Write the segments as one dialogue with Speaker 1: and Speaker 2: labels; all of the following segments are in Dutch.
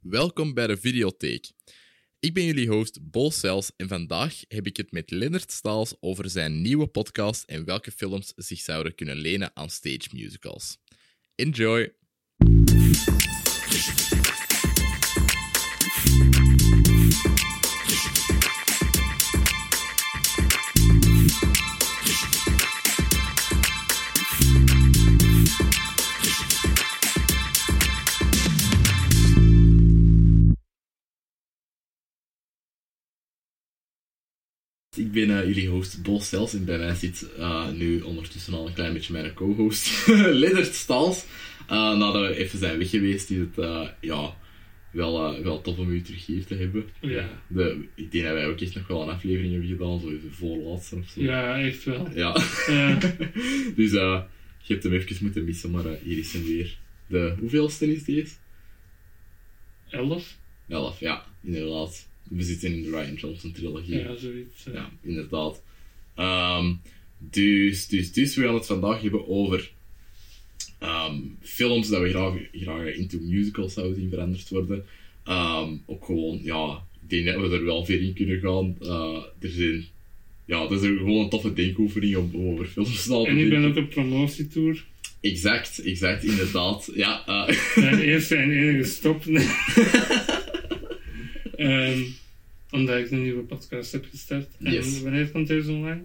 Speaker 1: Welkom bij de videotheek. Ik ben jullie host Bol Cels en vandaag heb ik het met Lennart Staals over zijn nieuwe podcast en welke films zich zouden kunnen lenen aan stage musicals. Enjoy! Ik ben eh, jullie host Bol Stels en bij mij zit eh, nu ondertussen al een klein beetje mijn co-host Lennart Staals. Eh, nadat we even zijn weg geweest, is het eh, ja, wel, eh, wel tof om u terug hier te hebben.
Speaker 2: Ja.
Speaker 1: De, ik denk dat wij ook echt nog wel een aflevering hebben gedaan, zo de voorlaatste of zo.
Speaker 2: Ja, echt wel.
Speaker 1: Ja.
Speaker 2: Ja.
Speaker 1: dus eh, je hebt hem even moeten missen, maar eh, hier is hem weer. De hoeveelste is deze?
Speaker 2: Elf?
Speaker 1: Elf, ja, inderdaad. We zitten in de Ryan Johnson trilogie.
Speaker 2: Ja, zoiets. eh.
Speaker 1: Ja, inderdaad. Ehm, dus, dus, dus we gaan het vandaag hebben over ehm, films dat we graag, graag into musicals zouden zien veranderd worden. Ehm, ook gewoon, ja, ik denk dat we er wel ver in kunnen gaan. Eh, er zijn, ja, dat is een- gewoon een toffe denkoefening om om over films na te
Speaker 2: En ik ben
Speaker 1: denken.
Speaker 2: ook op promotietour.
Speaker 1: Exact, exact, inderdaad. Ja, eh,
Speaker 2: Mijn eerste en enige stop. Nee. Ehm, omdat ik een nieuwe podcast heb gestart. En
Speaker 1: Yes.
Speaker 2: wanneer komt deze online?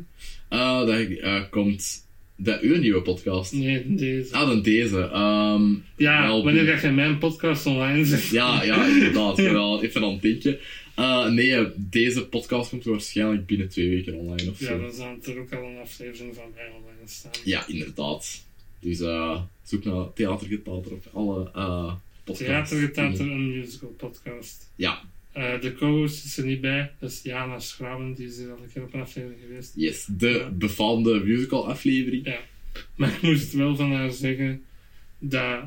Speaker 1: eh, dat eh, komt... Dat uw nieuwe podcast.
Speaker 2: Nee, deze.
Speaker 1: Ah, dan deze. Ehm,
Speaker 2: ja,
Speaker 1: wel
Speaker 2: wanneer
Speaker 1: binnen.
Speaker 2: dat je mijn podcast online zet.
Speaker 1: Ja, ja, inderdaad. Wel even aan het denken. Eh, nee, eh, deze podcast komt waarschijnlijk binnen twee weken online of
Speaker 2: Ja,
Speaker 1: zo.
Speaker 2: dan zal er ook al een aflevering van mij online staan.
Speaker 1: Ja, inderdaad. Dus eh, zoek naar Theatergetater op alle eh podcasts.
Speaker 2: Theatergetater, een musical podcast.
Speaker 1: Ja,
Speaker 2: Eh, de co-host is er niet bij. Dat is Jana Schraven, die is hier al een keer op een aflevering geweest.
Speaker 1: yes. De
Speaker 2: Ja.
Speaker 1: befaamde musical aflevering.
Speaker 2: Maar ik moest wel van haar zeggen dat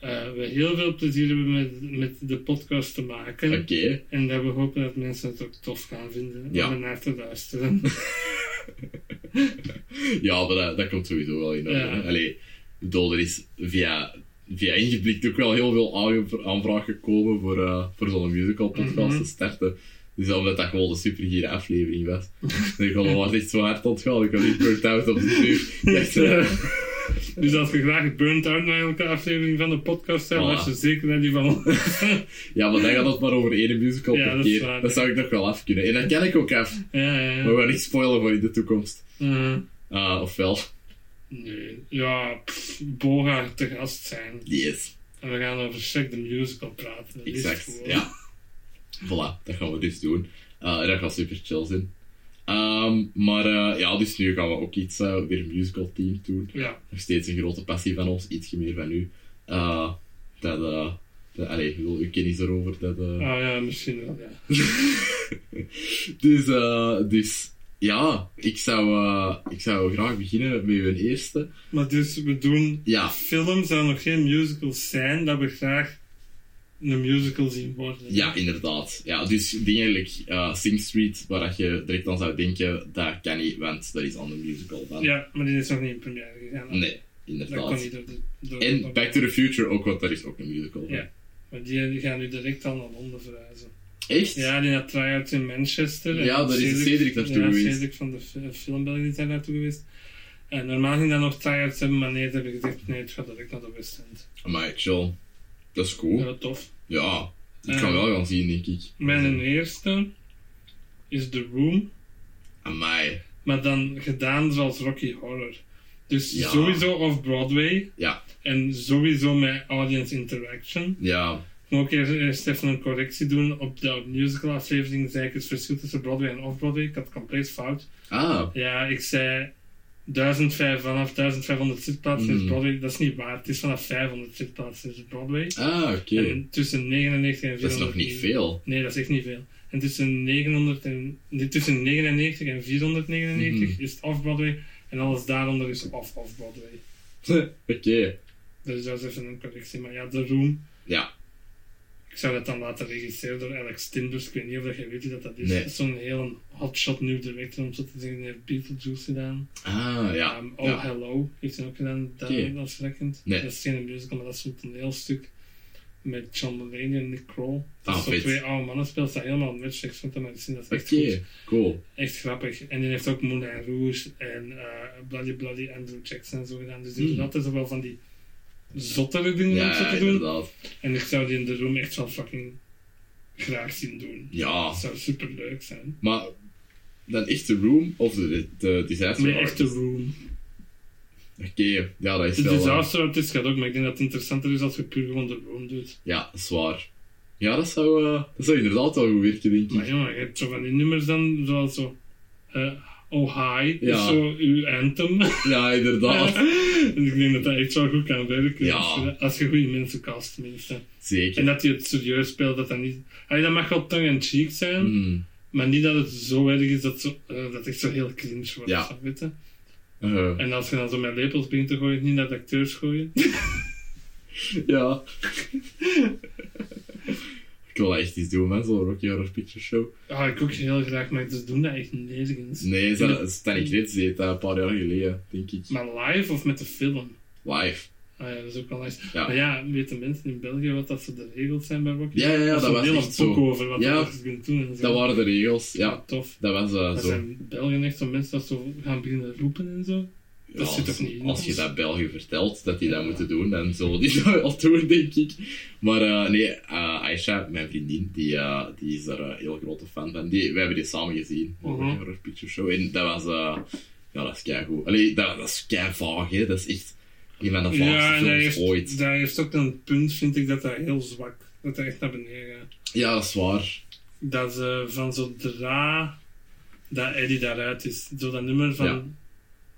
Speaker 2: eh, we heel veel plezier hebben met, met de podcast te maken.
Speaker 1: Oké.
Speaker 2: En dat we hopen dat mensen het ook tof gaan vinden
Speaker 1: Ja.
Speaker 2: om er naar te luisteren.
Speaker 1: Ja, maar dat, dat komt sowieso wel in orde.
Speaker 2: Ja.
Speaker 1: hè. Allee, ik bedoel, er is via, via Ingeblikt ook wel heel veel aange- aanvraag gekomen voor, eh, voor zo'n musical podcast
Speaker 2: Mhm.
Speaker 1: te starten. Dus omdat dat gewoon een supergiere aflevering was. Dan gewoon was echt zo hard ontgaan. Ik had niet burnt out op de duur. Ik dacht, eh,
Speaker 2: dus als je graag burnt out naar elke aflevering van de podcast hebt,
Speaker 1: Voilà.
Speaker 2: luister zeker naar die van ons.
Speaker 1: Ja, maar dan gaat het maar over één musical
Speaker 2: Ja,
Speaker 1: per
Speaker 2: dat is
Speaker 1: keer.
Speaker 2: waar.
Speaker 1: dat zou ik nog wel af kunnen. En dat ken ik ook af.
Speaker 2: ja, ja,
Speaker 1: Maar we
Speaker 2: ja.
Speaker 1: gaan niet spoilen voor in de toekomst.
Speaker 2: Eh,
Speaker 1: Ah, ofwel.
Speaker 2: nee. Ja, pff, Bo gaat te gast zijn.
Speaker 1: Yes.
Speaker 2: En we gaan over Check the Musical praten. Dat is
Speaker 1: Exact,
Speaker 2: gewoon-
Speaker 1: ja. Voilà, dat gaan we dus doen. Eh, en dat gaat super chill zijn. Ehm, maar eh, ja, dus nu gaan we ook iets, eh, weer een musical team doen.
Speaker 2: Ja,
Speaker 1: Nog steeds een grote passie van ons, ietsje meer van u. Eh, dat, eh dat, allee, ik bedoel, u kennis erover. Dat, eh,
Speaker 2: Ah, ja misschien wel. Ja.
Speaker 1: dus, eh, dus ja, ik zou, eh, ik zou graag beginnen met uw eerste.
Speaker 2: Maar dus we doen
Speaker 1: Ja,
Speaker 2: films dat nog geen musicals zijn, dat we graag een musical zien worden.
Speaker 1: Ja, inderdaad. Ja, dus ik denk eigenlijk eh, Sing Street, waar dat je direct aan zou denken, dat kan niet, want dat is aan de musical van.
Speaker 2: Ja, maar die is nog niet in première gegaan.
Speaker 1: Nee,
Speaker 2: Dat kon
Speaker 1: inderdaad.
Speaker 2: niet door de... Door
Speaker 1: En
Speaker 2: door-
Speaker 1: Back to the Future ook, want daar is ook een musical van.
Speaker 2: Ja. Maar die, die gaan nu direct al naar Londen verhuizen.
Speaker 1: Echt?
Speaker 2: Ja, die had try-out in Manchester. En
Speaker 1: Ja, daar is Cedric naartoe
Speaker 2: ja,
Speaker 1: geweest.
Speaker 2: Cedric van de fi- filmbelling is daar naartoe geweest. En normaal ging dat nog try-outs hebben, maar nee, dat heb ik gezegd, nee, het gaat direct naar de West End.
Speaker 1: Amai, chill. Dat is cool. Ja,
Speaker 2: Ja, tof.
Speaker 1: ik kan
Speaker 2: Eh,
Speaker 1: wel gaan zien, denk ik.
Speaker 2: Mijn eerste is The Room.
Speaker 1: Amai.
Speaker 2: maar dan gedaan zoals Rocky Horror. Dus
Speaker 1: Ja.
Speaker 2: sowieso off-Broadway
Speaker 1: Ja.
Speaker 2: en sowieso met audience interaction.
Speaker 1: Ja,
Speaker 2: Ik moet ook eerst, eerst even een correctie doen. Op de musical aflevering zei ik het verschil tussen Broadway en off-Broadway. Ik had compleet fout.
Speaker 1: ah,
Speaker 2: Ja, ik zei 1005 vanaf 1500 zitplaatsen is
Speaker 1: Mm.
Speaker 2: Broadway. Dat is niet waar. Het is vanaf 500 zitplaatsen is Broadway.
Speaker 1: ah, oké.
Speaker 2: En tussen 99 en 400...
Speaker 1: Dat is nog niet veel.
Speaker 2: Nee, dat is echt niet veel. En tussen, 900 en, nee, tussen 99 en 499
Speaker 1: Mhm.
Speaker 2: is het off-Broadway. En alles daaronder is off-off-Broadway.
Speaker 1: oké.
Speaker 2: Dus dat is even een correctie. Maar ja, The Room.
Speaker 1: Ja.
Speaker 2: Ik zou dat dan laten regisseren door Alex Timbers. Ik weet niet of dat je weet wie dat, dat is.
Speaker 1: Nee.
Speaker 2: Dat is zo'n heel hotshot new director, om zo te zeggen. Die heeft Beetlejuice gedaan.
Speaker 1: Ah, ja.
Speaker 2: Um, oh
Speaker 1: ja.
Speaker 2: Hello heeft hij ook gedaan. Dat
Speaker 1: Oké.
Speaker 2: dat is lekkend.
Speaker 1: Nee.
Speaker 2: Dat is geen musical, maar dat is een toneelstuk. met John Mulaney en Nick Kroll.
Speaker 1: Ah,
Speaker 2: Dat zijn
Speaker 1: vet.
Speaker 2: twee oude mannen speelt dat helemaal match. Ik vond dat maar zien, dat is echt
Speaker 1: Oké,
Speaker 2: goed.
Speaker 1: cool.
Speaker 2: Echt grappig. En die heeft ook Moulin Rouge en eh, Bloody Bloody Andrew Jackson en zo gedaan. Dus die
Speaker 1: Hmm.
Speaker 2: doet altijd wel van die zottere dingen om zo
Speaker 1: Ja,
Speaker 2: Mm, te doen.
Speaker 1: inderdaad.
Speaker 2: En ik zou die in de room echt wel fucking graag zien doen.
Speaker 1: Ja,
Speaker 2: Dat zou super leuk zijn.
Speaker 1: maar dan echt de Room of de, de, de Disaster
Speaker 2: Nee, echt de
Speaker 1: Artist?
Speaker 2: room.
Speaker 1: Oké, ja, dat is
Speaker 2: De
Speaker 1: wel... eh,
Speaker 2: disaster artist gaat ook, maar ik denk dat het interessanter is als je puur gewoon de room doet.
Speaker 1: ja, zwaar. Ja, dat zou, eh, dat zou inderdaad wel goed werken, denk
Speaker 2: Maar
Speaker 1: ik.
Speaker 2: jongen, je hebt zo van die nummers dan, zoals zo... eh, oh hi,
Speaker 1: Ja.
Speaker 2: is zo uw anthem.
Speaker 1: Ja, inderdaad.
Speaker 2: dus ik denk dat dat echt wel goed kan werken.
Speaker 1: Ja.
Speaker 2: Als, je, als je goede mensen cast, tenminste. En
Speaker 1: Zeker.
Speaker 2: dat hij het serieus speelt, dat dat niet... Allee, dat mag wel tongue-in-cheek zijn,
Speaker 1: Mm,
Speaker 2: maar niet dat het zo erg is dat, zo, eh, dat het echt zo heel cringe wordt.
Speaker 1: Ja.
Speaker 2: zo, weet je?
Speaker 1: eh,
Speaker 2: En als je dan zo met lepels begint te gooien, niet naar de acteurs gooien.
Speaker 1: ja. ik wil echt iets doen, man. Zo'n Rocky Horror Picture Show.
Speaker 2: Ja, Ah, ik ook heel graag, maar ze doen dat echt nergens.
Speaker 1: Nee, Stan- Stanley Kritz deed dat een paar jaar geleden, denk ik.
Speaker 2: Maar live of met de film?
Speaker 1: Live.
Speaker 2: Ah ja, dat is ook wel nice.
Speaker 1: Ja.
Speaker 2: Maar ja, weten mensen in België wat dat voor de regels zijn bij Rocky?
Speaker 1: Ja, ja, ja,
Speaker 2: Er is
Speaker 1: dat
Speaker 2: een
Speaker 1: was
Speaker 2: heel
Speaker 1: echt zo.
Speaker 2: boek over wat
Speaker 1: Ja,
Speaker 2: je precies kunt doen en zo.
Speaker 1: Dat waren de regels, ja.
Speaker 2: Tof.
Speaker 1: Dat was eh,
Speaker 2: Dat
Speaker 1: zo.
Speaker 2: zijn België echt zo mensen dat zo gaan beginnen roepen en zo.
Speaker 1: Ja,
Speaker 2: dat zit
Speaker 1: als,
Speaker 2: toch niet in
Speaker 1: als je
Speaker 2: ons?
Speaker 1: dat België vertelt dat die dat
Speaker 2: Ja.
Speaker 1: moeten doen, dan zullen die dat wel doen, denk ik. Maar eh, nee, eh Aisha, mijn vriendin, die, eh, die is er een heel grote fan van. Die, we hebben die samen gezien, de
Speaker 2: Mhm.
Speaker 1: Horror Picture Show. En dat was, eh, ja, dat is keigoed. Allee, dat, dat is keivaag, hè. Dat is echt een van de
Speaker 2: Ja,
Speaker 1: vaagste
Speaker 2: en daar
Speaker 1: films ooit.
Speaker 2: heeft, daar heeft ook een punt, vind ik, dat dat heel zwak, dat dat echt naar beneden gaat.
Speaker 1: Ja, dat is waar.
Speaker 2: dat ze van zodra dat Eddie daaruit is, zo dat nummer van
Speaker 1: Ja.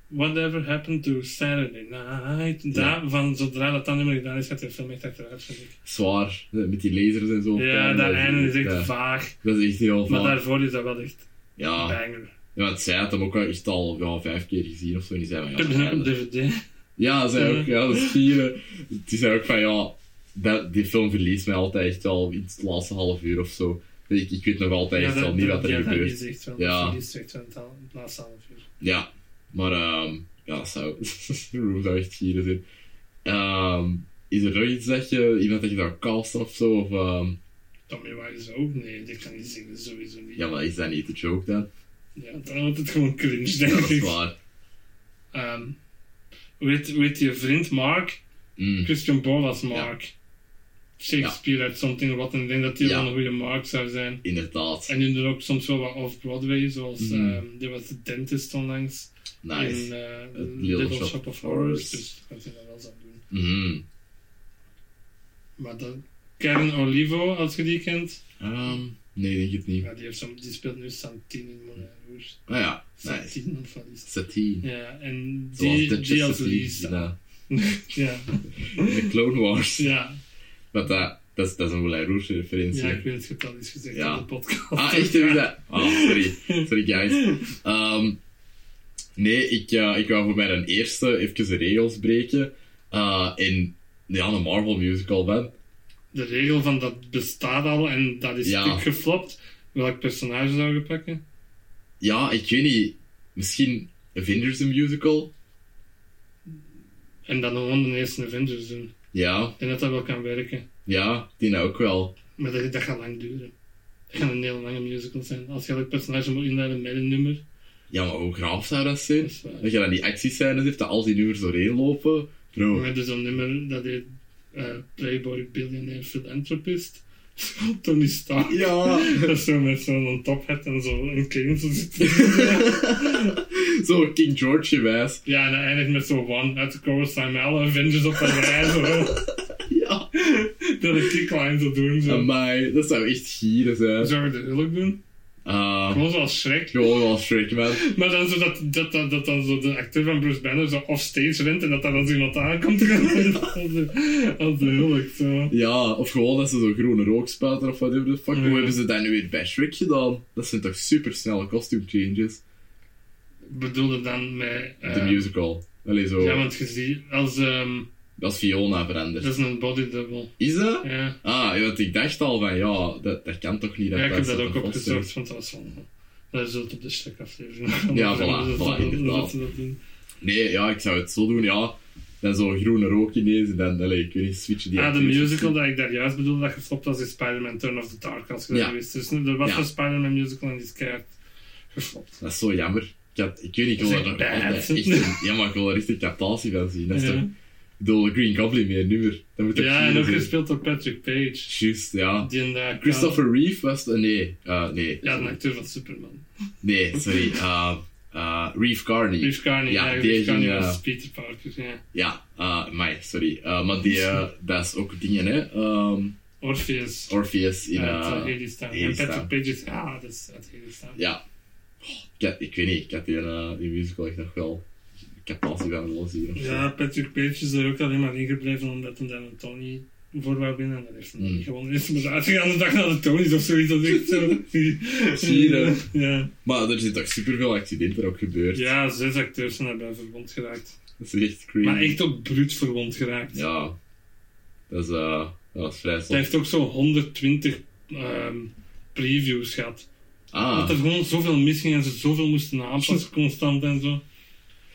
Speaker 2: Whatever Happened to Saturday Night,
Speaker 1: Ja.
Speaker 2: daar, van zodra dat dat nummer gedaan is, gaat de film echt achteruit, vind ik.
Speaker 1: Zwaar. Eh, Met die lasers en zo.
Speaker 2: Ja, dat einde is echt
Speaker 1: ja,
Speaker 2: vaag,
Speaker 1: Dat is echt heel
Speaker 2: maar
Speaker 1: vaag.
Speaker 2: daarvoor is dat wel echt
Speaker 1: Ja.
Speaker 2: banger.
Speaker 1: Ja, want zij had hem ook wel echt al ja, vijf keer gezien of zo. En die zei van,
Speaker 2: Ik
Speaker 1: ja,
Speaker 2: heb
Speaker 1: dat
Speaker 2: het ook
Speaker 1: is
Speaker 2: op DVD.
Speaker 1: Ja, zij
Speaker 2: Ja.
Speaker 1: ook. Ja, dat is vieren. Die zei ook van, ja, dat, die film verliest mij altijd echt wel in het laatste half uur of zo. Ik, ik weet nog altijd echt wel niet wat er
Speaker 2: ja,
Speaker 1: gebeurt.
Speaker 2: Dat is echt wel,
Speaker 1: Ja.
Speaker 2: dat is echt wel het al- het laatste half uur.
Speaker 1: Ja, maar ehm ja, dat zou... de room zou echt gieren zijn. Ehm, is er nog iets dat je... Iemand dat je zou casten of zo? Of, ehm,
Speaker 2: Tommy Wiseau ook? Nee, dit kan niet zingen, sowieso niet.
Speaker 1: ja, maar is dat niet de joke dan?
Speaker 2: Ja, dan wordt het gewoon cringe,
Speaker 1: Ja,
Speaker 2: denk
Speaker 1: dat is
Speaker 2: ik.
Speaker 1: waar.
Speaker 2: Ehm, hoe heet- hoe heet je vriend Mark?
Speaker 1: Mm,
Speaker 2: Christian Ball als Mark. Shakespeare uit Something What, en ik denk dat die
Speaker 1: Ja.
Speaker 2: wel een goede Mark zou zijn.
Speaker 1: inderdaad.
Speaker 2: En nu er ook soms wel wat off-Broadway, zoals
Speaker 1: Mhm.
Speaker 2: ehm er was de Dentist onlangs in
Speaker 1: Nice.
Speaker 2: eh,
Speaker 1: Little
Speaker 2: Little,
Speaker 1: Shop of
Speaker 2: Shop, of Horrors,
Speaker 1: Horrors.
Speaker 2: dus dat hij dat wel zou doen.
Speaker 1: Mhm.
Speaker 2: Maar dan Karen Olivo, als je die kent,
Speaker 1: Ehm, nee, denk het niet.
Speaker 2: ja, die, heeft som- die speelt nu Santine in Moulin Rouge.
Speaker 1: Maar ja, nice.
Speaker 2: Santine of wat is dat?
Speaker 1: Satine.
Speaker 2: Ja, en
Speaker 1: Zoals
Speaker 2: die,
Speaker 1: de
Speaker 2: die als
Speaker 1: Justice League in, eh,
Speaker 2: Lisa. Ja,
Speaker 1: de Clone Wars.
Speaker 2: ja,
Speaker 1: Want dat, dat, is, dat is een Moulin Rouge referentie.
Speaker 2: ja, ik weet het, je hebt al eens gezegd
Speaker 1: Ja.
Speaker 2: in de podcast.
Speaker 1: ah, echt? Heb je dat? Ah, sorry. Sorry, guys. Ehm, nee, ik, eh, ik wou voor mijn eerste even de regels breken. Eh, en ja, een Marvel musical ben.
Speaker 2: de regel van dat bestaat al en dat is
Speaker 1: Ja.
Speaker 2: stuk geflopt. Welk personage zou je pakken?
Speaker 1: Ja, ik weet niet. Misschien Avengers een musical?
Speaker 2: En dan gewoon de eerste Avengers doen.
Speaker 1: Ja,
Speaker 2: Ik denk dat dat wel kan werken.
Speaker 1: ja, die nou ook wel.
Speaker 2: Maar dat, dat gaat lang duren. Het gaat een heel lange musical zijn. Als je elk personage moet inleiden met een nummer.
Speaker 1: Ja, maar hoe graaf zou dat
Speaker 2: Dat
Speaker 1: zijn?
Speaker 2: is waar.
Speaker 1: Dat je dan die actiescènes hebt, dat al die nummers doorheen lopen. Bro,
Speaker 2: Met dus een nummer dat heet eh, Playboy Billionaire Philanthropist. Tony Stark.
Speaker 1: Ja.
Speaker 2: Dat zo met zo'n top hat en zo een cane zo zit.
Speaker 1: zo King George-gewijs.
Speaker 2: Ja, en dan eindigt met zo'n one uit de chorus line met alle Avengers op een rij. Zo.
Speaker 1: Ja.
Speaker 2: Dat de kickline zo doen. Zo.
Speaker 1: Amai, dat zou echt gieren zijn.
Speaker 2: Zou je de hulk doen?
Speaker 1: Ah,
Speaker 2: Gewoon zoals Shrek.
Speaker 1: gewoon wel Shrek, man.
Speaker 2: Maar dan zo dat, dat, dat, dat dan zo de acteur van Bruce Banner zo offstage rent en dat daar dan zo iemand aankomt. als, de, als de hulk, zo.
Speaker 1: Ja, of gewoon dat ze zo'n groene rook spuiten of whatever the fuck.
Speaker 2: Ja.
Speaker 1: Hoe hebben ze dat nu weer bij Shrek gedaan? Dat zijn toch supersnelle costume changes?
Speaker 2: Ik bedoelde dan met... eh,
Speaker 1: De musical. Allee, zo.
Speaker 2: Ja, want je ziet, als, ehm,
Speaker 1: Als Fiona verandert.
Speaker 2: dat is een body double.
Speaker 1: Is dat?
Speaker 2: Ja,
Speaker 1: Ah, ja, want ik dacht al van, ja, dat, dat kan toch niet.
Speaker 2: ja ik heb dat
Speaker 1: zitten
Speaker 2: ook
Speaker 1: vast in.
Speaker 2: opgezocht, want dat was van... Dat is het op de Shrek aflevering.
Speaker 1: Ja, voilà, voilà,
Speaker 2: Dat- dat-
Speaker 1: inderdaad.
Speaker 2: dat- dat- dat-
Speaker 1: Nee, ja, ik zou het zo doen, ja. Dan dan zo'n groene rook ineens, en dan, allee, ik weet niet, switchen die
Speaker 2: ah, de
Speaker 1: activities.
Speaker 2: musical dat ik daar juist bedoelde, dat gefopt was, is Spider-Man Turn of the Dark. Als je dat
Speaker 1: Ja.
Speaker 2: wist. Dus er was
Speaker 1: Ja.
Speaker 2: een Spider-Man musical en die is keihard gefopt.
Speaker 1: Dat is zo jammer. Ik, had, ik weet niet, ik
Speaker 2: Dat
Speaker 1: wil
Speaker 2: is
Speaker 1: daar
Speaker 2: echt
Speaker 1: echt
Speaker 2: bad.
Speaker 1: een- echt een- ja, maar ik wil daar echt een captatie van zien. Dat is
Speaker 2: Ja.
Speaker 1: toch, ik bedoel, Green Goblin meer, nu meer. Dat moet ook
Speaker 2: Ja, en
Speaker 1: hier
Speaker 2: ook
Speaker 1: zijn.
Speaker 2: gespeeld door Patrick Page.
Speaker 1: Juist, ja.
Speaker 2: Die en, eh,
Speaker 1: Christopher Reeve was... de- nee, eh, nee.
Speaker 2: Ja, de acteur van Superman.
Speaker 1: Nee, sorry. eh, eh, Reeve Carney.
Speaker 2: Reeve Carney,
Speaker 1: Ja,
Speaker 2: ja,
Speaker 1: die
Speaker 2: Reeve Carney
Speaker 1: ging, eh,
Speaker 2: was Peter Parker, ja.
Speaker 1: Ja, eh mij, sorry. Eh, maar die, eh, dat is ook dingen, hè. Ehm,
Speaker 2: Orpheus.
Speaker 1: Orpheus in...
Speaker 2: uit, eh,
Speaker 1: eh,
Speaker 2: Hades Town. En
Speaker 1: Hades
Speaker 2: Patrick
Speaker 1: Town.
Speaker 2: Page is, ja, dat is uit Hades Town.
Speaker 1: ja. Oh, ik, had- ik weet niet, ik had die, eh, die musical echt nog wel captatie van willen zien. of zo.
Speaker 2: Ja, Patrick Page is er ook alleen maar ingebleven omdat hem dan een Tony voor wou winnen. En dat heeft hij
Speaker 1: Hmm.
Speaker 2: niet gewonnen. Is maar uitgegaan de dag naar de Tonys of zoiets. Dat is echt zo.
Speaker 1: Zie je
Speaker 2: ja.
Speaker 1: dat?
Speaker 2: ja.
Speaker 1: Maar er zit toch superveel accidenten ook gebeurd.
Speaker 2: ja, zes acteurs zijn daarbij verwond geraakt.
Speaker 1: Dat is echt crazy.
Speaker 2: Maar echt ook bruut verwond geraakt.
Speaker 1: Ja. Dat is, eh, dat was vrij
Speaker 2: Hij
Speaker 1: slot.
Speaker 2: heeft ook zo 120 ehm, previews gehad. Dat
Speaker 1: Ah,
Speaker 2: er gewoon zoveel misging en ze zoveel moesten aanpassen constant en zo.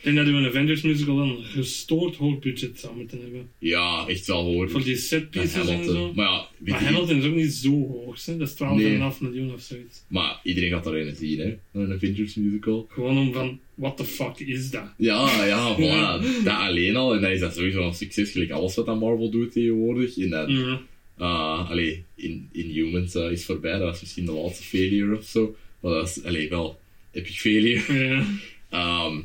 Speaker 2: Ik denk dat we een Avengers musical een gestoord hoog budget zou moeten hebben.
Speaker 1: ja, echt wel hoor.
Speaker 2: Voor die
Speaker 1: En
Speaker 2: setpieces en zo.
Speaker 1: Hamilton. Maar ja, weet
Speaker 2: Maar
Speaker 1: je-
Speaker 2: Hamilton is ook niet zo hoog, hè? dat is 12,5 miljoen of zoiets.
Speaker 1: maar iedereen gaat er een zien, hè. Een Avengers musical.
Speaker 2: Gewoon om van, what the fuck is dat?
Speaker 1: Ja, ja, voilà. dat alleen al. En dan is dat sowieso een succes, gelijk alles wat aan Marvel doet tegenwoordig. In dat,
Speaker 2: Ja.
Speaker 1: eh, allee, in, in Humans eh, is voorbij. Dat was misschien de laatste failure of zo. Maar dat is, allee, wel epic failure.
Speaker 2: Ja.
Speaker 1: Ehm,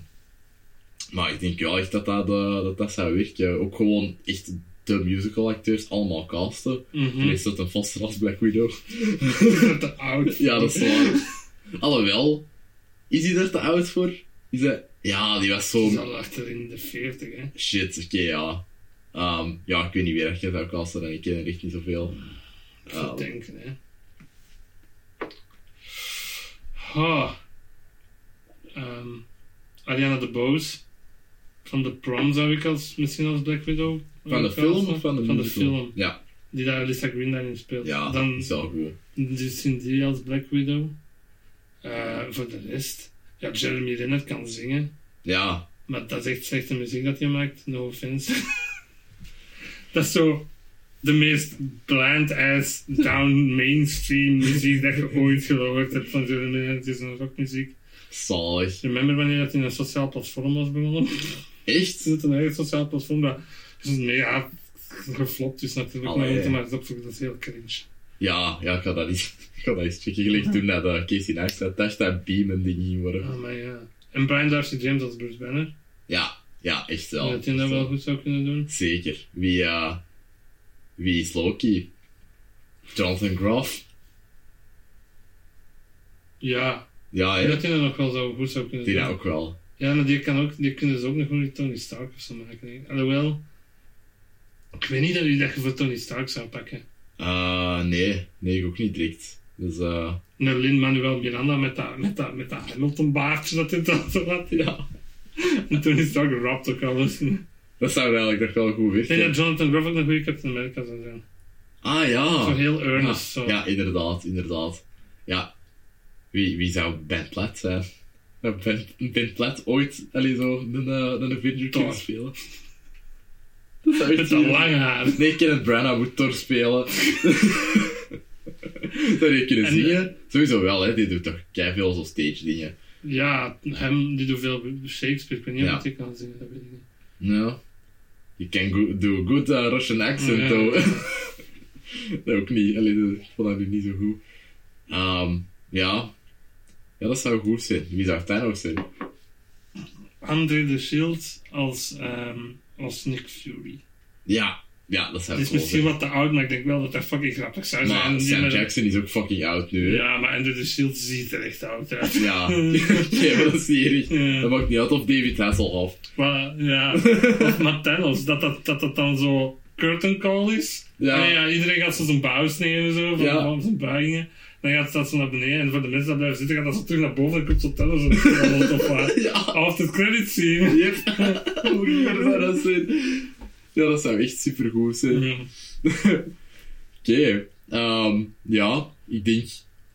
Speaker 1: maar ik denk wel echt dat dat, eh, dat dat zou werken. Ook gewoon echt de musical acteurs allemaal casten.
Speaker 2: Mhm.
Speaker 1: En is dat een vaste als Black Widow?
Speaker 2: Is dat te oud?
Speaker 1: Ja, dat is waar. Alhoewel, is hij daar te oud voor? Is hij... Ja, die was
Speaker 2: Die is
Speaker 1: zo...
Speaker 2: al achter in de 40, hè?
Speaker 1: Shit, oké, ja. Ehm, ja, ik weet niet meer. Ik heb dat casten en ik ken er echt niet zoveel.
Speaker 2: Zo
Speaker 1: Ehm,
Speaker 2: denken, hè? Ha. Ehm, Ariana DeBose van de Prom zou ik als, misschien als Black Widow.
Speaker 1: van de
Speaker 2: eh,
Speaker 1: film
Speaker 2: casten.
Speaker 1: of van de
Speaker 2: Van de
Speaker 1: musical?
Speaker 2: film,
Speaker 1: Ja,
Speaker 2: die daar Alyssa Green in speelt.
Speaker 1: ja
Speaker 2: Dan
Speaker 1: dat is wel goed.
Speaker 2: Dus zien die als Black Widow. Eh, voor de rest, ja, Jeremy Renner kan zingen,
Speaker 1: Ja,
Speaker 2: maar dat is echt slechte muziek dat hij maakt, no offense. dat is zo de meest bland-ass, down mainstream muziek dat je ooit gehoord hebt van Jeremy Renner. Het is een rockmuziek.
Speaker 1: zalig.
Speaker 2: Remember wanneer dat hij een sociaal platform was begonnen?
Speaker 1: Echt?
Speaker 2: Ze zit een eigen sociaal platform, dat is mega hard geflopt, dus natuurlijk, maar
Speaker 1: Allee.
Speaker 2: je moet er maar eens opzoeken, dat is heel cringe.
Speaker 1: Ja, ja, ik had dat eens, ik had dat eens checken gelegd toen dat eh, Casey Neistat dacht dat Beam een ding ging worden.
Speaker 2: Ah, maar ja. En Brian Darcy James als Bruce Banner.
Speaker 1: Ja, ja, echt
Speaker 2: Ja,
Speaker 1: wel.
Speaker 2: dat hij dat wel goed zou kunnen doen.
Speaker 1: Zeker. Wie, eh, wie is Loki? Jonathan Groff?
Speaker 2: Ja,
Speaker 1: Ja, hè?
Speaker 2: ik denk dat hij dat nog wel zo goed zou kunnen
Speaker 1: die nou. dat
Speaker 2: doen.
Speaker 1: ook wel.
Speaker 2: Ja, maar die, kan ook, die kunnen ze ook nog wel die Tony Stark of zo maken. denk ik. Alhoewel, ik weet niet dat je dat je voor Tony Stark zou pakken.
Speaker 1: Eh, nee, nee, ik ook niet direct. Dus eh,
Speaker 2: Een Lin-Manuel Miranda met dat, met dat, met dat Hamilton-baardje dat hij dan zo had.
Speaker 1: ja,
Speaker 2: En Tony Stark rapt ook alles. Ik
Speaker 1: dat zou eigenlijk nog wel goed
Speaker 2: denk dat
Speaker 1: werken.
Speaker 2: Jonathan Groff ook een goede Captain America zou zijn.
Speaker 1: Ah ja.
Speaker 2: Zo heel earnest.
Speaker 1: ja,
Speaker 2: zo.
Speaker 1: ja, inderdaad, inderdaad. Ja, wie, wie zou Ben Platt zijn? Zou Ben, ben Platt ooit allee, zo een, eh, een Avenger kunnen
Speaker 2: Thor.
Speaker 1: spelen? Dat zou echt
Speaker 2: Met dat
Speaker 1: hier-
Speaker 2: lange haar.
Speaker 1: Nee, Kenneth Branagh moet Thor spelen. Zou je kunnen
Speaker 2: En,
Speaker 1: zingen? Sowieso wel, hè. Die doet toch veel zo stage dingen.
Speaker 2: Ja, hem, die doet veel Shakespeare. Ik weet niet
Speaker 1: Ja.
Speaker 2: of hij kan zingen, dat weet ik niet.
Speaker 1: Nou, je can go- do a good eh, Russian accent,
Speaker 2: Ja.
Speaker 1: though. dat ook niet. Alleen, dat vond ik nu niet zo goed. Ehm, ja. Ja, dat zou goed zijn. Wie zou Thanos zijn?
Speaker 2: André de Shield als, ehm, als Nick Fury.
Speaker 1: Ja, ja dat
Speaker 2: Het
Speaker 1: zou
Speaker 2: is
Speaker 1: cool
Speaker 2: misschien
Speaker 1: zijn.
Speaker 2: wat te oud, maar ik denk wel dat dat fucking grappig zou zijn. En
Speaker 1: Maar
Speaker 2: die
Speaker 1: Sam
Speaker 2: met-
Speaker 1: Jackson is ook fucking oud nu, hè. Ja.
Speaker 2: Ja, maar André de Shield ziet er echt oud uit.
Speaker 1: Oké, maar dat is niet erg.
Speaker 2: Ja.
Speaker 1: Dat maakt niet uit of David Hasselhoff.
Speaker 2: Maar ja, of maar Thanos, dat dat, dat dat dan zo curtain call is.
Speaker 1: Ja.
Speaker 2: En ja, iedereen gaat zo zijn buis nemen, zo, van
Speaker 1: Ja.
Speaker 2: van zijn buigingen. Dan gaat dat zo naar beneden en voor de mensen die blijven zitten, gaat dat zo terug naar boven en komt zo Thanos en dan wordt op haar.
Speaker 1: Ja.
Speaker 2: After credits scene.
Speaker 1: Yep. Hoe raar zou dat zijn? Ja, dat zou echt supergoed zijn.
Speaker 2: Ja.
Speaker 1: Oké, ehm, ja, ik denk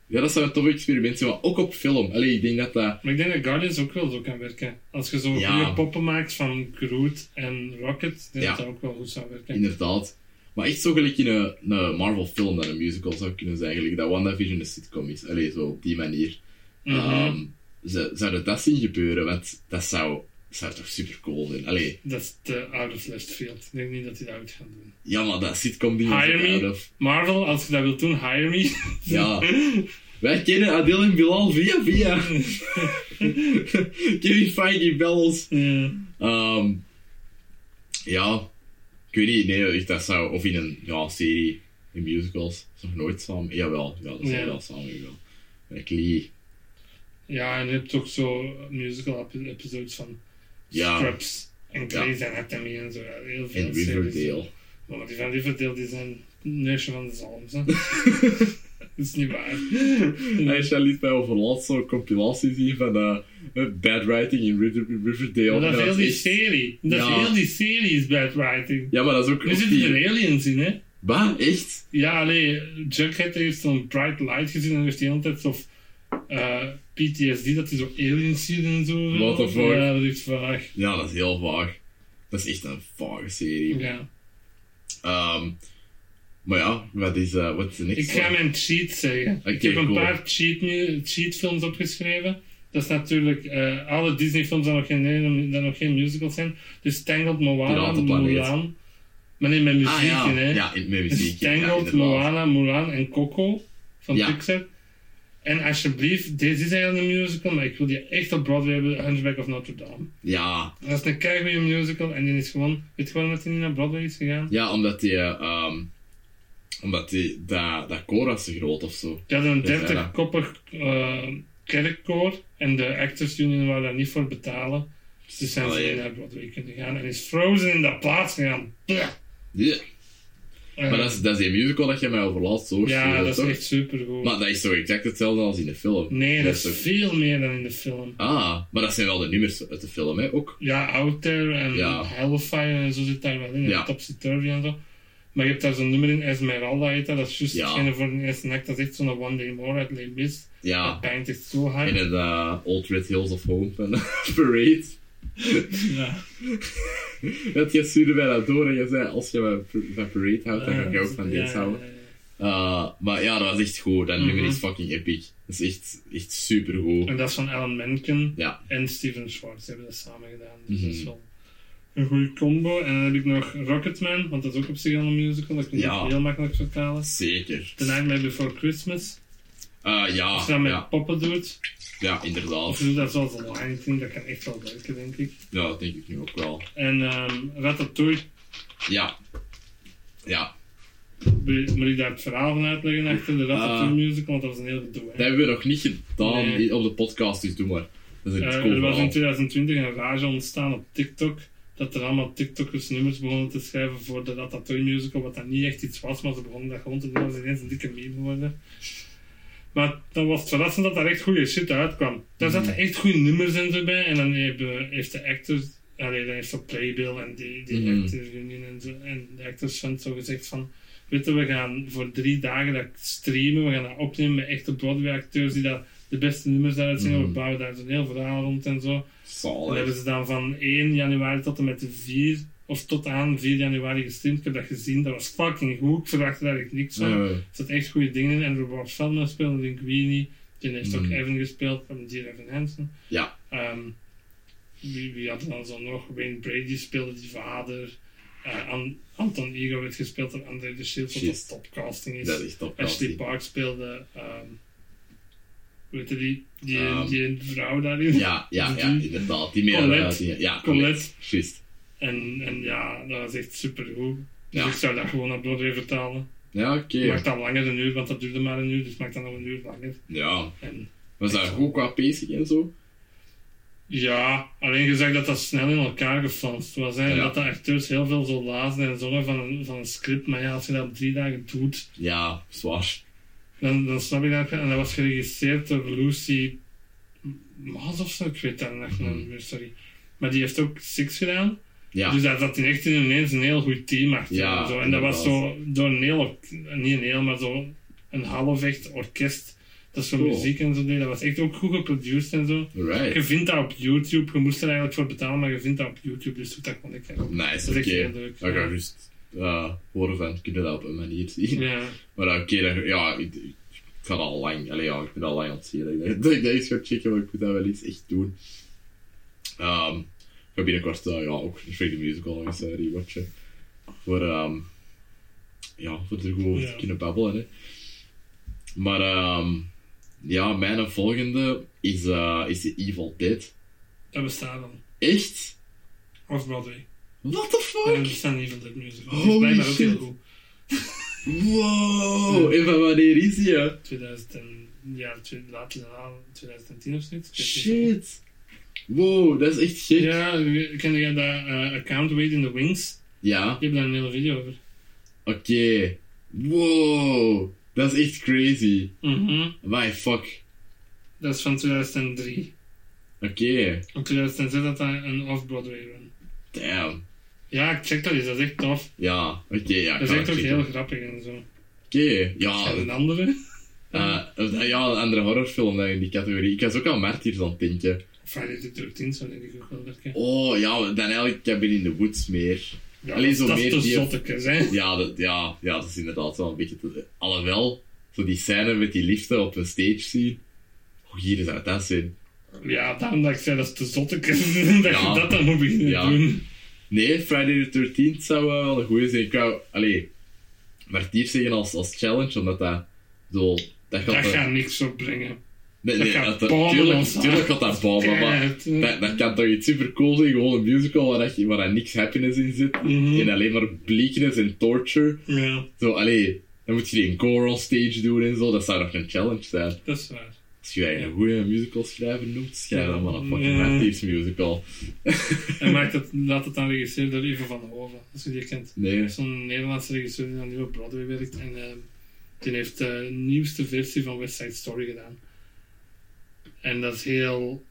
Speaker 1: Ja, dat zou een tof experiment zijn, maar ook op film. Allee, ik denk dat dat...
Speaker 2: Maar ik denk dat Guardians ook wel zo kan werken. Als je zo
Speaker 1: Ja.
Speaker 2: goede poppen maakt van Groot en Rocket, denk ik
Speaker 1: Ja.
Speaker 2: dat dat ook wel goed zou werken.
Speaker 1: Inderdaad. Maar echt zo gelijk in een, een Marvel film dat een musical zou kunnen zijn, gelijk dat WandaVision een sitcom is. Allee, zo op die manier.
Speaker 2: Mhm.
Speaker 1: Ehm, ze- zouden dat zien gebeuren, want dat zou, zou toch super cool zijn. Allee,
Speaker 2: Dat is te out of left field. Ik denk niet dat die dat uit gaan doen.
Speaker 1: ja, maar dat sitcom ding
Speaker 2: Hire
Speaker 1: ook
Speaker 2: me.
Speaker 1: out of-
Speaker 2: Marvel, als je dat wilt doen, hire me.
Speaker 1: Ja. Wij kennen Adil en Bilal via via. Kevin Feige, bel ons.
Speaker 2: Ja.
Speaker 1: Ehm, ja, ik weet niet, nee, ik- dat zou, of in een ja, serie, in musicals, is nog nooit samen. Jawel, ja, dat is
Speaker 2: Ja.
Speaker 1: wel samen wel. Met Lee.
Speaker 2: ja, en je hebt ook zo musical ep- episodes van
Speaker 1: Ja.
Speaker 2: Scrubs en Grey's Anatomy en zo. Ja, Heel veel
Speaker 1: en
Speaker 2: series.
Speaker 1: Riverdale.
Speaker 2: Maar die van Riverdale die zijn neusje van de zalms. hè. dat is niet waar.
Speaker 1: Hij ja. liet mij overlaat zo'n compilatie zien van eh, bad writing in River- Riverdale.
Speaker 2: Maar dat
Speaker 1: En
Speaker 2: is
Speaker 1: dat
Speaker 2: heel
Speaker 1: is
Speaker 2: die
Speaker 1: echt-
Speaker 2: serie. Dat is
Speaker 1: Ja.
Speaker 2: heel die serie is bad writing.
Speaker 1: Ja, maar dat is ook...
Speaker 2: Nu
Speaker 1: ook
Speaker 2: zitten
Speaker 1: die-
Speaker 2: er aliens in, hè?
Speaker 1: Bah, echt?
Speaker 2: Ja, alleen Jughead heeft zo'n bright light gezien en heeft hij altijd of eh, PTSD, dat hij zo aliens ziet en zo.
Speaker 1: What the fuck?
Speaker 2: Ja, dat is ah, vaag.
Speaker 1: Ja, dat is heel vaag. Dat is echt een vage serie.
Speaker 2: Ja.
Speaker 1: Ehm, maar ja, wat is, eh, wat is de
Speaker 2: Ik
Speaker 1: next
Speaker 2: ga
Speaker 1: one?
Speaker 2: mijn cheat zeggen.
Speaker 1: Oké,
Speaker 2: ik heb een
Speaker 1: cool.
Speaker 2: paar cheat, mu- cheatfilms opgeschreven. Dat is natuurlijk eh, alle Disney-films die nog geen, dat nog geen musicals zijn. Dus Tangled, Moana,
Speaker 1: Piratenplaneet.
Speaker 2: Mulan. Maar nee, met muziek
Speaker 1: Ah ja,
Speaker 2: in, hè.
Speaker 1: ja in, met
Speaker 2: Dus
Speaker 1: muziek. ja,
Speaker 2: Tangled,
Speaker 1: inderdaad.
Speaker 2: Moana, Mulan en Coco van
Speaker 1: Ja.
Speaker 2: Pixar. En alsjeblieft, deze is eigenlijk een musical, maar ik wil die echt op Broadway hebben, Hunchback of Notre Dame.
Speaker 1: Ja,
Speaker 2: Dat is een keigoede musical en die is gewoon... Weet je gewoon dat die niet naar Broadway is gegaan?
Speaker 1: ja omdat die... eh, ehm, omdat die... Dat, dat koor is te groot of zo.
Speaker 2: Die hadden een
Speaker 1: Ja, ja.
Speaker 2: 30-koppig eh, kerkkoor en de Actors Union wou daar niet voor betalen. Dus zijn ze
Speaker 1: Allee.
Speaker 2: niet naar Broadway kunnen gaan en is Frozen in de plaats gegaan. Blah.
Speaker 1: Ja.
Speaker 2: Eh,
Speaker 1: Maar dat is, dat is die musical dat je mij overlaat zo.
Speaker 2: ja, dat is
Speaker 1: toch?
Speaker 2: echt supergoed.
Speaker 1: Maar dat is zo exact hetzelfde als in de film.
Speaker 2: nee, dat is
Speaker 1: toch-
Speaker 2: veel meer dan in de film.
Speaker 1: Ah, maar dat zijn wel de nummers uit de film, hè, ook.
Speaker 2: Ja, Out There en
Speaker 1: Ja.
Speaker 2: Hellfire en zo zit daar wel in.
Speaker 1: Ja.
Speaker 2: En Topsy Turvy en zo. Maar je hebt daar zo'n nummer in, Esmeralda heet dat. Dat is juist
Speaker 1: Ja.
Speaker 2: hetgene voor de eerste act. Dat is echt zo'n One Day More uit Les Mis.
Speaker 1: Ja,
Speaker 2: Dat pijnt echt zo hard.
Speaker 1: in het eh, Old Red Hills of Home van Parade.
Speaker 2: Ja.
Speaker 1: Dat je stuurde mij dat door en je zei, als je van- van Parade houdt, dan ga ik ook van
Speaker 2: Ah, Ja,
Speaker 1: dit houden.
Speaker 2: ja, ja.
Speaker 1: Eh, maar ja, dat was echt goed. Dat nummer
Speaker 2: Mhm.
Speaker 1: is fucking epic. Dat is echt, echt supergoed.
Speaker 2: En dat is van Alan Menken
Speaker 1: Ja.
Speaker 2: en Steven Schwartz hebben dat samen gedaan. Dus dat is
Speaker 1: Mhm.
Speaker 2: wel een goede combo. En dan heb ik nog Rocketman, want dat is ook op zich al een musical. Dat kun je
Speaker 1: Ja.
Speaker 2: ook heel makkelijk vertalen.
Speaker 1: Zeker.
Speaker 2: The Nightmare Before Christmas.
Speaker 1: Eh, ja,
Speaker 2: Als je dat met
Speaker 1: ja,
Speaker 2: poppen doet.
Speaker 1: ja,
Speaker 2: Of
Speaker 1: inderdaad.
Speaker 2: je doet dat zoals een Lion King, dat kan echt wel werken, denk ik.
Speaker 1: Ja, dat denk ik nu ook wel.
Speaker 2: En ehm Ratatouille,
Speaker 1: Ja. Ja.
Speaker 2: moet moet ik daar het verhaal van uitleggen achter de Ratatouille musical, want dat was een heel gedoe. hè.
Speaker 1: Ah. Dat hebben we nog niet gedaan
Speaker 2: Nee.
Speaker 1: op de podcast, dus doe maar. Dat is een
Speaker 2: Eh,
Speaker 1: cool
Speaker 2: er was
Speaker 1: verhaal.
Speaker 2: in 2020 een rage ontstaan op TikTok. Dat er allemaal TikTokkers nummers begonnen te schrijven voor de Ratatouille musical. Wat dat niet echt iets was, maar ze begonnen dat gewoon te doen. Dat is ineens een dikke meme geworden. Maar dan was het verrassend dat daar echt goede shit uitkwam. Daar
Speaker 1: Mm.
Speaker 2: zaten echt goede nummers en zo bij. En dan hebben- heeft de actors... Allee, dan heeft de Playbill en die, die
Speaker 1: Mhm.
Speaker 2: Actors Union en, zo, en de actors van zo gezegd van... Weet je, we gaan voor drie dagen dat streamen. We gaan dat opnemen met echte Broadway-acteurs die dat, de beste nummers daaruit zingen. We
Speaker 1: Mhm.
Speaker 2: bouwen daar zo'n heel verhaal rond en zo. Dan hebben
Speaker 1: Zalig.
Speaker 2: ze dan van 1 januari tot en met 4, of tot aan 4 januari gestreamd. Ik heb dat gezien, dat was fucking goed. Ik verwachtte daar echt niks van. Er
Speaker 1: Eh,
Speaker 2: zaten echt goede dingen in. En Robert Feldman speelde Linguini. Die heeft ook
Speaker 1: Mhm.
Speaker 2: Evan gespeeld, van Dear Evan Hansen.
Speaker 1: Ja.
Speaker 2: Ehm, wie, wie had er dan zo nog? Wayne Brady speelde die vader. Eh, An- Anton Ego werd gespeeld door André de Shield, wat
Speaker 1: Shit.
Speaker 2: dat topcasting is.
Speaker 1: dat is top.
Speaker 2: Ashley
Speaker 1: Cassie.
Speaker 2: Park speelde... ehm weet je die, die,
Speaker 1: Ehm,
Speaker 2: die vrouw daarin?
Speaker 1: Ja, ja, ja, inderdaad. Die meer eh,
Speaker 2: Colette.
Speaker 1: die- Ja,
Speaker 2: Colette.
Speaker 1: Juist.
Speaker 2: En, en ja, dat was echt supergoed. Dus
Speaker 1: Ja.
Speaker 2: ik zou dat gewoon naar Broadway vertalen.
Speaker 1: Ja, oké.
Speaker 2: Ik Maak dat langer een uur, want dat duurde maar een uur, dus maak dat nog een uur langer.
Speaker 1: Ja.
Speaker 2: En
Speaker 1: Was dat goed qua pacing en zo?
Speaker 2: ja, alleen gezegd dat dat snel in elkaar geflanst was. Hè, en
Speaker 1: Ja.
Speaker 2: dat de acteurs heel veel zo lazen en zongen van een, van een script. Maar ja, als je dat op drie dagen doet,
Speaker 1: Ja, zwaar.
Speaker 2: dan, dan snap ik dat. En dat was geregisseerd door Lucy Maas of zo, ik weet dat echt nog niet meer, sorry. Maar die heeft ook Six gedaan.
Speaker 1: Hmm. Ja,
Speaker 2: Dus daar zat hij echt ineens een heel goed team achter.
Speaker 1: Ja,
Speaker 2: en zo. en dat was
Speaker 1: inderdaad.
Speaker 2: zo door een heel, ork- niet een heel, maar zo een half echt orkest Dat is zo
Speaker 1: Cool.
Speaker 2: muziek en zo. Nee, dat was echt ook goed geproduced en zo. Je
Speaker 1: Right.
Speaker 2: vindt dat op YouTube. Je moest er eigenlijk voor betalen, maar je vindt dat op YouTube. Dus dat kon ik. hebben.
Speaker 1: Nice,
Speaker 2: Dat is
Speaker 1: oké.
Speaker 2: echt heel leuk,
Speaker 1: Dan ga
Speaker 2: ja.
Speaker 1: je juist eh, horen van, kun je dat op een manier zien?
Speaker 2: Ja.
Speaker 1: Maar eh, oké, dan- ja, ik, ik ik ga dat al lang, allee, ja, ik ben al lang aan het zien. Ik denk dat ik dat eens ga checken, want ik moet dat wel iets echt doen. Ehm, ik ga binnenkort eh, ja, ook Shrek the Musical nog eens eh, rewatchen. Voor, ehm, ja, voor er goed over
Speaker 2: Ja.
Speaker 1: te kunnen babbelen. Hè. Maar ehm, ja, mijn volgende is, eh, is The Evil Dead.
Speaker 2: Dat bestaat dan.
Speaker 1: Echt?
Speaker 2: Of Broadway.
Speaker 1: What the
Speaker 2: Ja, er
Speaker 1: fuck?
Speaker 2: bestaan niet van dat musical. Die is
Speaker 1: Holy
Speaker 2: blijkbaar ook
Speaker 1: shit.
Speaker 2: heel goed.
Speaker 1: Wow! En van wanneer is die? hè?
Speaker 2: 2000, en- ja, tw- laat laat- 2010 of zoiets. Ik weet het niet.
Speaker 1: Shit! Wow, dat is echt gek.
Speaker 2: Ja, we- ken jij dat eh, account Wait in the Wings?
Speaker 1: ja.
Speaker 2: Je hebt daar een hele video over.
Speaker 1: Oké. Wow. Dat is echt crazy.
Speaker 2: Mhm.
Speaker 1: My fuck.
Speaker 2: Dat is van 2003.
Speaker 1: Oké.
Speaker 2: In 2006 had hij een off-Broadway run.
Speaker 1: Damn.
Speaker 2: Ja, ik check dat eens, dat is echt tof.
Speaker 1: Ja. Oké, Ah, ja. Ah,
Speaker 2: Dat is
Speaker 1: kan
Speaker 2: echt ook
Speaker 1: ik
Speaker 2: heel
Speaker 1: checken.
Speaker 2: grappig en zo.
Speaker 1: Oké. Ja.
Speaker 2: En een andere?
Speaker 1: eh, eh, ja, een andere horrorfilm dan in die categorie. Ik was ook aan Martyrs aan het denken.
Speaker 2: Friday the 13th zou ik ook wel werken.
Speaker 1: Oh, ja. Dan eigenlijk Cabin in the Woods meer.
Speaker 2: Ja,
Speaker 1: Alleen zo
Speaker 2: dat
Speaker 1: meer
Speaker 2: is de
Speaker 1: die-
Speaker 2: zottekes, hè.
Speaker 1: Ja, dat, ja, ja, dat is inderdaad wel een beetje... Te... Alhoewel, zo die scène met die liefde op een stage zien. Oh, hier zou dat zijn.
Speaker 2: Ja, daarom dat ik zei, dat is de zottekes. dat
Speaker 1: Ja.
Speaker 2: je dat dan moet beginnen
Speaker 1: Ja.
Speaker 2: doen.
Speaker 1: Nee, Friday the 13th zou eh, wel een goede zijn. Ik wou, allee, Martier zeggen als, als challenge, omdat dat zo. Dat gaat.
Speaker 2: Dat
Speaker 1: er-
Speaker 2: gaat niks opbrengen.
Speaker 1: nee,
Speaker 2: dat
Speaker 1: nee,
Speaker 2: gaat
Speaker 1: dat-
Speaker 2: bommen
Speaker 1: tuurlijk,
Speaker 2: ontstaan.
Speaker 1: tuurlijk gaat dat bommen, Oh, maar
Speaker 2: Keihard, hè.
Speaker 1: dat, dat kan toch iets super cool zijn? Gewoon een musical waar, dat, je- waar dat niks happiness in zit
Speaker 2: Mhm.
Speaker 1: en alleen maar bleakness en torture.
Speaker 2: Ja,
Speaker 1: Zo, allee, dan moet je die een gore on stage doen en zo. Dat zou nog een challenge zijn.
Speaker 2: dat is waar.
Speaker 1: Als je eigenlijk een goede musical schrijver noemt, schrijf dan maar een fucking
Speaker 2: Ja.
Speaker 1: Martier's musical.
Speaker 2: En maakt het, laat het dan regisseren door Ivo van Hoven, als je die kent.
Speaker 1: nee.
Speaker 2: Zo'n Nederlandse regisseur die dan nu op Broadway werkt. En eh, die heeft eh, de nieuwste versie van West Side Story gedaan. En dat is heel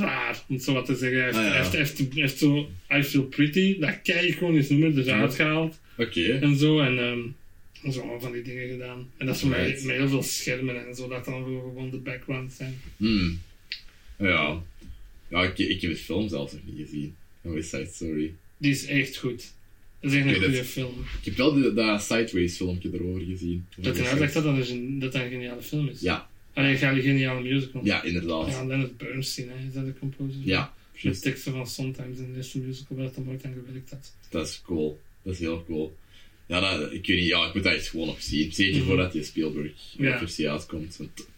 Speaker 2: raar, om het zo wat te zeggen. Hij heeft,
Speaker 1: Ah, ja.
Speaker 2: hij heeft, hij heeft, hij heeft zo I Feel Pretty, dat keihard gewoon is nummer dus
Speaker 1: Ja.
Speaker 2: uitgehaald.
Speaker 1: Oké.
Speaker 2: En zo, en ehm, zo allemaal van die dingen gedaan. En dat is met,
Speaker 1: Right.
Speaker 2: met heel veel schermen en zo, dat dan gewoon de backgrounds zijn.
Speaker 1: Hmm. Ja. Ja, ik, ik heb de film zelfs nog niet gezien. Oh, Van West Side Story.
Speaker 2: Die is echt goed. Dat is echt een
Speaker 1: Oké, dat-
Speaker 2: goede film.
Speaker 1: Ik heb wel de- dat Sideways filmpje erover gezien.
Speaker 2: Dat in uitleg dat dat dus een, gen- dat dat een geniale film is.
Speaker 1: Ja.
Speaker 2: Alleen ga je geniale musical.
Speaker 1: Ja, inderdaad.
Speaker 2: Ja,
Speaker 1: Ja,
Speaker 2: Leonard Bernstein, hè, is dat de composer?
Speaker 1: precies.
Speaker 2: Met teksten van Sometimes in de eerste musical waar dat hem ooit aan gewerkt had.
Speaker 1: Dat is cool. Dat is heel cool. Ja, dat, ik weet niet, ja, ik moet dat eens gewoon nog zien. Zeker
Speaker 2: Mhm.
Speaker 1: voordat die Spielberg
Speaker 2: Ja.
Speaker 1: versie uitkomt. Want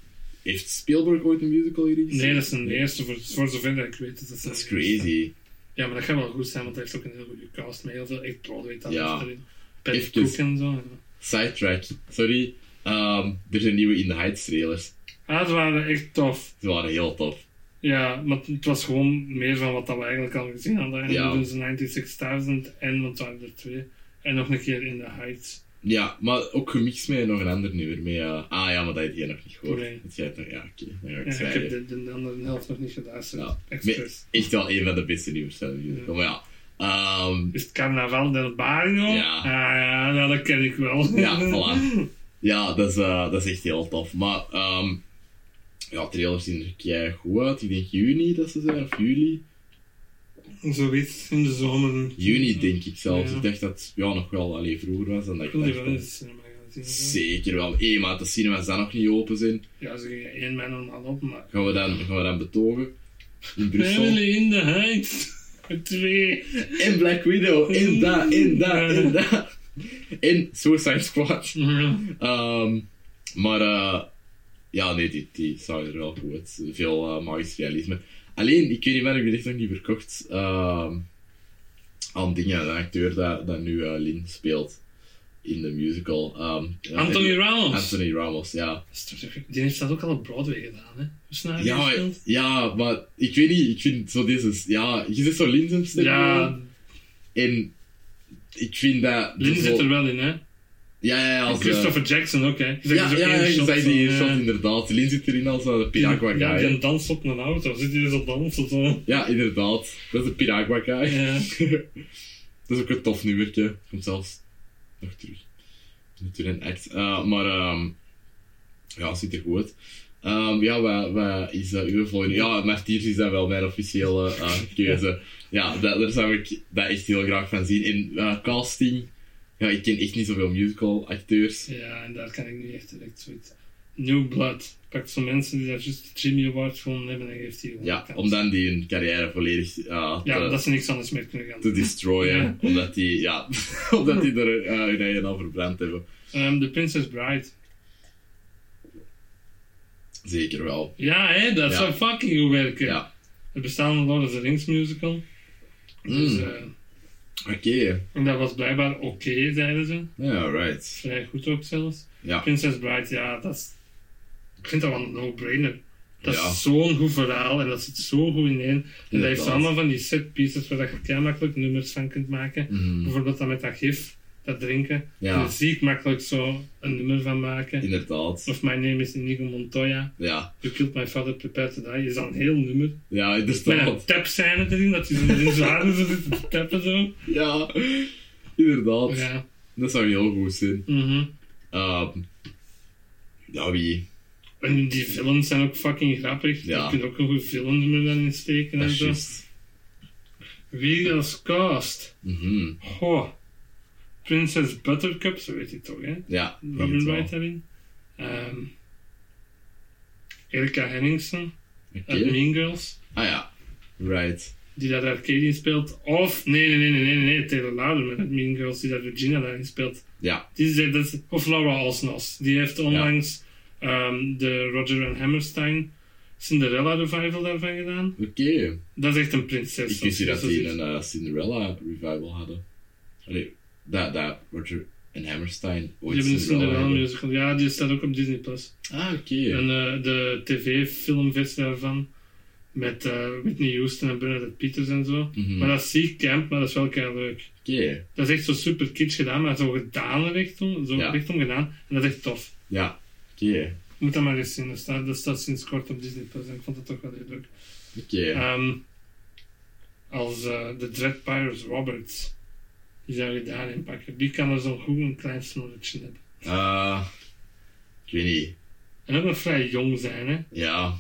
Speaker 1: heeft Spielberg ooit een musical geregisseerd?
Speaker 2: Nee, dat is een eerste, voor, voor zover dat ik weet. Dat, is
Speaker 1: Dat is
Speaker 2: een eerste.
Speaker 1: crazy.
Speaker 2: Ja, maar dat gaat wel goed zijn, want hij heeft ook een heel goede cast met heel veel echt Broadway talent
Speaker 1: Ja. dus-
Speaker 2: erin. Ben
Speaker 1: Even-
Speaker 2: Cook en zo. en-
Speaker 1: Sidetrack. Sorry. Ehm, er zijn nieuwe In The Heights trailers.
Speaker 2: Ah, ze waren echt tof.
Speaker 1: Die waren heel tof.
Speaker 2: Ja, maar het was gewoon meer van wat dat we eigenlijk al gezien hadden. En
Speaker 1: Ja.
Speaker 2: dan doen ze 96000 en, want het waren er twee. En nog een keer In The Heights.
Speaker 1: Ja, maar ook gemixt met nog een ander nummer. Met, eh, ah ja, maar dat heb je nog niet gehoord.
Speaker 2: Nee.
Speaker 1: Dat jij het nog, ja, oké. dan ga ik
Speaker 2: Ja, ik
Speaker 1: zwijgen.
Speaker 2: heb de, dus. de andere helft nog niet geluisterd.
Speaker 1: Ja.
Speaker 2: Express.
Speaker 1: Echt wel een van de beste nummers van de musical. Maar ja, ehm,
Speaker 2: Is het carnaval del barrio?
Speaker 1: Ja.
Speaker 2: Ah ja, nou, dat ken ik wel.
Speaker 1: Ja, voilà. ja dat, is, eh, dat is echt heel tof. Maar ehm, ja, trailers zien er keihard goed uit. Ik denk juni dat ze zijn, of juli.
Speaker 2: Zoiets in de zomer.
Speaker 1: Juni denk ik zelfs.
Speaker 2: Ja.
Speaker 1: Ik dacht dat het ja, nog wel alleen vroeger was. Dan dat
Speaker 2: Ik
Speaker 1: ik
Speaker 2: wil die
Speaker 1: dacht
Speaker 2: wel in de
Speaker 1: dat-
Speaker 2: cinema gaan zien. zo.
Speaker 1: Zeker wel. Hé, maar de cinema's dan nog niet open zijn.
Speaker 2: Ja, ze gingen één man normaal op, maar...
Speaker 1: Gaan we dan, gaan we dan betogen in Brussel.
Speaker 2: Family in the Heights. Twee.
Speaker 1: En Black Widow. En dat, en dat, en dat. En Suicide Squad.
Speaker 2: Ja.
Speaker 1: Ehm, maar eh, ja, nee, die, die zag er wel goed uit. Veel eh, magisch realisme. Alleen, ik weet niet waar, ik ben echt nog niet verkocht ehm, aan dingen, de acteur dat, dat nu eh, Lin speelt in de musical. ehm, ja,
Speaker 2: Anthony
Speaker 1: en-
Speaker 2: Ramos.
Speaker 1: Anthony Ramos, ja.
Speaker 2: Dat is toch- Die heeft dat ook al op Broadway gedaan, hè? Hoe snel
Speaker 1: Ja,
Speaker 2: ja,
Speaker 1: maar- ja, maar ik weet niet, ik vind zo deze... Ja, je zit zo Lin zijn stem.
Speaker 2: ja,
Speaker 1: En ik vind dat...
Speaker 2: Lin
Speaker 1: zo-
Speaker 2: zit er wel in, hè?
Speaker 1: Ja, ja, ja.
Speaker 2: En
Speaker 1: Als, eh,
Speaker 2: Christopher Jackson dus ook, hè? Die
Speaker 1: ja,
Speaker 2: zegt zo
Speaker 1: ja,
Speaker 2: één
Speaker 1: ja, je
Speaker 2: shot
Speaker 1: zei
Speaker 2: van,
Speaker 1: die
Speaker 2: eh,
Speaker 1: shot inderdaad. Lin zit erin als eh, de Piragua guy.
Speaker 2: Ja, die danst op een auto. Zit hij dus op dansen? Zo.
Speaker 1: Ja, inderdaad. Dat is de Piragua guy.
Speaker 2: Ja.
Speaker 1: dat is ook een tof nummertje. Komt zelfs nog terug. Natuurlijk een act. Eh, maar ehm, Ja, ziet er goed uit. Ehm, ja, wat, wat is eh, uw volgende? Ja, Martiers is dan wel mijn officiële eh, keuze. ja, dat, daar zou ik dat echt heel graag van zien. En eh, casting, ja, ik ken echt niet zoveel musical acteurs.
Speaker 2: Ja, en daar kan ik nu echt direct zoiets. New Blood pakt zo'n mensen die daar juist de Jimmy Award gewonnen hebben en geeft die gewoon
Speaker 1: Ja,
Speaker 2: kans.
Speaker 1: om dan die hun carrière volledig eh,
Speaker 2: Ja,
Speaker 1: te,
Speaker 2: dat ze niks anders meer kunnen gaan
Speaker 1: te
Speaker 2: doen.
Speaker 1: destroyen.
Speaker 2: Ja.
Speaker 1: Omdat die, ja, omdat die er eh, hun eigen al verbrand hebben.
Speaker 2: Ehm, The Princess Bride.
Speaker 1: Zeker wel.
Speaker 2: Ja, hè, dat
Speaker 1: Ja.
Speaker 2: zou fucking goed werken.
Speaker 1: Ja.
Speaker 2: Er bestaat een Lord of the Rings musical. Dus,
Speaker 1: Mm,
Speaker 2: eh,
Speaker 1: Oké.
Speaker 2: en dat was blijkbaar oké, zeiden ze.
Speaker 1: Ja, right.
Speaker 2: Vrij goed ook zelfs.
Speaker 1: Ja.
Speaker 2: Princess Bride, ja, dat is... Ik vind dat wel een no-brainer. Dat
Speaker 1: Ja.
Speaker 2: is zo'n goed verhaal en dat zit zo goed ineen. En dat heeft
Speaker 1: Inderdaad.
Speaker 2: allemaal van die set pieces waar dat je kei makkelijk nummers van kunt maken.
Speaker 1: Mhm.
Speaker 2: Bijvoorbeeld dan met dat gif, dat drinken. En
Speaker 1: Ja,
Speaker 2: daar zie ik makkelijk zo een nummer van maken.
Speaker 1: inderdaad.
Speaker 2: Of My Name is Inigo Montoya.
Speaker 1: Ja,
Speaker 2: You Killed My Father, Prepare to Die. Is dan een heel nummer.
Speaker 1: ja
Speaker 2: Met
Speaker 1: inderdaad.
Speaker 2: een tap scène erin, dat je zo in zijn handen zo zit te tappen zo.
Speaker 1: Ja, inderdaad.
Speaker 2: Ja.
Speaker 1: Dat zou heel goed zijn.
Speaker 2: mhm.
Speaker 1: Ehm, ja, wie?
Speaker 2: En die films zijn ook fucking grappig.
Speaker 1: Ja.
Speaker 2: Je kunt ook een goed filmnummer dan insteken
Speaker 1: Dat
Speaker 2: en
Speaker 1: is
Speaker 2: zo.
Speaker 1: juist.
Speaker 2: Wie als cast?
Speaker 1: Mhm.
Speaker 2: Goh. Princess Buttercup, zo weet je toch, hè?
Speaker 1: Ja, ik denk
Speaker 2: Robin
Speaker 1: het wel.
Speaker 2: Wright daarin. Ehm Erika Henningsen uit
Speaker 1: Oké.
Speaker 2: Mean Girls,
Speaker 1: Ah ja, right.
Speaker 2: die daar Arcadian speelt. Of, nee, nee, nee, nee, nee, nee, Taylor Lautner uit Mean Girls, die daar Virginia daarin speelt.
Speaker 1: Ja,
Speaker 2: Die is, dat is- of Laura Alsnos, die heeft onlangs ehm, de Roger en Hammerstein Cinderella revival daarvan gedaan.
Speaker 1: oké.
Speaker 2: Dat is echt een prinses.
Speaker 1: Ik wist niet dat
Speaker 2: als je
Speaker 1: die
Speaker 2: zo
Speaker 1: een
Speaker 2: ziet.
Speaker 1: eh, Cinderella revival hadden. Allee, dat, dat Roger en Hammerstein
Speaker 2: Die
Speaker 1: ooit
Speaker 2: hebben een
Speaker 1: Cinderella
Speaker 2: Cinderella
Speaker 1: hadden.
Speaker 2: musical. Ja, die staat ook op Disney+. Plus.
Speaker 1: Ah, oké.
Speaker 2: En eh, de tv-filmversie daarvan. Met eh, Whitney Houston en Bernadette Peters en zo.
Speaker 1: Mhm.
Speaker 2: Maar dat is ziek camp, maar dat is wel kei leuk.
Speaker 1: Oké,
Speaker 2: Dat is echt zo super kitsch gedaan, maar zo gedaan richting. Zo
Speaker 1: Ja.
Speaker 2: richting gedaan. En dat is echt tof.
Speaker 1: ja, oké.
Speaker 2: Je moet dat maar eens zien. Dat staat, dat staat sinds kort op Disney+. Plus. Ik vond dat toch wel heel leuk.
Speaker 1: Oké,
Speaker 2: Ehm, als eh, de Dread Pirates Roberts. Die zou je daarin pakken. Die kan er zo'n goed een klein snorretje in hebben.
Speaker 1: Eh, ik weet niet.
Speaker 2: En ook nog vrij jong zijn, hè.
Speaker 1: Ja,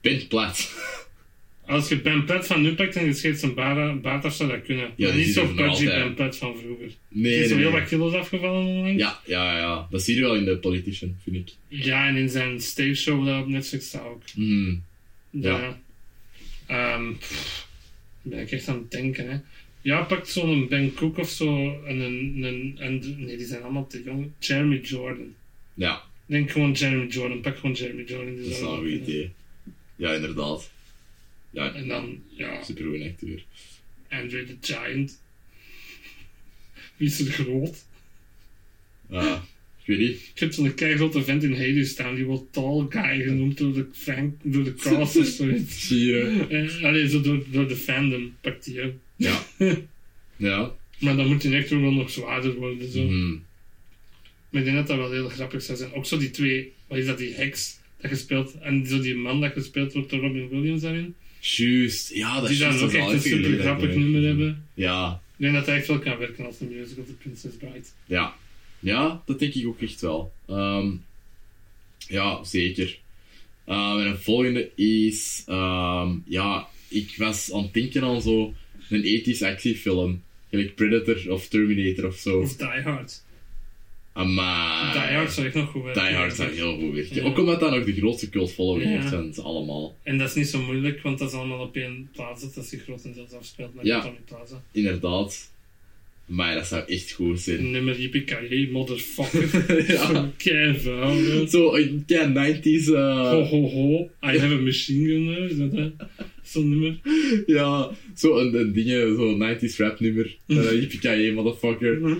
Speaker 1: bent plat.
Speaker 2: Als je Ben Platt van nu pakt en je scheelt zijn bara- baard af, zou dat kunnen.
Speaker 1: Ja,
Speaker 2: maar
Speaker 1: die zit
Speaker 2: niet zo
Speaker 1: er nog
Speaker 2: pudgy
Speaker 1: altijd.
Speaker 2: Ben Platt van vroeger.
Speaker 1: Nee,
Speaker 2: Die is zo
Speaker 1: nee,
Speaker 2: heel
Speaker 1: nee.
Speaker 2: wat kilo's afgevallen onlangs.
Speaker 1: Ja, ja, ja. Dat zie je wel in de Politician, vind ik.
Speaker 2: Ja, en in zijn stage show dat op Netflix staat ook.
Speaker 1: Mm. Ja.
Speaker 2: Ja. Ehm, pff, ben ik echt aan het denken, hè. Ja, pakt zo'n Ben Cook of zo. En een, een, en nee, die zijn allemaal te jong. Jeremy Jordan.
Speaker 1: Ja,
Speaker 2: Denk gewoon Jeremy Jordan. Pak gewoon Jeremy Jordan. die
Speaker 1: dat is
Speaker 2: zou
Speaker 1: wel een
Speaker 2: dat
Speaker 1: goed
Speaker 2: kunnen.
Speaker 1: idee. Ja, inderdaad. Ja,
Speaker 2: En dan, ja,
Speaker 1: supergoed acteur.
Speaker 2: Andre the Giant. Wie is er groot?
Speaker 1: Ah, ik weet niet.
Speaker 2: Ik heb zo'n keigrote vent in Hades staan, die wordt Tall Guy genoemd door de, fan, door de cast of zoiets.
Speaker 1: Sieren.
Speaker 2: Eh, Allee, zo door, door de fandom pakt hij hem.
Speaker 1: Ja. Ja.
Speaker 2: Maar dan moet hij echt wel nog zwaarder worden. Zo.
Speaker 1: Mm.
Speaker 2: Maar ik denk dat dat wel heel grappig zou zijn. Ook zo die twee, wat is dat, die heks dat gespeeld, en zo die man dat gespeeld wordt door Robin Williams daarin.
Speaker 1: Juist. Ja, dat
Speaker 2: Die
Speaker 1: is
Speaker 2: dan
Speaker 1: juist,
Speaker 2: ook
Speaker 1: dat is
Speaker 2: echt
Speaker 1: al
Speaker 2: een
Speaker 1: even geleden
Speaker 2: super
Speaker 1: dat ik
Speaker 2: grappig
Speaker 1: me-
Speaker 2: nummer hebben.
Speaker 1: Ja,
Speaker 2: Ik denk dat hij echt wel kan werken als een musical, The Princess Bride.
Speaker 1: ja. Ja, dat denk ik ook echt wel. Ehm, ja, zeker. Ehm, en het volgende is... ehm, ja, ik was aan het denken aan zo een ethisch actiefilm. Gelijk Predator of Terminator of zo.
Speaker 2: Of Die Hard.
Speaker 1: Amai.
Speaker 2: Die Hard zou echt nog goed werken.
Speaker 1: Ah, Die Hard zou heel goed werken.
Speaker 2: Ja.
Speaker 1: Ook omdat dat ook de grootste cult following
Speaker 2: Ja.
Speaker 1: heeft van ze allemaal.
Speaker 2: En dat is niet zo moeilijk, want dat is allemaal op één plaats dat zich grotendeels afspeelt met
Speaker 1: Ja.
Speaker 2: Tommy Plaza.
Speaker 1: Inderdaad. Maar dat zou echt goed zijn.
Speaker 2: Nummer Yippie motherfucker.
Speaker 1: ja. Eh.
Speaker 2: Kei vuil, man.
Speaker 1: Zo, een kei 90s. eh,
Speaker 2: Ho, ho, ho. I have a machine gun, hè. is dat hè? Zo'n nummer.
Speaker 1: Ja, zo een, een dingen, zo'n 90s rap nummer. Uh, Yippie motherfucker.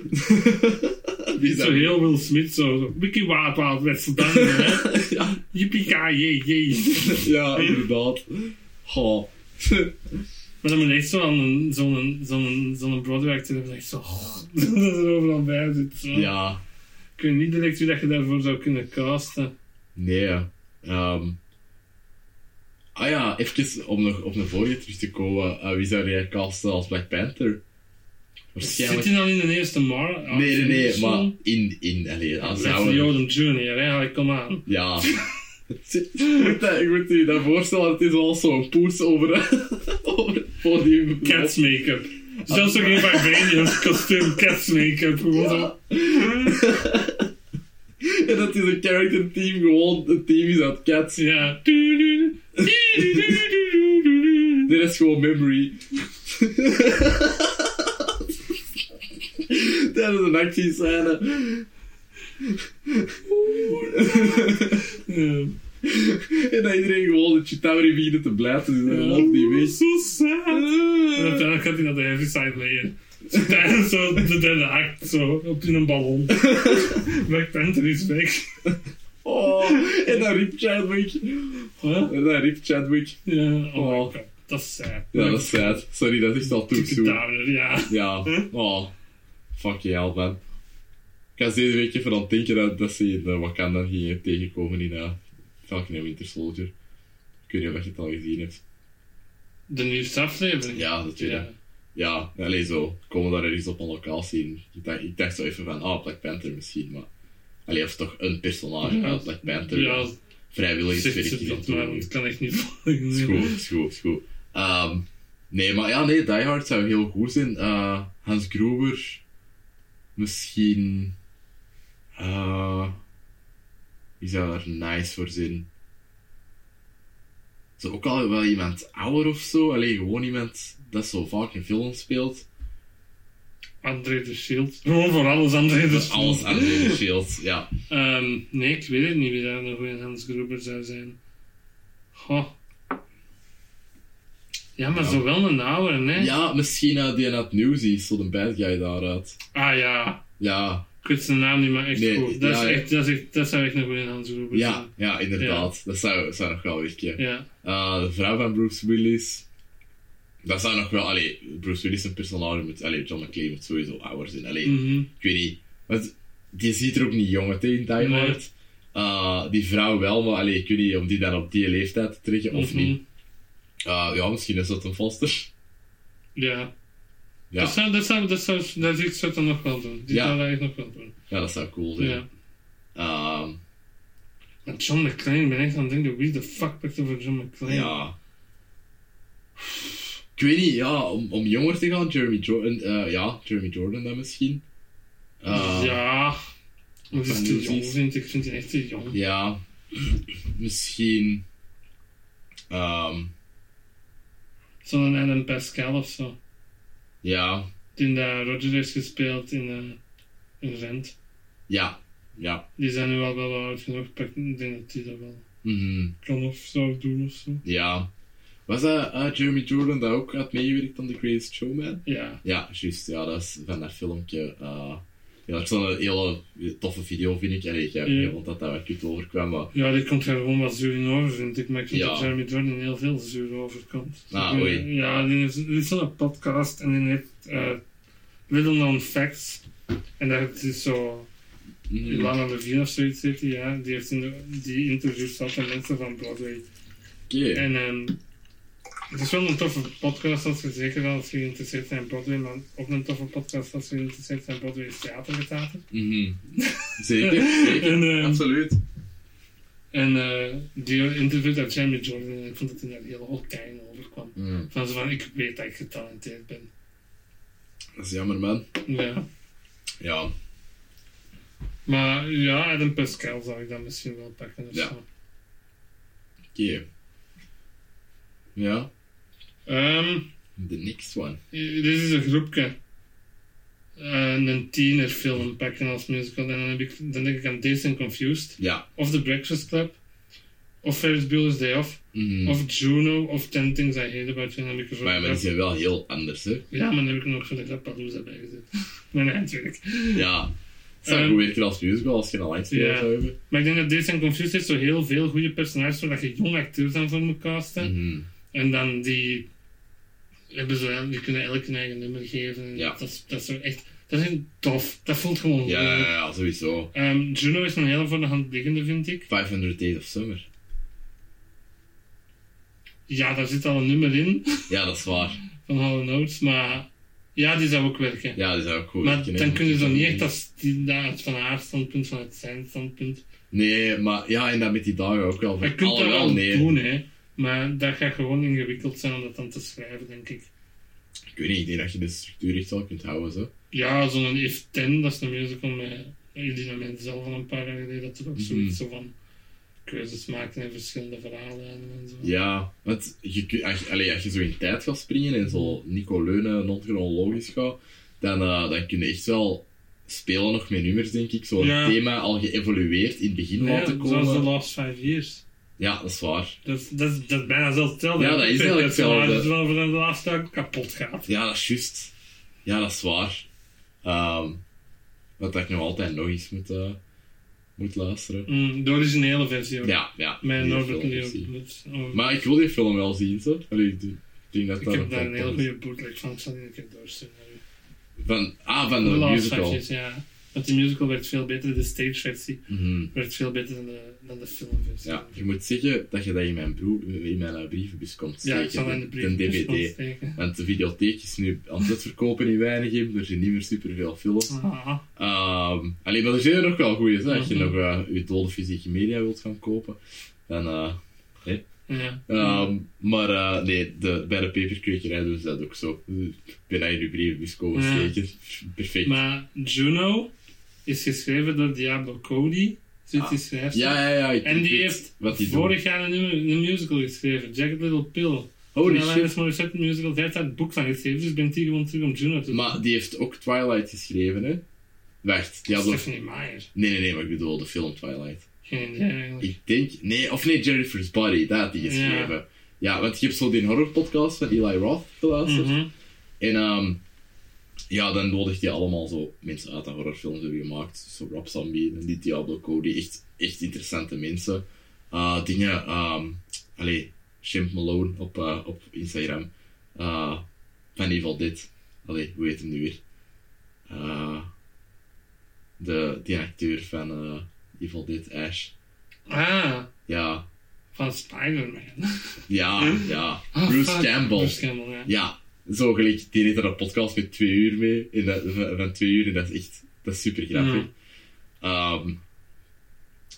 Speaker 1: Die
Speaker 2: Zo heel Will Smith, zo. zo, Wiki Wild Wild West, zo dan, hè.
Speaker 1: ja,
Speaker 2: Yippie-ki-yay, yay.
Speaker 1: ja, inderdaad. Goh.
Speaker 2: Maar dan moet je echt zo aan een- zo'n zo'n zo'n Broadway acteur hebben, dat echt zo... dat er overal bij zit, zo.
Speaker 1: ja,
Speaker 2: Ik weet niet direct wie dat je daarvoor zou kunnen casten.
Speaker 1: nee. ehm. ah ja, even om nog op de vorige terug te komen. eh, wie zou jij casten als Black Panther? Waarschijnlijk...
Speaker 2: Zit hij al in de eerste ah, Marvel?
Speaker 1: Nee, nee, nee, maar in, in, allee, als
Speaker 2: Leslie
Speaker 1: zouden...
Speaker 2: Odom Jr., hè? Allee, kom aan.
Speaker 1: Ja. ik, moet dat, ik moet je dat voorstellen, het is wel zo'n poets over, over het podium.
Speaker 2: Cats make-up. Zelfs ook in Vibranium's kostuum, cats make-up. Gewoon zo.
Speaker 1: Ja. en dat is een character team, gewoon een team is dat Cats.
Speaker 2: Ja. Ja.
Speaker 1: Dit is gewoon memory. dat is een actiescène. en dat iedereen gewoon de Chitauri begint te blijven. Dus dan loopt die weg.
Speaker 2: Zo sad. En uiteindelijk gaat hij naar de Heaviside layer. Zo tijdens zo de derde act, zo, op in een ballon. Black Panther is weg.
Speaker 1: Oh, en dan riep Chadwick.
Speaker 2: Huh?
Speaker 1: En dan riep Chadwick.
Speaker 2: Ja, oh, my
Speaker 1: Oh.
Speaker 2: god. Dat is sad.
Speaker 1: Ja, dat is sad. Sorry, dat is echt al too soon.
Speaker 2: Daar, ja.
Speaker 1: Ja,
Speaker 2: Hm?
Speaker 1: oh. Fuck je hell, man. Ik was deze week even aan het denken dat, dat ze in eh, Wakanda gingen tegenkomen in eh, Falcon en Winter Soldier. Ik weet niet of je het al gezien hebt.
Speaker 2: De nieuwste aflevering.
Speaker 1: Ja, dat weet ik.
Speaker 2: Ja.
Speaker 1: Ja, alleen zo. Komen daar ergens op een locatie in. Ik dacht, ik dacht zo even van, ah, Black Panther misschien, maar... Allee, of toch een personage
Speaker 2: Ja.
Speaker 1: uit Black Panther.
Speaker 2: Ja,
Speaker 1: Vrijwillig
Speaker 2: zegt
Speaker 1: is
Speaker 2: ze
Speaker 1: werk is aan
Speaker 2: dit,
Speaker 1: het
Speaker 2: maar
Speaker 1: doen.
Speaker 2: dat kan echt niet volgen.
Speaker 1: Is goed, is goed, is goed. Ehm, nee, maar ja, nee, Die Hard zou heel goed zijn. Eh, Hans Gruber, misschien. eh wie zou er nice voor zijn? Zo ook al wel iemand ouder of zo. Alleen gewoon iemand dat zo vaak in films speelt.
Speaker 2: André de Shield. Gewoon voor alles André de Shield.
Speaker 1: Alles aan de Shield, ja.
Speaker 2: Ehm, nee, ik weet het niet wie daar nog een Hans Gruber zou zijn. Goh. Ja, maar
Speaker 1: Ja.
Speaker 2: zo wel een oude, hè?
Speaker 1: Ja, misschien eh, die uit Newsies, zo de bad guy daaruit.
Speaker 2: Ah ja,
Speaker 1: Ja,
Speaker 2: ik weet zijn naam niet, maar echt
Speaker 1: Nee,
Speaker 2: goed. Dat,
Speaker 1: ja,
Speaker 2: is
Speaker 1: ja.
Speaker 2: echt, dat, is echt, dat zou echt nog een Hans Gruber
Speaker 1: ja,
Speaker 2: zijn.
Speaker 1: ja inderdaad. Dat zou, zou nog wel werken.
Speaker 2: Ja.
Speaker 1: Eh, de vrouw van Bruce Willis. Dat zou nog wel... Allee, Bruce Willis een personage moet... Allee, John McClane moet sowieso ouder zijn. Allee,
Speaker 2: Mhm.
Speaker 1: ik weet niet. Want die ziet er ook niet jong uit hè, in Die
Speaker 2: Nee.
Speaker 1: Hard. Eh, die vrouw wel, maar allee, ik weet niet om die dan op die leeftijd te trekken of
Speaker 2: Mhm.
Speaker 1: niet. Eh, ja, misschien is dat een Foster.
Speaker 2: Ja.
Speaker 1: Ja.
Speaker 2: Dat zou, dat zou, dat zou, dat zou, zou dat nog wel doen. Die
Speaker 1: Ja.
Speaker 2: zou dat echt nog wel doen.
Speaker 1: Ja, dat zou cool zijn.
Speaker 2: Ja.
Speaker 1: Ehm,
Speaker 2: Maar John McClane, ik ben echt aan het denken, wie de fuck picked over John McClane?
Speaker 1: ja. Ik weet niet, ja, om, om jonger te gaan, Jeremy Jordan, eh, ja, Jeremy Jordan dan misschien. Eh,
Speaker 2: ja. Maar die
Speaker 1: Van
Speaker 2: is te
Speaker 1: die
Speaker 2: jong,
Speaker 1: is-
Speaker 2: vind ik. Ik vind die echt te jong.
Speaker 1: Ja, misschien. ehm,
Speaker 2: Zo'n Adam Pascal of zo.
Speaker 1: ja,
Speaker 2: die daar Roger heeft gespeeld in, eh, in Rent.
Speaker 1: ja, ja.
Speaker 2: Die zijn nu al wel oud genoeg. pak- Ik denk dat die dat wel
Speaker 1: mhm,
Speaker 2: kan of zou doen of zo.
Speaker 1: ja. Was dat eh, Jeremy Jordan dat ook had meegewerkt aan The Greatest Showman?
Speaker 2: Ja.
Speaker 1: Ja, juist, ja, dat is van dat filmpje. eh ja, dat is wel een hele toffe video, vind ik. Allee, ik heb
Speaker 2: Ja.
Speaker 1: vond dat daar wat kut overkwam, maar...
Speaker 2: Ja, die komt er gewoon wat zuur in over, vind ik. Maar ik vind
Speaker 1: Ja.
Speaker 2: dat Jeremy Jordan heel veel zuur overkomt.
Speaker 1: Ah,
Speaker 2: Ik weet-
Speaker 1: oei.
Speaker 2: Ja, die heeft, die heeft zo'n podcast en die heeft eh, Little Known Facts. En dat is zo...
Speaker 1: mhm, Oké,
Speaker 2: Lana Levine of zoiets heet die, ja. Die, heeft in de, die interviews altijd mensen van Broadway. En ehm, het is wel een toffe podcast als je zeker wel als je geïnteresseerd bent in Broadway, maar ook een toffe podcast als je geïnteresseerd bent in Broadway is theatergetaten.
Speaker 1: mhm. Zeker, zeker.
Speaker 2: En, ehm,
Speaker 1: Absoluut.
Speaker 2: En eh die interview dat Jeremy Jordan, en ik vond dat hij daar heel hokkijn overkwam.
Speaker 1: Mm,
Speaker 2: Van zo van, ik weet dat ik getalenteerd ben.
Speaker 1: Dat is jammer, man.
Speaker 2: Ja.
Speaker 1: Ja,
Speaker 2: Maar ja, Adam Pascal zou ik dan misschien wel pakken of
Speaker 1: Ja.
Speaker 2: zo.
Speaker 1: oké. Ja,
Speaker 2: Ehm,
Speaker 1: the next one.
Speaker 2: dit is dus een groepje. Eh, een tienerfilm pakken als musical. En dan, heb ik, dan denk ik aan Days and Confused.
Speaker 1: Ja.
Speaker 2: of The Breakfast Club, of Ferris Bueller's Day Off,
Speaker 1: mhm.
Speaker 2: of Juno, of Ten Things I Hate About You. En dan heb ik er voor
Speaker 1: Maar ja,
Speaker 2: de
Speaker 1: maar die
Speaker 2: grap-
Speaker 1: zijn wel heel anders, hè?
Speaker 2: ja, maar dan heb ik er nog van de grappalooza bij gezet. maar nee, natuurlijk.
Speaker 1: Ja. Het zou
Speaker 2: Ehm,
Speaker 1: goed werken als musical als je een online speler
Speaker 2: ja.
Speaker 1: zou hebben.
Speaker 2: Maar ik denk dat Days and Confused heeft zo heel veel goede personages zodat je jonge acteurs aan voor moet casten.
Speaker 1: Mhm.
Speaker 2: En dan die, hebben zo, el- die kunnen elk een eigen nummer geven. En
Speaker 1: Ja.
Speaker 2: dat, is, dat is zo echt, dat is echt tof. Dat voelt gewoon
Speaker 1: Ja, ja,
Speaker 2: goed.
Speaker 1: ja, sowieso.
Speaker 2: Ehm, Juno is een heel voor de hand liggende, vind ik.
Speaker 1: 500 Days of Summer.
Speaker 2: Ja, daar zit al een nummer in.
Speaker 1: Ja, dat is waar.
Speaker 2: van Hollow Notes, maar Ja, die zou ook werken.
Speaker 1: Ja, dat zou ook goed
Speaker 2: maar
Speaker 1: werken, hè.
Speaker 2: dan kun je zo niet echt als die, dat van haar standpunt, vanuit zijn standpunt.
Speaker 1: Nee, maar ja, en dat met die dagen ook wel.
Speaker 2: Je kunt dat
Speaker 1: Alhoewel,
Speaker 2: wel
Speaker 1: nee.
Speaker 2: doen, hè. Maar dat gaat gewoon ingewikkeld zijn om dat dan te schrijven, denk ik.
Speaker 1: Ik weet niet, ik denk dat je de structuur echt wel kunt houden, zo.
Speaker 2: Ja, zo'n If Ten, dat is een musical met Elina Menzel van een paar jaar geleden, dat
Speaker 1: Mhm.
Speaker 2: er ook zoiets zo van keuzes maakt en verschillende verhaallijnen en zo.
Speaker 1: Ja, want je, kun- als, je- allee, als je zo in tijd gaat springen en zo Nico Leunen non-chronologisch gaat, dan, eh, dan kun je echt wel spelen nog met nummers, denk ik. Zo'n
Speaker 2: Ja.
Speaker 1: thema al geëvolueerd in het begin
Speaker 2: Nee,
Speaker 1: laten komen.
Speaker 2: zoals de last five years.
Speaker 1: Ja, dat is waar.
Speaker 2: Dat, is- dat, is- dat is bijna zelfs hetzelfde.
Speaker 1: Ja, dat is eigenlijk hetzelfde.
Speaker 2: Dat is wel van de laatste dag kapot gaat.
Speaker 1: Ja, dat is juist. Ja, dat is waar. Ehm, wat dat ik nog altijd nog eens moet, eh, moet luisteren.
Speaker 2: Mm, de originele versie ook.
Speaker 1: Ja, ja.
Speaker 2: Mijn
Speaker 1: die
Speaker 2: Norbert
Speaker 1: filmversie.
Speaker 2: Leeuwenhoek. Oh,
Speaker 1: Maar ik wil die film wel zien, zo. Allee, ik denk- ik denk dat
Speaker 2: Ik
Speaker 1: dat
Speaker 2: heb
Speaker 1: een
Speaker 2: daar een
Speaker 1: podcast
Speaker 2: heel
Speaker 1: is.
Speaker 2: goede bootleg van, ik zal die een keer doorsturen. naar u.
Speaker 1: Van, ah, van
Speaker 2: De
Speaker 1: de,
Speaker 2: laatste
Speaker 1: musical.
Speaker 2: Five Years, ja. Want de musical werd veel beter, de stage versie
Speaker 1: Mhm.
Speaker 2: werd veel beter dan de, dan de filmversie.
Speaker 1: Ja, je moet zeggen dat je dat in mijn, broer, in mijn eh, brievenbus komt
Speaker 2: Ja,
Speaker 1: steken.
Speaker 2: ik zal in de brief
Speaker 1: Een dvd.
Speaker 2: steken.
Speaker 1: Want de videotheek is nu aan het verkopen in Weinigem. Er zijn niet meer superveel films.
Speaker 2: Ah,
Speaker 1: Ehm alleen, maar er zijn er nog wel goeie. hè. Als je
Speaker 2: Mhm.
Speaker 1: nog eh, je dode fysieke media wilt gaan kopen, dan... eh,
Speaker 2: ja. Mm. Mhm.
Speaker 1: ehm, maar eh, nee, de, bij de peperkwekerij doen ze dat ook zo. Dus Ik ben naar je brievenbus komen
Speaker 2: Ja.
Speaker 1: steken. Perfect.
Speaker 2: Maar Juno is geschreven door Diablo Cody, zit
Speaker 1: Ah,
Speaker 2: die schrijfster.
Speaker 1: ja, ja, ja. ik-
Speaker 2: En
Speaker 1: ik
Speaker 2: die
Speaker 1: weet
Speaker 2: heeft
Speaker 1: wat die
Speaker 2: vorig jaar een, nummer- een musical geschreven, Jagged Little Pill.
Speaker 1: doen. Holy
Speaker 2: En
Speaker 1: shit.
Speaker 2: Alanis Morissette musical, daar heeft daar het boek van geschreven, dus ik ben die gewoon terug om Juno te
Speaker 1: Maar die heeft ook Twilight geschreven, hè? Wacht, die had ook-
Speaker 2: Stephanie Meyer.
Speaker 1: Nee, nee, nee, maar ik bedoel de film Twilight.
Speaker 2: Geen idee eigenlijk.
Speaker 1: Ik denk... Nee, of nee, Jennifer's Body, dat had die geschreven. Ja. want je hebt zo die horrorpodcast van Eli Roth geluisterd.
Speaker 2: Mhm.
Speaker 1: En ehm, ja, dan nodigt hij allemaal zo mensen uit dat horrorfilms hebben gemaakt. Zo Rob Zombie en die Diablo Cody. Echt, echt interessante mensen. Eh, dingen... ehm allee, Shimp Malone op, eh, op Instagram. Eh, van Evil Dead. Allee, hoe heet hem nu weer? Eh, de, die acteur van eh, Evil Dead, Ash.
Speaker 2: Ah,
Speaker 1: Ja,
Speaker 2: van Spider-Man.
Speaker 1: ja, ja.
Speaker 2: Ah,
Speaker 1: Bruce
Speaker 2: fuck.
Speaker 1: Campbell.
Speaker 2: Bruce Campbell, ja.
Speaker 1: Ja, zo gelijk. Die deed er een podcast met twee uur mee. In dat, van, van twee uur. En dat is echt dat is super grappig.
Speaker 2: Mhm.
Speaker 1: Ehm,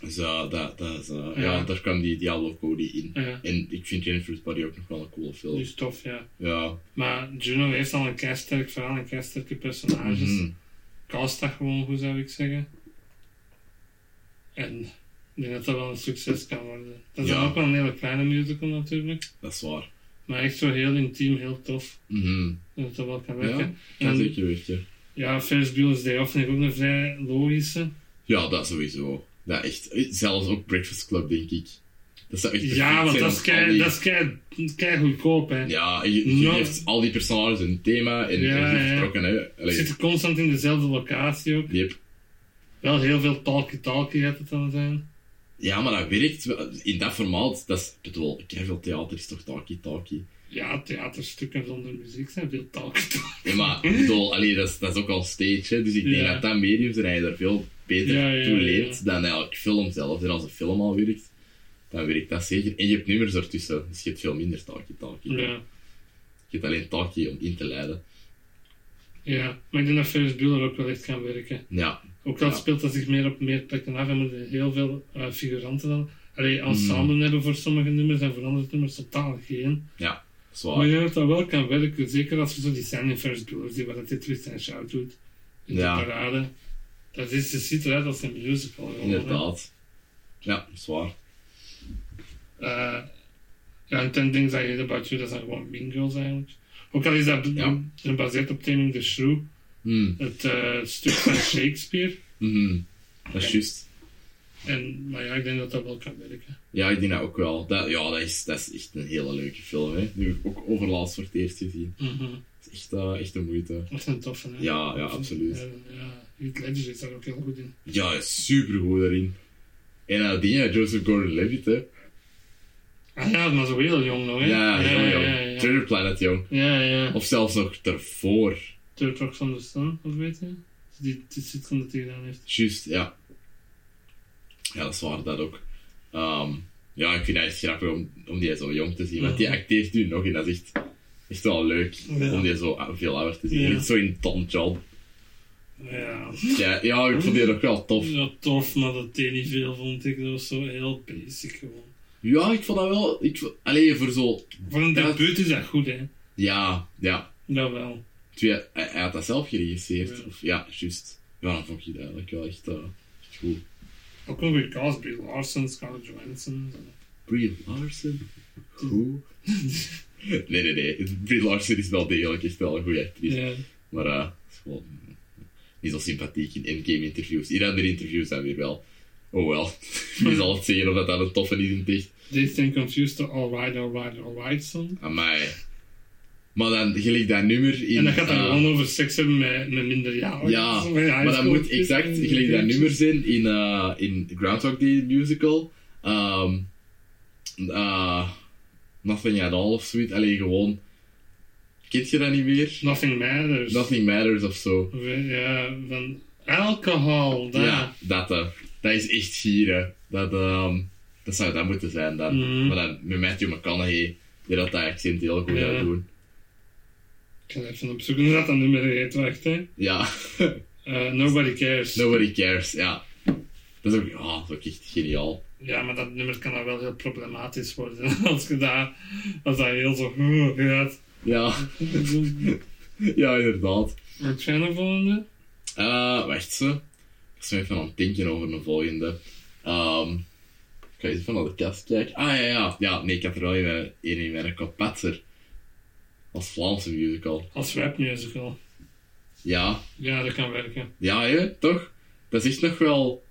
Speaker 1: dus ja, dat, dat is, eh, ja.
Speaker 2: Ja.
Speaker 1: daar kwam die Diablo Cody in.
Speaker 2: Ja,
Speaker 1: En ik vind Jennifer's Body ook nog wel een coole film.
Speaker 2: die is tof, ja.
Speaker 1: ja.
Speaker 2: Maar Juno heeft al een keisterk verhaal en keisterke personages.
Speaker 1: Mhm.
Speaker 2: Cast dat gewoon goed, zou ik zeggen. En ik denk dat dat wel een succes kan worden. Dat is
Speaker 1: Ja.
Speaker 2: dan ook wel een hele kleine musical natuurlijk.
Speaker 1: Dat is waar.
Speaker 2: Maar echt zo heel intiem, heel tof.
Speaker 1: Mhm.
Speaker 2: En Dat dat wel kan
Speaker 1: Ja,
Speaker 2: werken.
Speaker 1: dat
Speaker 2: en-
Speaker 1: zeker werken.
Speaker 2: Ja, Ferris Bueller's Day Off vind ik ook een vrij logische.
Speaker 1: Ja, dat sowieso. Dat echt. Zelfs ook Breakfast Club, denk ik. Dat zou echt perfect
Speaker 2: Ja, want
Speaker 1: zijn
Speaker 2: dat is
Speaker 1: als
Speaker 2: kei,
Speaker 1: al die-
Speaker 2: dat is kei, kei goedkoop, hè.
Speaker 1: Ja, en je, je
Speaker 2: No.
Speaker 1: geeft al die personages een thema en,
Speaker 2: Ja,
Speaker 1: en je
Speaker 2: ja.
Speaker 1: vertrokken, hè.
Speaker 2: Ze
Speaker 1: Allee,
Speaker 2: zitten constant in dezelfde locatie ook.
Speaker 1: yep.
Speaker 2: Wel heel veel talkie-talkie gaat het dan zijn.
Speaker 1: Ja, maar dat werkt wel. in dat formaat. Dat is, ik bedoel, veel theater is toch talkie-talkie.
Speaker 2: Ja, theaterstukken zonder muziek zijn veel talkie-talkie.
Speaker 1: Ja, maar ik bedoel, allee, dat, is, dat is ook al stage, hè, dus ik denk
Speaker 2: Ja.
Speaker 1: dat dat medium is en dat je daar veel beter
Speaker 2: Ja, ja,
Speaker 1: toe
Speaker 2: ja, ja.
Speaker 1: leert dan eigenlijk film zelf. En als een film al werkt, dan werkt dat zeker. En je hebt nummers ertussen, dus je hebt veel minder talkie-talkie.
Speaker 2: Ja.
Speaker 1: Je hebt alleen talkie om in te leiden.
Speaker 2: ja, maar ik denk dat Ferris Bueller ook wel echt kan werken.
Speaker 1: Ja,
Speaker 2: Ook al
Speaker 1: Ja.
Speaker 2: speelt dat zich meer op meer plekken af en moeten heel veel eh, figuranten dan. Allee, ensemble
Speaker 1: Mm.
Speaker 2: hebben voor sommige nummers en voor andere nummers totaal geen. Maar
Speaker 1: zwaar.
Speaker 2: ik denk dat dat wel kan werken, zeker als we zo die scène in Ferris Bueller zien waar dat dit twist en shout doet. In
Speaker 1: Ja.
Speaker 2: de parade. Dat is, het ziet eruit als een musical. gewoon, hè.
Speaker 1: Inderdaad. Ja, zwaar.
Speaker 2: Eh, ja, en ten ding dat je about you, dat zijn gewoon mean girls eigenlijk. Ook al is dat be-
Speaker 1: Ja.
Speaker 2: gebaseerd op Taming the Shrew,
Speaker 1: Hm,
Speaker 2: het eh, stuk van Shakespeare.
Speaker 1: mhm. Dat is juist.
Speaker 2: En, maar ja, ik denk dat dat wel kan werken.
Speaker 1: Ja, ik denk dat ook wel. Dat, ja, dat is, dat is echt een hele leuke film. Hè. Die heb ik ook overlaatst voor het eerst gezien. Dat is echt, eh, echt een moeite.
Speaker 2: Dat is een toffe, hè?
Speaker 1: Ja, ja, absoluut.
Speaker 2: En, ja, Heath Ledger is daar ook heel goed in.
Speaker 1: Ja, hij is supergoed daarin. En uh, die, eh, Joseph Gordon-Levitt, hè.
Speaker 2: Ah ja, maar zo heel jong nog, hè?
Speaker 1: Ja, heel jong.
Speaker 2: Ja, ja.
Speaker 1: Treasure Planet, jong.
Speaker 2: ja, ja.
Speaker 1: Of zelfs nog daarvoor.
Speaker 2: Third Rock from the Sun, of weet je? Dus Die, die sitcom dat hij gedaan heeft.
Speaker 1: Juist, ja. Ja, dat is waar, dat ook. Ehm, ja, ik vind dat echt grappig om, om die zo jong te zien. Want die
Speaker 2: Mhm.
Speaker 1: acteert nu nog en dat is echt... Echt wel leuk
Speaker 2: Ja.
Speaker 1: om die zo a- veel ouder te zien.
Speaker 2: Ja.
Speaker 1: Niet zo in Tom Job.
Speaker 2: Ja,
Speaker 1: Ja, ja, ik vond die ook wel tof.
Speaker 2: ja, tof, maar dat deed niet veel, vond ik. Dat was zo heel basic gewoon.
Speaker 1: Ja, ik vond dat wel. Ik, vo- allee, voor zo.
Speaker 2: Voor een
Speaker 1: Ja.
Speaker 2: debuut is dat goed, hè.
Speaker 1: Ja, ja.
Speaker 2: Jawel.
Speaker 1: Twee, hij, hij had dat zelf geregisseerd.
Speaker 2: Ja.
Speaker 1: Ja, of, ja juist. Ja, dan vond je dat eigenlijk wel echt, eh, echt goed.
Speaker 2: Ook nog weer cast, Brie Larson, Scarlett Johansson. zo.
Speaker 1: Brie Larson? Hoe? nee, nee, nee. Brie Larson is wel degelijk echt wel een goede actrice.
Speaker 2: Ja.
Speaker 1: Maar eh, het is gewoon niet zo sympathiek in endgame interviews. In andere interviews dan weer wel. Oh wel. Wie zal het zeggen of dat dan een toffe is in het echt?
Speaker 2: They stand confused to Alright, Alright, Alright song.
Speaker 1: Amai. Maar dan gelijk dat nummer in...
Speaker 2: En dat gaat dan
Speaker 1: eh,
Speaker 2: gewoon over seks hebben met, met minderjarigen.
Speaker 1: Ja,
Speaker 2: Zo,
Speaker 1: maar dat
Speaker 2: school
Speaker 1: moet
Speaker 2: kids
Speaker 1: exact
Speaker 2: en
Speaker 1: gelijk dat
Speaker 2: kindjes.
Speaker 1: nummer zijn in, eh, in Groundhog Day musical. Ehm, eh, nothing at all of zoiets. Alleen gewoon... Kent je dat niet meer?
Speaker 2: Nothing matters.
Speaker 1: Nothing matters of zo.
Speaker 2: Of, eh, Ja, van alcohol. Daar.
Speaker 1: Ja, dat, eh, dat is echt gieren. Dat, ehm, dat zou dat moeten zijn dan.
Speaker 2: Mhm.
Speaker 1: Maar dan met Matthew McConaughey, die dat daar accent heel goed
Speaker 2: Ja.
Speaker 1: aan doen.
Speaker 2: Ik ga even opzoeken hoe dat dat nummer heet, wacht hè.
Speaker 1: Ja,
Speaker 2: Eh, nobody cares.
Speaker 1: nobody cares, ja. Dat is ook, ah, dat is ook echt geniaal.
Speaker 2: Ja, maar dat nummer kan dan wel heel problematisch worden. Als, je daar, als dat heel zo Oh, gaat.
Speaker 1: Ja, ja inderdaad.
Speaker 2: Wat zijn er volgende?
Speaker 1: Eh, wacht ze. Ik was even aan het denken over een volgende. Ehm, ik ga eens even naar de kast kijken. Ah ja, ja, ja. Nee, ik had er wel in mijn, één in mijn kop. Patser. Als Vlaamse musical.
Speaker 2: Als rap musical.
Speaker 1: Ja,
Speaker 2: Ja, dat kan werken.
Speaker 1: Ja, hè, toch? Dat is echt nog wel.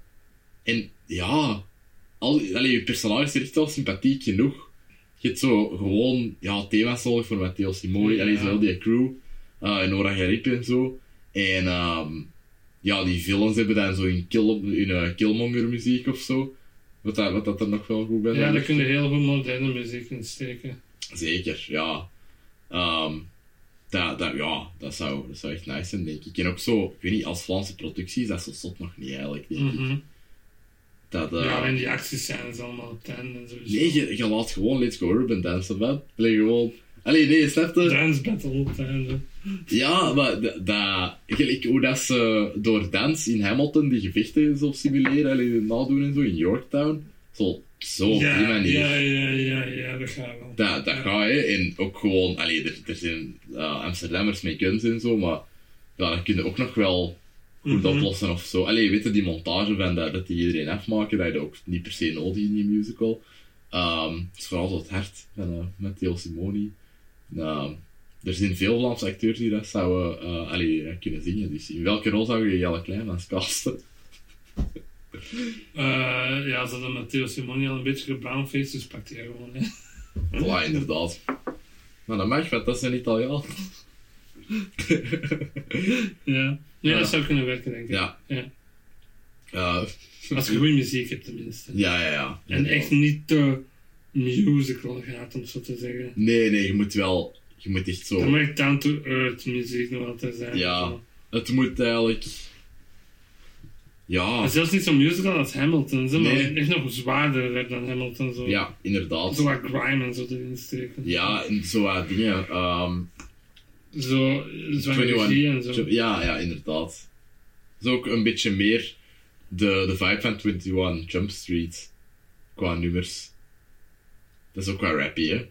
Speaker 1: En ja, al, allee, je personage is echt wel sympathiek genoeg. Je hebt zo gewoon ja, thema's nodig voor Matteo Simoni,
Speaker 2: Ja.
Speaker 1: allee, zowel die crew, eh, en Nora Gerip en zo. En ehm, ja, die villains hebben dan zo in, kill, in eh, Killmonger muziek of zo. Wat dat, wat dat er nog wel goed bij
Speaker 2: Ja,
Speaker 1: ligt.
Speaker 2: daar kun je heel goed moderne muziek in steken.
Speaker 1: Zeker, ja. Ehm, dat, dat, ja, dat zou, dat zou echt nice zijn, denk ik. En ook zo, ik weet niet, als Vlaamse productie is dat zo zot nog niet eigenlijk, denk ik.
Speaker 2: Mhm.
Speaker 1: Dat, eh,
Speaker 2: Ja, en die acties zijn ze allemaal op ten en zo.
Speaker 1: Nee, je, je laat gewoon Let's Go Urban dansen, man. Allee, gewoon... Allee, nee, snap je?
Speaker 2: Dance battle op ten.
Speaker 1: Ja, maar da- dat... Gelijk hoe dat ze door dans in Hamilton die gevechten zo simuleren, allee, nadoen en zo in Yorktown. Zo, zo op die
Speaker 2: Ja,
Speaker 1: manier.
Speaker 2: ja, ja, ja, ja, dat gaat wel.
Speaker 1: Oh, Dat, dat ga je. En ook gewoon, allee, er, er zijn eh, Amsterdammers met kunst en zo, maar ja, dat kun je ook nog wel goed
Speaker 2: Mhm.
Speaker 1: oplossen of zo. Allee, weet je, die montage van dat, dat die iedereen afmaken, dat je dat ook niet per se nodig in die musical. Ehm, het is vooral zo het hart van eh, Matteo Simoni. Ehm, er zijn veel Vlaamse acteurs die dat zouden eh, allee, dat kunnen zingen. Dus in welke rol zou je Jelle Kleinmans casten?
Speaker 2: Eh, ja, ze hadden Matteo Simoni al een beetje gebrownfaced, dus pak die gewoon. Hè.
Speaker 1: Voilà, inderdaad. Maar dat mag, want dat is een Italiaan.
Speaker 2: Ja. Nee,
Speaker 1: Ja.
Speaker 2: dat zou kunnen werken, denk ik.
Speaker 1: ja.
Speaker 2: Ja.
Speaker 1: Eh,
Speaker 2: Als je goede muziek hebt, tenminste.
Speaker 1: Ja, ja, ja.
Speaker 2: En echt niet te musical gaat, om zo te zeggen.
Speaker 1: Nee, nee, je moet wel... Je moet echt zo...
Speaker 2: Dan moet ik down to earth muziek nog altijd zijn.
Speaker 1: Ja. Het moet eigenlijk... Ja.
Speaker 2: Maar zelfs niet zo musical als Hamilton, ze, maar
Speaker 1: Nee.
Speaker 2: echt nog zwaarder werd dan Hamilton. Zo.
Speaker 1: Ja,
Speaker 2: Zo
Speaker 1: inderdaad.
Speaker 2: wat grime en zo erin steken.
Speaker 1: Ja, en zo wat dingen. ehm,
Speaker 2: Zo, zo energie en zo.
Speaker 1: Ja, ja, inderdaad. Dat is ook een beetje meer de, de vibe van 21 Jump Street. Qua nummers. Dat is ook qua rappy, hè?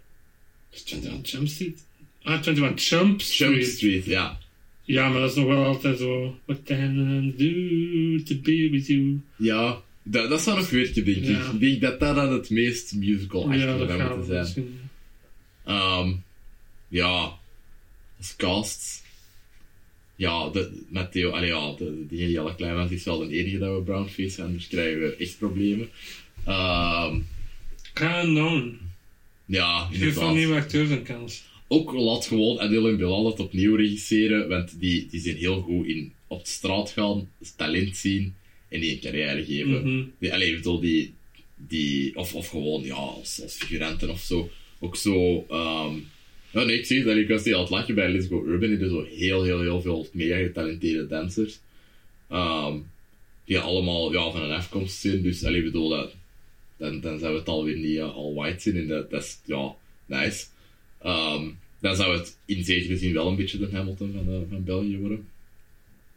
Speaker 2: 21 Jump Street? Ah, 21 Jump
Speaker 1: Jump
Speaker 2: Street.
Speaker 1: Street, ja.
Speaker 2: Ja, maar dat is nog wel altijd zo... What can I do to be with you?
Speaker 1: Ja, dat, dat zou nog werken, denk ik.
Speaker 2: Ja.
Speaker 1: Ik denk dat dat dan het meest
Speaker 2: ja,
Speaker 1: musical-achtige
Speaker 2: dat
Speaker 1: zou
Speaker 2: gaat
Speaker 1: moeten zijn.
Speaker 2: misschien.
Speaker 1: Ehm ja, als cast. Ja, de, met Theo, allee, ja, de, die Jelle Kleinmans is wel de enige dat we brownface hebben, anders krijgen we echt problemen. Ehm
Speaker 2: Canon.
Speaker 1: ja,
Speaker 2: Geef van
Speaker 1: inderdaad.
Speaker 2: nieuwe acteurs een kans.
Speaker 1: Ook laat gewoon Adil en Bilal het opnieuw regisseren, want die, die zijn heel goed in op de straat gaan, talent zien en die een carrière geven.
Speaker 2: Mhm.
Speaker 1: Die, allee, ik bedoel, die, die, of, of gewoon ja, als, als figuranten of zo. Ook zo. ehm ja, nee, ik zeg dat ik was die aan het lachen bij Let's Go Urban. Er zijn zo heel, heel, heel veel mega getalenteerde dansers. ehm, die allemaal ja, van een afkomst zijn. Dus allee, ik bedoel, dat, eh, dan, dan zijn we het alweer niet al white zijn. En dat, dat is ja, nice. Ehm, dan zou het in zekere zin wel een beetje de Hamilton van, eh, van België worden.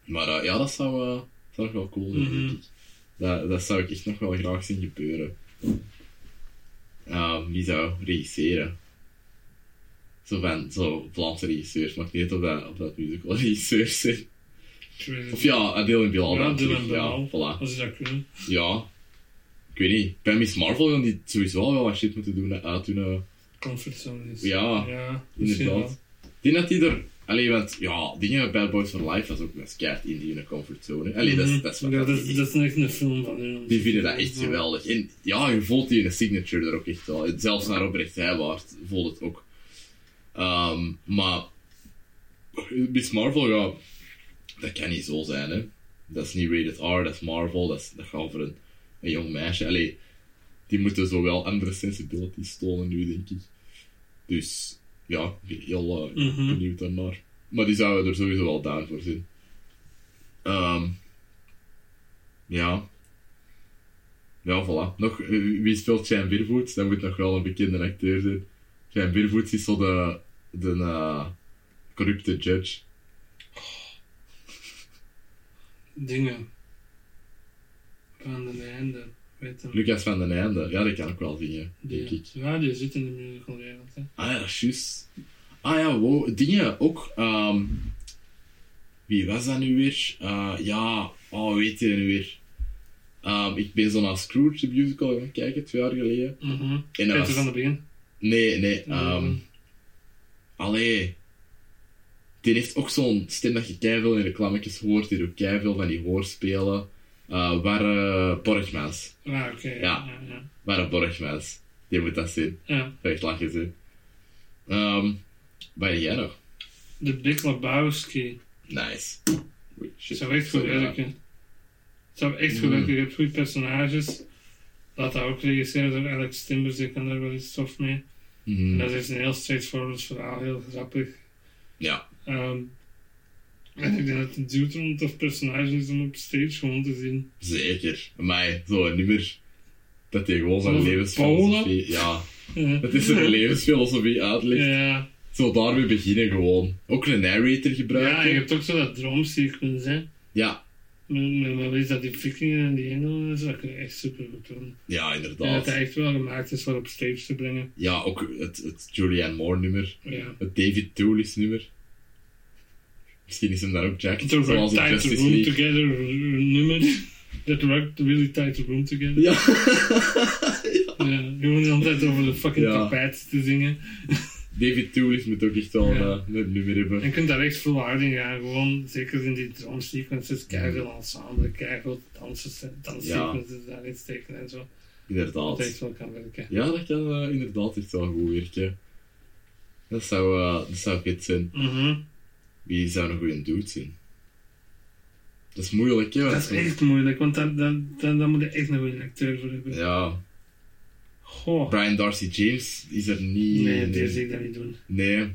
Speaker 1: Maar eh, ja, dat zou, eh, zou nog wel cool zijn,
Speaker 2: Mhm.
Speaker 1: denk ik. Dat, dat zou ik echt nog wel graag zien gebeuren. Ehm, wie zou regisseren? Zo van, zo Vlaamse regisseurs, maar ik weet niet of dat, of dat musical regisseurs zijn.
Speaker 2: Ik weet het
Speaker 1: Of
Speaker 2: niet.
Speaker 1: ja, eh, Dylan Bilal.
Speaker 2: Ja,
Speaker 1: dan
Speaker 2: Dylan
Speaker 1: terug. ja,
Speaker 2: Bilal.
Speaker 1: voilà.
Speaker 2: Als ze dat kunnen.
Speaker 1: Ja, ik weet niet. Bij Miss Marvel gaan die sowieso al wel wat shit moeten doen, eh, uitdoen. eh,
Speaker 2: Comfortzone is.
Speaker 1: Ja,
Speaker 2: ja misschien wel.
Speaker 1: Inderdaad. Die dat die er. Allee, want ja, dingen Bad Boys for Life was ook een keihard in die in de comfortzone. Allee, dat is- dat is
Speaker 2: Mhm. Ja,
Speaker 1: wat
Speaker 2: dat,
Speaker 1: dat
Speaker 2: is,
Speaker 1: is.
Speaker 2: dat is echt een film van hun.
Speaker 1: Die vinden dat echt geweldig. En ja, je voelt die in de signature er ook echt wel. Zelfs naar Robert Heijwaard voelt het ook. Ehm, maar Miss Marvel, ja, dat kan niet zo zijn, hè. Dat is niet rated R, dat is Marvel, dat, is, dat gaat over een, een jong meisje. Allee, die moeten zo wel andere sensibilities tonen nu, denk ik. Dus ja, ik ben heel eh,
Speaker 2: Mhm.
Speaker 1: benieuwd daarnaar. Maar die zouden er sowieso wel down voor zijn. Ehm, ja. Ja, voilà. Nog, eh, wie speelt Shane Biervoets? Dat moet nog wel een bekende acteur zijn. Shane Biervoets is zo de, de eh, corrupte judge.
Speaker 2: Dingen. Van de einde. Weet hem.
Speaker 1: Lucas van den Einde. Ja, die kan ook wel zingen, denk
Speaker 2: Die-
Speaker 1: ik.
Speaker 2: Ja, die zit in de musicalwereld. hè.
Speaker 1: Ah ja, dat is juist. Ah ja, wow. Dingen ook. ehm, wie was dat nu weer? Eh, ja, oh, hoe heet je nu weer? Ehm, ik ben zo naar Scrooge, de musical, gaan kijken, twee jaar geleden.
Speaker 2: Mhm.
Speaker 1: En dat
Speaker 2: Peter
Speaker 1: was-
Speaker 2: van der Begin.
Speaker 1: Nee, nee. ehm,
Speaker 2: Mhm.
Speaker 1: Allee. Die heeft ook zo'n stem dat je keiveel in reclametjes hoort. Die doet keiveel van die hoorspelen. Eh waren Borgmans.
Speaker 2: Ah, oké.
Speaker 1: ja.
Speaker 2: Ja, ja.
Speaker 1: Waren Borgmans. Die moet dat zien.
Speaker 2: ja.
Speaker 1: Echt lachen ze. Ehm waar heb jij nog?
Speaker 2: De Big Lebowski.
Speaker 1: Nice. Oei, shit.
Speaker 2: Het zou echt goed
Speaker 1: Sorry, ja.
Speaker 2: werken. Het zou echt goed
Speaker 1: Mm.
Speaker 2: werken. Je hebt goede personages. Laat dat ook regisseren door Alex Timbers. Die kan daar wel iets tof mee.
Speaker 1: Mhm.
Speaker 2: Dat is een heel straightforward verhaal. Heel grappig.
Speaker 1: Ja.
Speaker 2: Ehm, en ik denk dat het duurt om een tof personage is om op stage gewoon te zien.
Speaker 1: Zeker. Maar zo'n nummer. Dat hij gewoon zijn
Speaker 2: Zo'n
Speaker 1: levensfilosofie... Ja.
Speaker 2: Ja.
Speaker 1: Dat is zijn levensfilosofie uitlegt.
Speaker 2: Ja,
Speaker 1: Zo daarmee beginnen gewoon. Ook een narrator
Speaker 2: ja,
Speaker 1: gebruiken.
Speaker 2: je hebt ook zo dat droomsequence, hè.
Speaker 1: ja.
Speaker 2: Met, met wat is dat, die vikingen en die engelen en zo, dat kun je echt super goed doen.
Speaker 1: Ja,
Speaker 2: En dat
Speaker 1: inderdaad.
Speaker 2: dat echt wel gemaakt is voor op stage te brengen.
Speaker 1: Ja, ook het, het Julianne Moore nummer.
Speaker 2: Ja.
Speaker 1: Het David Toulis nummer. Misschien is hem daar ook Jack.
Speaker 2: Het is ook
Speaker 1: Zoals in
Speaker 2: tight
Speaker 1: Justice
Speaker 2: room
Speaker 1: League.
Speaker 2: together nummer. Dat rocked really tight room together.
Speaker 1: Ja.
Speaker 2: Ja. Je hoeft altijd over de fucking
Speaker 1: Ja.
Speaker 2: tapijt te zingen.
Speaker 1: David Toulis moet ook echt wel
Speaker 2: Ja.
Speaker 1: eh, een nummer
Speaker 2: En
Speaker 1: hebben.
Speaker 2: je kunt daar echt volharding gaan, gewoon zeker in die
Speaker 1: Mm.
Speaker 2: drumsequences, keihard ensemble, keihard dansen, danssequences daarin steken en zo. Dat echt
Speaker 1: Inderdaad.
Speaker 2: wel kan werken.
Speaker 1: Ja, dat kan eh, inderdaad echt wel goed werken. Dat zou, eh dat zou fit zijn.
Speaker 2: Mhm.
Speaker 1: Wie zou een goede dude zijn? Dat is moeilijk, hè? want-
Speaker 2: Dat is echt moeilijk, want daar, daar, daar, daar moet je echt nog een acteur voor hebben.
Speaker 1: Ja.
Speaker 2: Goh.
Speaker 1: Brian Darcy James is er niet...
Speaker 2: Nee, deze zie ik dat niet doen.
Speaker 1: Nee.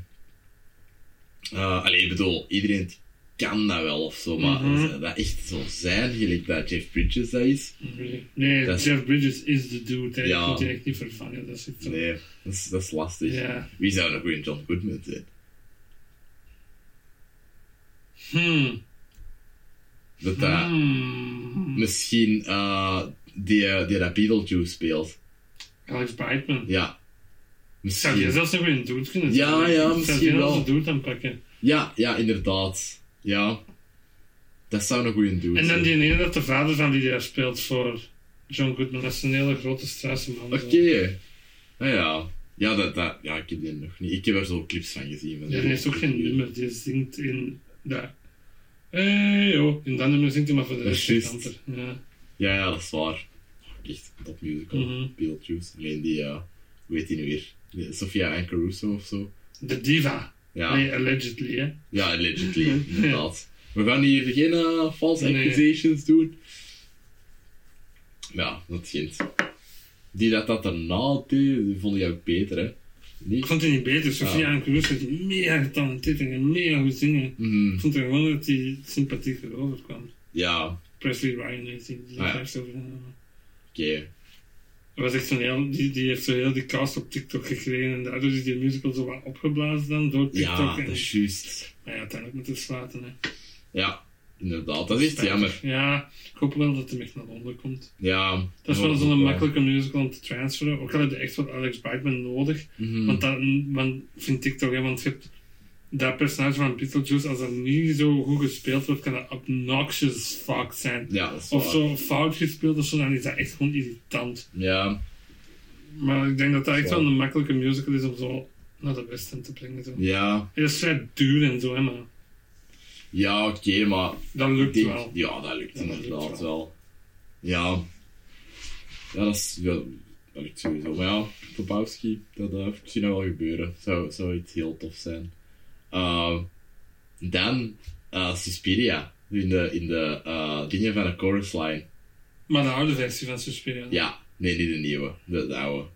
Speaker 1: Eh, allee, ik bedoel, iedereen kan dat wel of zo, maar
Speaker 2: Mhm.
Speaker 1: dat- dat echt zo zijn, gelijk dat Jeff Bridges dat is.
Speaker 2: Nee, nee
Speaker 1: Dat is-
Speaker 2: Jeff Bridges is de dude, hè.
Speaker 1: Ja.
Speaker 2: ik moet je echt niet vervangen. Dat is echt zo.
Speaker 1: Nee, dat is, dat is lastig.
Speaker 2: Ja.
Speaker 1: Wie zou een goede John Goodman zijn?
Speaker 2: Hmm.
Speaker 1: Dat dat
Speaker 2: Mm. Hmm.
Speaker 1: misschien eh, die, eh, die dat Beetlejuice speelt.
Speaker 2: Alex Brightman.
Speaker 1: Ja.
Speaker 2: Zou je
Speaker 1: Misschien.
Speaker 2: zelfs nog weer een dude kunnen
Speaker 1: Ja, ja,
Speaker 2: Zou je
Speaker 1: misschien
Speaker 2: zelfs
Speaker 1: wel.
Speaker 2: een dude aanpakken.
Speaker 1: Ja, ja, inderdaad. Ja. Dat zou een goede doen.
Speaker 2: En dan die ene dat de vader van die daar speelt voor John Goodman, dat is een hele grote straatse man.
Speaker 1: Oké. Nou ja. Ja, dat, dat, ja, ik heb die nog niet. Ik heb er zo clips van gezien. maar
Speaker 2: Ja,
Speaker 1: dat-
Speaker 2: die heeft ook geen nummer, die zingt in dat. Hey, yo. In dat nummer zingt hij maar voor de
Speaker 1: Dat is
Speaker 2: rest niet
Speaker 1: juist.
Speaker 2: ander. Ja.
Speaker 1: Ja, ja, dat is waar. Echt een top musical.
Speaker 2: Mhm.
Speaker 1: Beetlejuice. Alleen die, eh, hoe heet die nu weer? Die Sofia en Caruso of zo.
Speaker 2: De diva.
Speaker 1: Ja,
Speaker 2: Nee, allegedly, hè.
Speaker 1: ja allegedly, inderdaad. We gaan hier geen eh, false
Speaker 2: Mhm. Nee.
Speaker 1: accusations doen. Ja, dat schijnt. Die dat dat daarna deed, die vond ik ook beter, hè?
Speaker 2: Ik
Speaker 1: Niet?
Speaker 2: vond het niet beter. Sofia
Speaker 1: Ah.
Speaker 2: en Cruz was mega getalenteerd en mega goed zingen.
Speaker 1: Mhm,
Speaker 2: Ik vond het gewoon dat hij sympathieker overkwam.
Speaker 1: ja,
Speaker 2: Presley Ryan heeft die
Speaker 1: Ah, ja.
Speaker 2: juist over.
Speaker 1: oké.
Speaker 2: eh, was echt zo'n heel, die, die heeft zo heel die cast op TikTok gekregen en daardoor is die musical zo wat opgeblazen dan door TikTok.
Speaker 1: Ja,
Speaker 2: en,
Speaker 1: dat is juist.
Speaker 2: maar ja, uiteindelijk moet het sluiten. Hè.
Speaker 1: Ja, inderdaad. Dat is echt jammer.
Speaker 2: Ja, ik hoop wel dat hij echt naar Londen komt.
Speaker 1: Ja.
Speaker 2: Dat is wel
Speaker 1: Ja,
Speaker 2: zo'n
Speaker 1: ja.
Speaker 2: makkelijke musical om te transferen. Ook al heb je echt wat Alex Brightman nodig.
Speaker 1: Mhm.
Speaker 2: Want dat want vind ik toch, hè, want je hebt dat personage van Beetlejuice, als dat niet zo goed gespeeld wordt, kan dat obnoxious as fuck zijn.
Speaker 1: Ja, dat is
Speaker 2: Of
Speaker 1: waar.
Speaker 2: zo fout gespeeld of zo, dan is dat echt gewoon irritant.
Speaker 1: Ja,
Speaker 2: Maar ik denk dat dat echt
Speaker 1: Zo.
Speaker 2: wel een makkelijke musical is om zo naar de West End te brengen. Zo.
Speaker 1: ja,
Speaker 2: Het is vrij duur en zo, hè, maar
Speaker 1: ja oké, maar
Speaker 2: dat lukt
Speaker 1: ik denk-
Speaker 2: wel.
Speaker 1: Ja, dat lukt
Speaker 2: Ja, dat
Speaker 1: inderdaad
Speaker 2: lukt
Speaker 1: wel. Ja. Ja, dat is... Ja, dat lukt sowieso. Maar ja, Lebowski, dat eh, heeft misschien nog wel gebeuren. Zou, zou iets heel tof zijn. Ehm, dan eh, Suspiria. In de, in de eh, dingen van de chorus line.
Speaker 2: Maar de oude versie van Suspiria,
Speaker 1: Ja, nee, niet de nieuwe. De, de oude.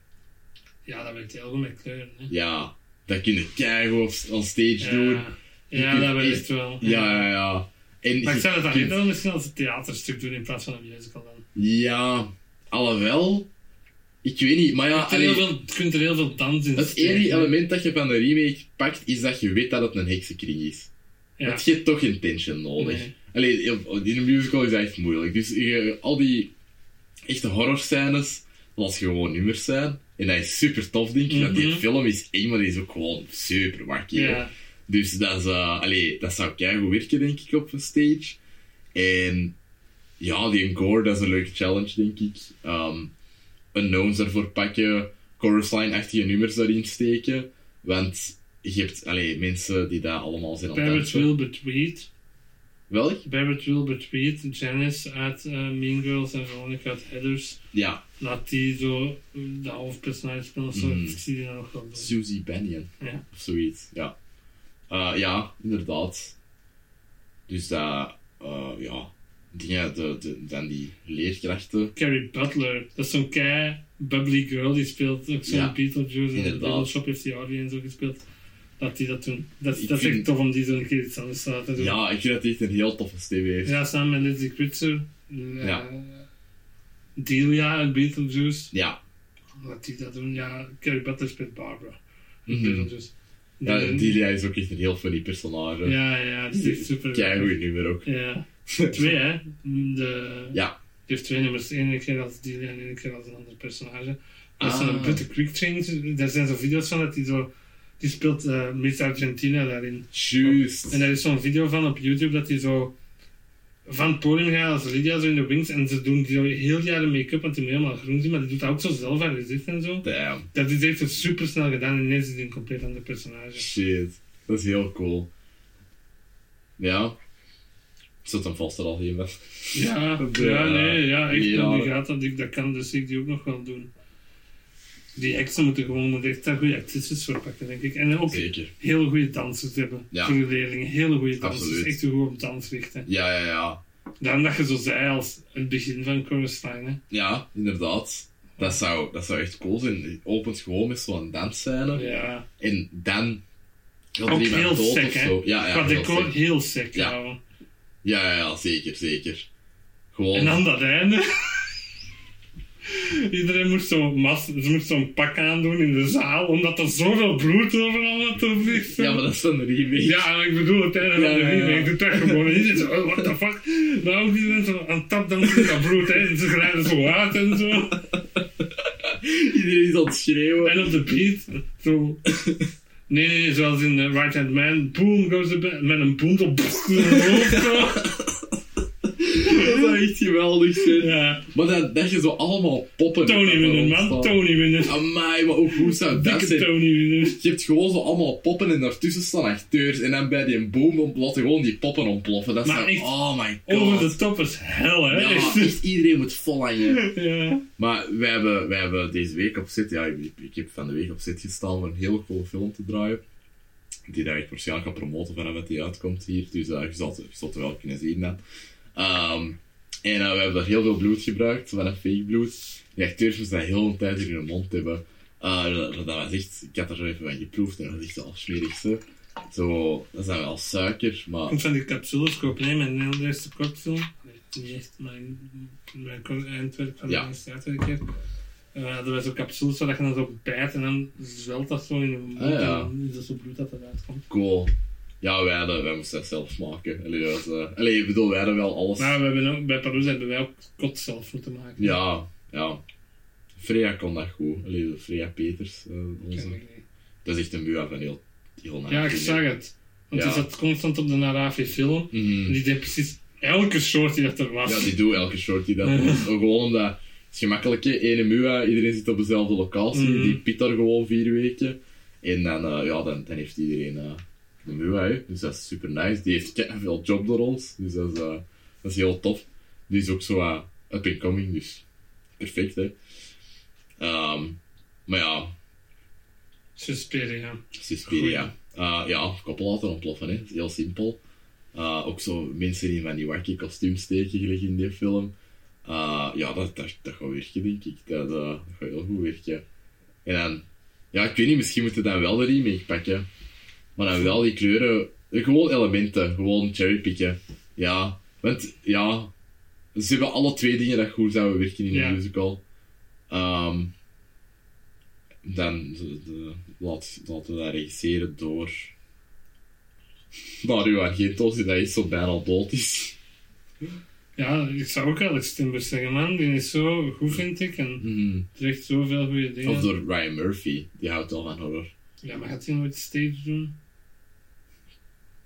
Speaker 2: ja dat werkt heel goed met kleuren. Hè.
Speaker 1: Ja, dat kun je keigoed op, on stage doen.
Speaker 2: Ja, ja dat werkt wel.
Speaker 1: Ja, ja, ja. En
Speaker 2: Maar
Speaker 1: je
Speaker 2: ik zou dat dan
Speaker 1: kunt-
Speaker 2: niet wel misschien als een theaterstuk doen in plaats van een musical dan.
Speaker 1: Ja, alhoewel... Ik weet niet, maar ja...
Speaker 2: Je kunt er
Speaker 1: Ah, allee-
Speaker 2: heel veel- je kunt er heel veel dans in
Speaker 1: Het
Speaker 2: steken.
Speaker 1: enige element dat je van de remake pakt, is dat je weet dat het een heksenkring is.
Speaker 2: Ja.
Speaker 1: Want je hebt toch intention nodig.
Speaker 2: Nee.
Speaker 1: Allee, in een musical is dat echt moeilijk. Dus je- al die echte horror scènes, als gewoon nummers zijn. En dat is super tof, denk ik. Want die
Speaker 2: Mhm.
Speaker 1: film is eng, maar die is ook gewoon super wakker.
Speaker 2: Ja.
Speaker 1: Dus dat, is, eh, allee, dat zou goed werken, denk ik, op een stage. En ja, die encore, dat is een leuke challenge, denk ik. Ehm unknowns daarvoor pakken, chorus line-achtige nummers daarin steken. Want je hebt allee, mensen die daar allemaal zijn aan het
Speaker 2: Barrett
Speaker 1: dansen.
Speaker 2: Wilbert Reed.
Speaker 1: Welk?
Speaker 2: Barrett Wilbert Reed, Janice uit eh, Mean Girls en Veronica uit Heathers.
Speaker 1: Ja,
Speaker 2: Laat die zo eh, de hoofdpersonage spelen of zo.
Speaker 1: Mm.
Speaker 2: Ik zie die nou nog wel doen.
Speaker 1: Susie Bennion.
Speaker 2: Ja.
Speaker 1: Of zoiets, ja. Eh, ja, inderdaad. Dus dat, eh, ja, dingen, de, de, dan die leerkrachten.
Speaker 2: Carrie Butler, dat is zo'n kei bubbly girl die speelt. Ook zo'n
Speaker 1: Ja.
Speaker 2: Beetlejuice en de
Speaker 1: Inderdaad.
Speaker 2: Beatles Shop heeft die audience ook gespeeld. Laat die dat doen. Dat,
Speaker 1: Ik
Speaker 2: dat is echt
Speaker 1: vind-
Speaker 2: tof om die zo'n keer iets anders te laten doen.
Speaker 1: Ja, ik vind dat die echt een heel toffe stem heeft.
Speaker 2: Ja, samen met Lizzie eh, Kritzer.
Speaker 1: Ja.
Speaker 2: ja. Delia uit Beetlejuice.
Speaker 1: Ja,
Speaker 2: Laat die dat doen. Ja, Carrie Butler speelt Barbara.
Speaker 1: Mhm.
Speaker 2: Beetlejuice.
Speaker 1: ja
Speaker 2: Die-
Speaker 1: Delia is ook echt een heel funny personage.
Speaker 2: Ja, ja, die is super.
Speaker 1: Keigoed nummer ook.
Speaker 2: Ja. Twee, hè? De,
Speaker 1: Ja.
Speaker 2: Die heeft twee nummers. Eén keer als Delia en één keer als een ander personage. Dat is een
Speaker 1: Ah.
Speaker 2: Butter Quick Change. Daar zijn zo video's van dat die zo. Die speelt eh Miss Argentina daarin.
Speaker 1: Juist.
Speaker 2: En daar is zo'n video van op YouTube dat hij zo van het podium gaat als Lydia zo in de wings en ze doen die zo heel jaren make-up, want die moet helemaal groen zien, maar die doet dat ook zo zelf aan gezicht en zo.
Speaker 1: Damn.
Speaker 2: Dat is echt super snel gedaan en ineens is die een compleet ander personage.
Speaker 1: Shit. Dat is heel cool. Ja. Zit een vaster al hier met.
Speaker 2: Ja,
Speaker 1: De, eh,
Speaker 2: ja, nee, ja, echt,
Speaker 1: die
Speaker 2: maar die
Speaker 1: rare-
Speaker 2: gaat dat, die- dat kan dus ik die ook nog wel doen. Die exen moeten gewoon moet echt daar goede actrices voor pakken, denk ik. En ook
Speaker 1: Zeker.
Speaker 2: heel goede dansers hebben
Speaker 1: Ja.
Speaker 2: voor de leerlingen. Hele goede dansers,
Speaker 1: Absoluut.
Speaker 2: echt goed op dans richten.
Speaker 1: Ja, ja, ja.
Speaker 2: Daarom dat je zo zei als het begin van Chorus Line, hè.
Speaker 1: Ja, inderdaad. Dat zou, dat zou echt cool zijn. Je opent gewoon met zo'n dansscène.
Speaker 2: Ja,
Speaker 1: En dan... gaat er
Speaker 2: ook
Speaker 1: iemand
Speaker 2: heel
Speaker 1: dood
Speaker 2: sec,
Speaker 1: of
Speaker 2: hè?
Speaker 1: zo. Ja, ja,
Speaker 2: Qua
Speaker 1: heel
Speaker 2: decor
Speaker 1: sick.
Speaker 2: heel sec,
Speaker 1: Ja.
Speaker 2: ja.
Speaker 1: ja, ja, ja, zeker, zeker. Gewoon...
Speaker 2: En dan dat einde. Iedereen moest zo'n mas- ze moest zo'n pak aandoen in de zaal, omdat er zoveel bloed overal had te vliegen.
Speaker 1: Ja, maar dat is van de remake.
Speaker 2: Ja, maar ik bedoel, het einde
Speaker 1: Ja,
Speaker 2: van de
Speaker 1: ja, ja.
Speaker 2: remake doet dat gewoon niet. Zo, oh, what the fuck? Nou, die mensen aan tap dan in dat bloed, hè. En ze glijden zo uit en zo.
Speaker 1: Iedereen is aan het schreeuwen.
Speaker 2: En op de beat, zo... Nee, nee, nee, zoals in eh, Right Hand Man, boom goes the band, met een boom op de hoofd. zo.
Speaker 1: Dat zou echt geweldig zijn.
Speaker 2: Ja,
Speaker 1: Maar dat, dat je zo allemaal poppen...
Speaker 2: Tony winnen, man, Tony winnen.
Speaker 1: Amai, maar ook hoe zou dat
Speaker 2: Dikke
Speaker 1: zijn?
Speaker 2: Tony winnen.
Speaker 1: Je hebt gewoon zo allemaal poppen en daartussen staan acteurs. En dan bij die boom ontploffen, gewoon die poppen ontploffen. Dat is
Speaker 2: Maar
Speaker 1: dan-
Speaker 2: echt
Speaker 1: oh my god.
Speaker 2: Over de top is hel, hè?
Speaker 1: Ja,
Speaker 2: Echt.
Speaker 1: echt, iedereen moet vol aan je.
Speaker 2: Ja.
Speaker 1: Maar wij hebben, wij hebben deze week op zit, ja, ik, ik heb van de week op zit gestaan om een hele coole film te draaien. Die dat ik waarschijnlijk ga promoten vanaf dat die uitkomt hier. Dus eh, je, zult, je zult het wel kunnen zien dan. Ehm, en eh, we hebben daar heel veel bloed gebruikt, vanaf fake bloed. Die acteurs moesten dat heel een tijd in hun mond hebben. Eh, dat, dat was echt, ik had er zo even van geproefd en dat was echt al smerig. Zo, zo dat zijn wel suiker, maar
Speaker 2: Komt van die capsules kopen, hè? Mijn Nederlandse kortfilm. Nee, Niet echt mijn, mijn ko- eindwerk van
Speaker 1: Ja.
Speaker 2: mijn staatwerk. Eh, dat was zo'n capsules waar dat je dan zo bijt en dan zwelt dat zo in je mond.
Speaker 1: Ah, ja.
Speaker 2: En dan is dat zo bloed dat eruit komt.
Speaker 1: Cool. Ja, wij, hadden, wij moesten dat zelf maken. Allee, dat was, eh, allee, ik bedoel, wij hadden wel alles.
Speaker 2: Maar we hebben ook, bij Paroes hebben wij ook kot zelf moeten maken.
Speaker 1: Ja, ja. Freya kon dat goed. Allee, Freya Peters. eh,
Speaker 2: Ken
Speaker 1: onze.
Speaker 2: ik niet.
Speaker 1: Dat is echt een muur van heel, heel
Speaker 2: Ja, ik zag het. Want
Speaker 1: Ja.
Speaker 2: die zat constant op de Narafi film. En
Speaker 1: Mhm.
Speaker 2: die deed precies elke soort die dat er was.
Speaker 1: Ja, die doet elke short die dat doet. Gewoon omdat het is gemakkelijk, hè. ene MUA, iedereen zit op dezelfde locatie,
Speaker 2: Mhm.
Speaker 1: die pit daar gewoon vier weken. En dan, eh, ja, dan, dan heeft iedereen eh, de MUA, hè. dus dat is super nice. Die heeft veel job door ons, dus dat is, eh, dat is heel tof. Die is ook zo eh, up and coming, dus perfect hè. Ehm, maar ja,
Speaker 2: Suspiria. ja.
Speaker 1: Suspiria. Eh, ja, koppel laten ontploffen, hè. heel simpel. Eh, ook zo mensen die van die wacky kostuum steken gelijk in die film. Eh, ja, dat, dat, dat gaat werken, denk ik. Dat, eh, dat gaat heel goed werken. En dan, ja, ik weet niet, misschien moeten we dan wel de remake pakken. Maar dan wel die kleuren, eh, gewoon elementen, gewoon cherrypicken. Ja, want ja, ze hebben alle twee dingen dat goed zouden werken in
Speaker 2: Ja.
Speaker 1: een musical. Ehm, dan de, de, laat, laten we dat regisseren door Mario Argento, die dat is zo bijna dood is.
Speaker 2: Ja, ik zou ook Alex Timbers zeggen, man. Die is zo goed, vind ik. En terecht zoveel goede dingen.
Speaker 1: Of door Ryan Murphy, die houdt al van horror.
Speaker 2: Ja, maar gaat hij nooit stage doen?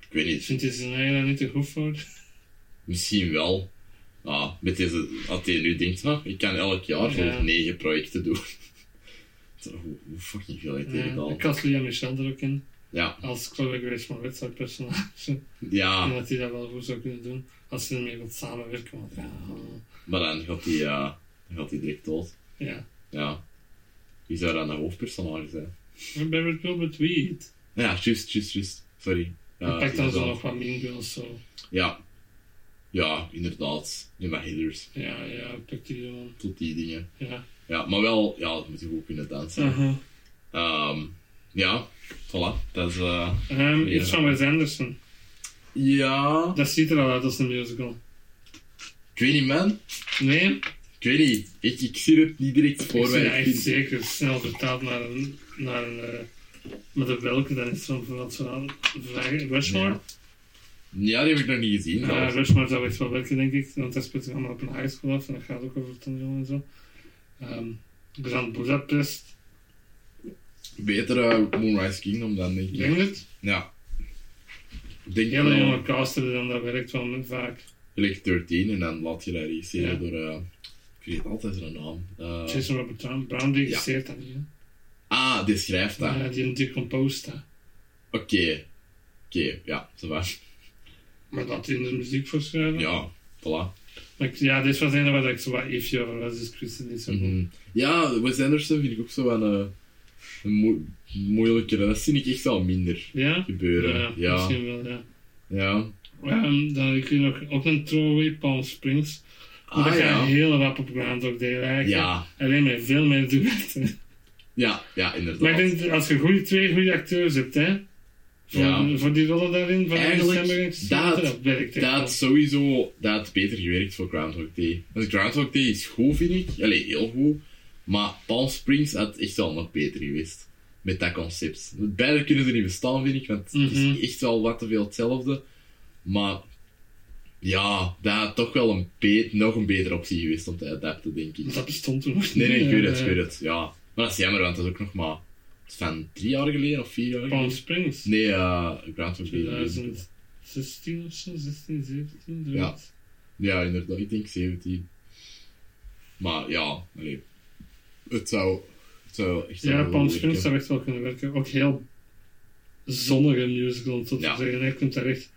Speaker 1: Ik weet
Speaker 2: Ik
Speaker 1: niet,
Speaker 2: vind hij zijn eigen daar niet te goed voor.
Speaker 1: misschien wel. Ah, met deze, als hij nu denkt, "Ah, ik kan elk jaar zo'n
Speaker 2: Ja.
Speaker 1: negen projecten doen. Zo, hoe, hoe fucking veel heeft hij
Speaker 2: Ja,
Speaker 1: gedaan?
Speaker 2: Eh, ik had Lia Michel er ook in.
Speaker 1: Ja,
Speaker 2: Als Chloe Grace Moretz haar personage. En
Speaker 1: ja,
Speaker 2: dat hij dat wel goed zou kunnen doen. Als hij ermee wilt samenwerken. Want ja,
Speaker 1: maar dan gaat hij, eh, dan gaat hij direct dood.
Speaker 2: ja.
Speaker 1: Ja. Wie zou dan de hoofdpersonage zijn? Nou
Speaker 2: En Barrett Gilbert Weed.
Speaker 1: Ja, juist, juist, juist. Sorry. Eh,
Speaker 2: Hij
Speaker 1: Ja,
Speaker 2: pakt dan zo
Speaker 1: inderdaad.
Speaker 2: nog wat Mean Girls zo.
Speaker 1: Ja. Ja, inderdaad. Emma Hillers,
Speaker 2: Ja, ja, pakt hij gewoon.
Speaker 1: tot die dingen.
Speaker 2: Ja.
Speaker 1: Ja, maar wel, ja, dat moet je goed kunnen dansen.
Speaker 2: Aha.
Speaker 1: Ehm, ja, voilà. Dat is, eh,
Speaker 2: Ehm, Iets
Speaker 1: Ja.
Speaker 2: van Wes Anderson.
Speaker 1: ja,
Speaker 2: Dat ziet er al uit als een musical.
Speaker 1: ik weet niet, man.
Speaker 2: Nee,
Speaker 1: Ik weet niet. Ik, ik zie het niet direct voor
Speaker 2: ik zie
Speaker 1: mij.
Speaker 2: dat echt
Speaker 1: vind-
Speaker 2: zeker snel vertaald naar een... Naar een eh, maar de welke dan is van wat verhaal? Vragen? Rushmore?
Speaker 1: Ja. Ja, die heb ik nog niet gezien.
Speaker 2: Ja,
Speaker 1: trouwens.
Speaker 2: Rushmore zou echt wel werken, denk ik. Want dat speelt zich allemaal op een high school af. En dat gaat ook over toneel en zo. Ehm Grand Budapest.
Speaker 1: Beter eh, Moonrise Kingdom dan, denk ik.
Speaker 2: Ik denk het.
Speaker 1: Ja. Ik denk
Speaker 2: Hele
Speaker 1: wel,
Speaker 2: jonge caster dan, dat werkt wel met- vaak.
Speaker 1: gelijk 13 en dan laat je dat regisseren
Speaker 2: Ja.
Speaker 1: door... eh, ik weet altijd zijn naam. Eh,
Speaker 2: Jason Robert Brown, Brown die
Speaker 1: Ja.
Speaker 2: geseerd dat niet, hè.
Speaker 1: ah, die schrijft dat.
Speaker 2: Ja, die decomposed dat.
Speaker 1: Oké. Oké, ja, zo was.
Speaker 2: Maar dat in de muziek voor schrijven.
Speaker 1: Ja, voilà.
Speaker 2: Maar ik- ja, dit was een waar ik zo wat ifje over was. Dus Christen is zo goed.
Speaker 1: Mhm. Ja, Wes Anderson vind ik ook zo een, eh, een moe- moeilijkere. Dat zie ik echt wel minder
Speaker 2: Ja?
Speaker 1: gebeuren. Ja, ja.
Speaker 2: misschien wel, ja. Ehm, dan heb je nog ook een throwaway Palm Springs. Maar
Speaker 1: Ah
Speaker 2: dat gaat
Speaker 1: ja.
Speaker 2: heel rap op Groundhog Day lijken.
Speaker 1: Ja,
Speaker 2: Alleen met veel meer duetten.
Speaker 1: ja, ja,
Speaker 2: Maar ik
Speaker 1: inderdaad.
Speaker 2: denk, dat als je goede, twee goede acteurs hebt, hè, voor,
Speaker 1: Ja.
Speaker 2: voor die rollen daarin, van
Speaker 1: Eigenlijk, dat-
Speaker 2: dat werkt echt
Speaker 1: Dat
Speaker 2: wel.
Speaker 1: had sowieso dat had beter gewerkt voor Groundhog Day. Want Groundhog Day is goed, vind ik. Allee, heel goed. Maar Palm Springs had echt wel nog beter geweest. Met dat concept. Beide kunnen ze niet bestaan, vind ik. Want het
Speaker 2: Mhm.
Speaker 1: is echt wel wat te veel hetzelfde. Maar ja, dat had toch wel een be- nog een betere optie geweest om te adapten, denk ik.
Speaker 2: Want dat bestond toen nog niet.
Speaker 1: Nee, nee, ik weet het,
Speaker 2: eh,
Speaker 1: ik weet het. Ja. Maar dat is jammer, want dat is ook nog maar van drie jaar geleden of vier jaar
Speaker 2: Palm
Speaker 1: geleden.
Speaker 2: Springs,
Speaker 1: Nee, eh Groundhog Day.
Speaker 2: 2016 of zo, 16, 17,
Speaker 1: Ja.
Speaker 2: zoiets.
Speaker 1: Ja, inderdaad. Ik denk 17. Maar ja, allee, het zou, het zou echt
Speaker 2: Ja,
Speaker 1: wel
Speaker 2: Palm
Speaker 1: werken.
Speaker 2: Springs zou echt wel kunnen werken. Ook heel zonnige musical, om zo te
Speaker 1: Ja.
Speaker 2: zeggen. Je kunt daar echt...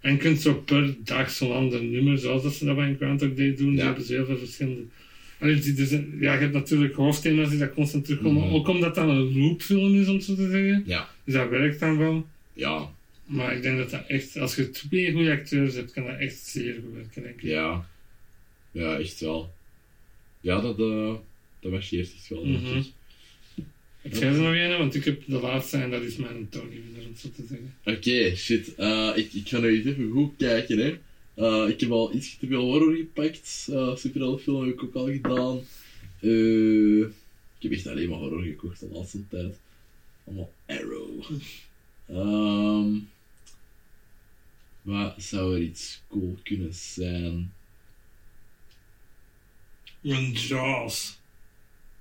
Speaker 2: En je kunt zo per dag zo'n ander nummer, zoals dat ze dat bij een Groundhog Day doen. Die
Speaker 1: Ja.
Speaker 2: hebben ze heel veel verschillende... Allee, die- er zijn- ja, je hebt natuurlijk hoofdthema's die daar constant terugkomen.
Speaker 1: Mhm.
Speaker 2: Ook omdat dat een loopfilm is, om het zo te zeggen.
Speaker 1: Ja,
Speaker 2: Dus dat werkt dan wel.
Speaker 1: ja,
Speaker 2: Maar ik denk dat dat echt... Als je twee goede acteurs hebt, kan dat echt zeer goed werken, denk ik.
Speaker 1: ja. Ja, echt wel. Ja, dat, eh dat marcheert echt wel. denk
Speaker 2: Mhm.
Speaker 1: ik.
Speaker 2: Heb jij er nog een? Want ik heb de laatste en dat is mijn Tony winnaar, om het zo te zeggen.
Speaker 1: Oké, shit. Eh, ik, ik ga nu eens even goed kijken, hè. Eh, ik heb al iets te veel horror gepakt. Eh superheldenfilm heb ik ook al gedaan. Eh, Ik heb echt alleen maar horror gekocht de laatste tijd. Allemaal Arrow. Ehm wat zou er iets cool kunnen zijn?
Speaker 2: Een Jaws.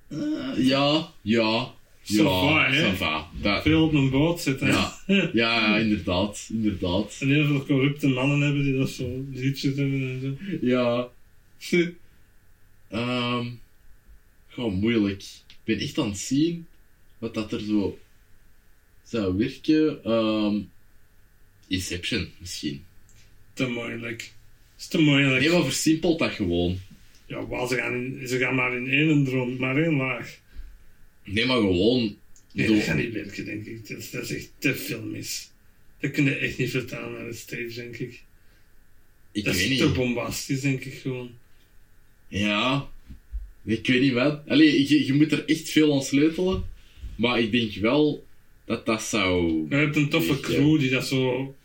Speaker 1: Eh, ja, ja, ja.
Speaker 2: Ça va, hè?
Speaker 1: ça va. Dat-
Speaker 2: Veel op een boot zitten.
Speaker 1: Ja. ja, ja, inderdaad, inderdaad.
Speaker 2: En heel veel corrupte mannen hebben die dat zo liedjes hebben en zo.
Speaker 1: Ja. Ehm, gewoon moeilijk. Ik ben echt aan het zien wat dat er zo zou werken. Ehm, Inception, misschien.
Speaker 2: Te moeilijk. Is te moeilijk.
Speaker 1: Nee, maar versimpelt dat gewoon.
Speaker 2: Ja, wel, ze gaan, in- ze gaan maar in één droom, maar één laag.
Speaker 1: Nee, maar gewoon...
Speaker 2: Nee,
Speaker 1: zo-
Speaker 2: dat gaat niet werken, denk ik. Dat, is- dat is echt te veel mis. Dat kun je echt niet vertalen naar de stage, denk ik.
Speaker 1: ik
Speaker 2: Dat
Speaker 1: weet
Speaker 2: is
Speaker 1: niet.
Speaker 2: te bombastisch, denk ik gewoon.
Speaker 1: Ja. Ik weet niet wat. Allee, je, je moet er echt veel aan sleutelen. Maar ik denk wel dat dat zou...
Speaker 2: Je hebt een toffe
Speaker 1: Echt, ja.
Speaker 2: crew die dat zo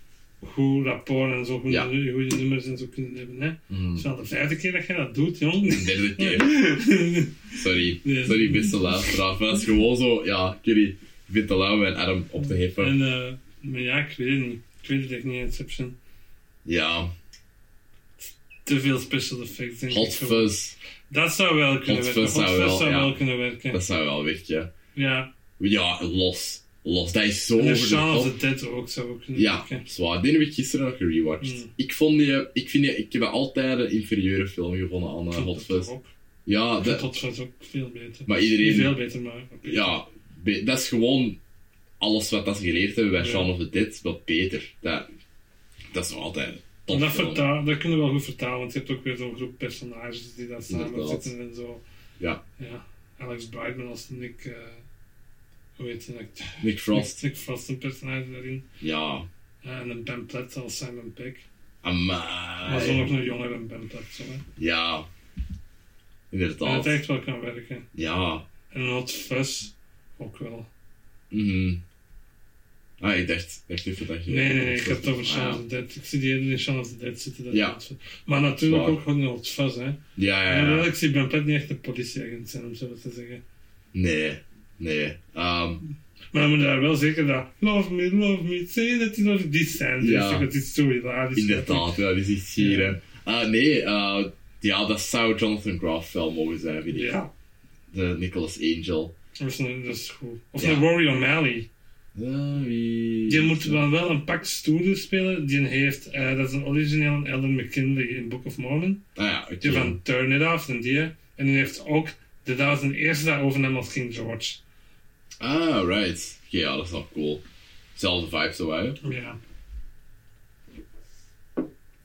Speaker 2: goed rapport en zo goede,
Speaker 1: Ja.
Speaker 2: goede nummers en zo kunnen hebben. Hè? Het
Speaker 1: Mm,
Speaker 2: is wel de vijfde keer dat je dat doet, jong.
Speaker 1: een derde keer. Sorry.
Speaker 2: Nee.
Speaker 1: Sorry, beste luisteraar. Maar Het is gewoon zo... Ja, ik weet niet. Ik vind te lauw mijn arm op te heffen.
Speaker 2: En, eh, maar ja, ik weet het niet. Ik weet het echt niet, Inception.
Speaker 1: Ja.
Speaker 2: Te veel special effects, denk
Speaker 1: Hot
Speaker 2: ik. zo.
Speaker 1: fuzz.
Speaker 2: Dat zou wel kunnen
Speaker 1: Hot
Speaker 2: werken.
Speaker 1: fuzz
Speaker 2: Hot
Speaker 1: zou
Speaker 2: fuzz
Speaker 1: wel,
Speaker 2: zou
Speaker 1: ja.
Speaker 2: wel kunnen werken.
Speaker 1: Dat zou wel werken.
Speaker 2: Ja.
Speaker 1: Ja, los. Los. Dat is zo
Speaker 2: En de
Speaker 1: over de
Speaker 2: Shaun of
Speaker 1: top.
Speaker 2: the Dead ook zou ook kunnen
Speaker 1: Ja,
Speaker 2: werken.
Speaker 1: zwaar. Die heb ik gisteren nog gerewatcht.
Speaker 2: Mm.
Speaker 1: Ik vond die... Ik, vind die, ik heb dat altijd een inferieure film gevonden aan
Speaker 2: Ik
Speaker 1: eh,
Speaker 2: vind
Speaker 1: Hot
Speaker 2: dat
Speaker 1: Fuzz.
Speaker 2: ook.
Speaker 1: Ja,
Speaker 2: Ik vind
Speaker 1: dat...
Speaker 2: Hot Fuzz ook veel beter.
Speaker 1: Maar
Speaker 2: Niet
Speaker 1: iedereen...
Speaker 2: veel beter, maar... beter.
Speaker 1: ja, be- dat is gewoon alles wat dat ze geleerd hebben bij
Speaker 2: Ja.
Speaker 1: Shaun of the Dead, wat beter. Dat, dat is nog altijd top.
Speaker 2: En dat,
Speaker 1: gewoon.
Speaker 2: vertaal, dat kunnen we wel goed vertalen, want je hebt ook weer zo'n groep personages die daar samen
Speaker 1: Inderdaad.
Speaker 2: zitten en zo.
Speaker 1: Ja.
Speaker 2: Ja. Alex Brightman als Nick... eh hoe heet die acteur?
Speaker 1: Nick Frost,
Speaker 2: Nick Frost, een personage daarin.
Speaker 1: ja.
Speaker 2: Ja, en een Ben Platt als Simon Peck. Maar zo nog
Speaker 1: Amai.
Speaker 2: een jonger dan Ben Platt, zo hè.
Speaker 1: Ja.
Speaker 2: En het
Speaker 1: Inderdaad.
Speaker 2: echt wel kan werken.
Speaker 1: Ja.
Speaker 2: En Hot Fuzz ook wel.
Speaker 1: Mhm. Ah, ik dacht, ik dacht even dat je...
Speaker 2: Nee, nee, nee, ik heb het over Shaun
Speaker 1: Ah,
Speaker 2: of the Dead. Ik zie die hele in Shaun of the Dead zitten. Dat
Speaker 1: Ja.
Speaker 2: is zo. Maar natuurlijk
Speaker 1: Zwaar.
Speaker 2: ook gewoon Hot Fuzz, hè.
Speaker 1: Ja, ja,
Speaker 2: En
Speaker 1: ja.
Speaker 2: wel,
Speaker 1: ja.
Speaker 2: ik zie Ben Platt niet echt een politieagent zijn, om zo te zeggen.
Speaker 1: Nee, nee. Ehm,
Speaker 2: Maar dan moet je daar wel zeker dat love me, love me, say that you love me, die zijn.
Speaker 1: Ja.
Speaker 2: Ja. Dat is zo hilarisch.
Speaker 1: inderdaad, ja, die is hier, hè. Ah, nee, eh, ja, dat zou Jonathan Groff wel mogen zijn, vind ik.
Speaker 2: Ja,
Speaker 1: De Nicholas Angel.
Speaker 2: dat is, een- dat is goed. Of
Speaker 1: Ja.
Speaker 2: een Rory O'Malley.
Speaker 1: Ja, wie...
Speaker 2: Die moet dan wel een pak stoerder spelen. Die heeft, eh, dat is een origineel Ellen McKinley in Book of Mormon.
Speaker 1: Ah ja, oké.
Speaker 2: Die van Turn It Off, en die. hè. En die heeft ook de duizend eerste daar over hem als King George.
Speaker 1: Ah, right. Oké, ja, dat is wel cool. Zelfde vibe zo, hè?
Speaker 2: Ja.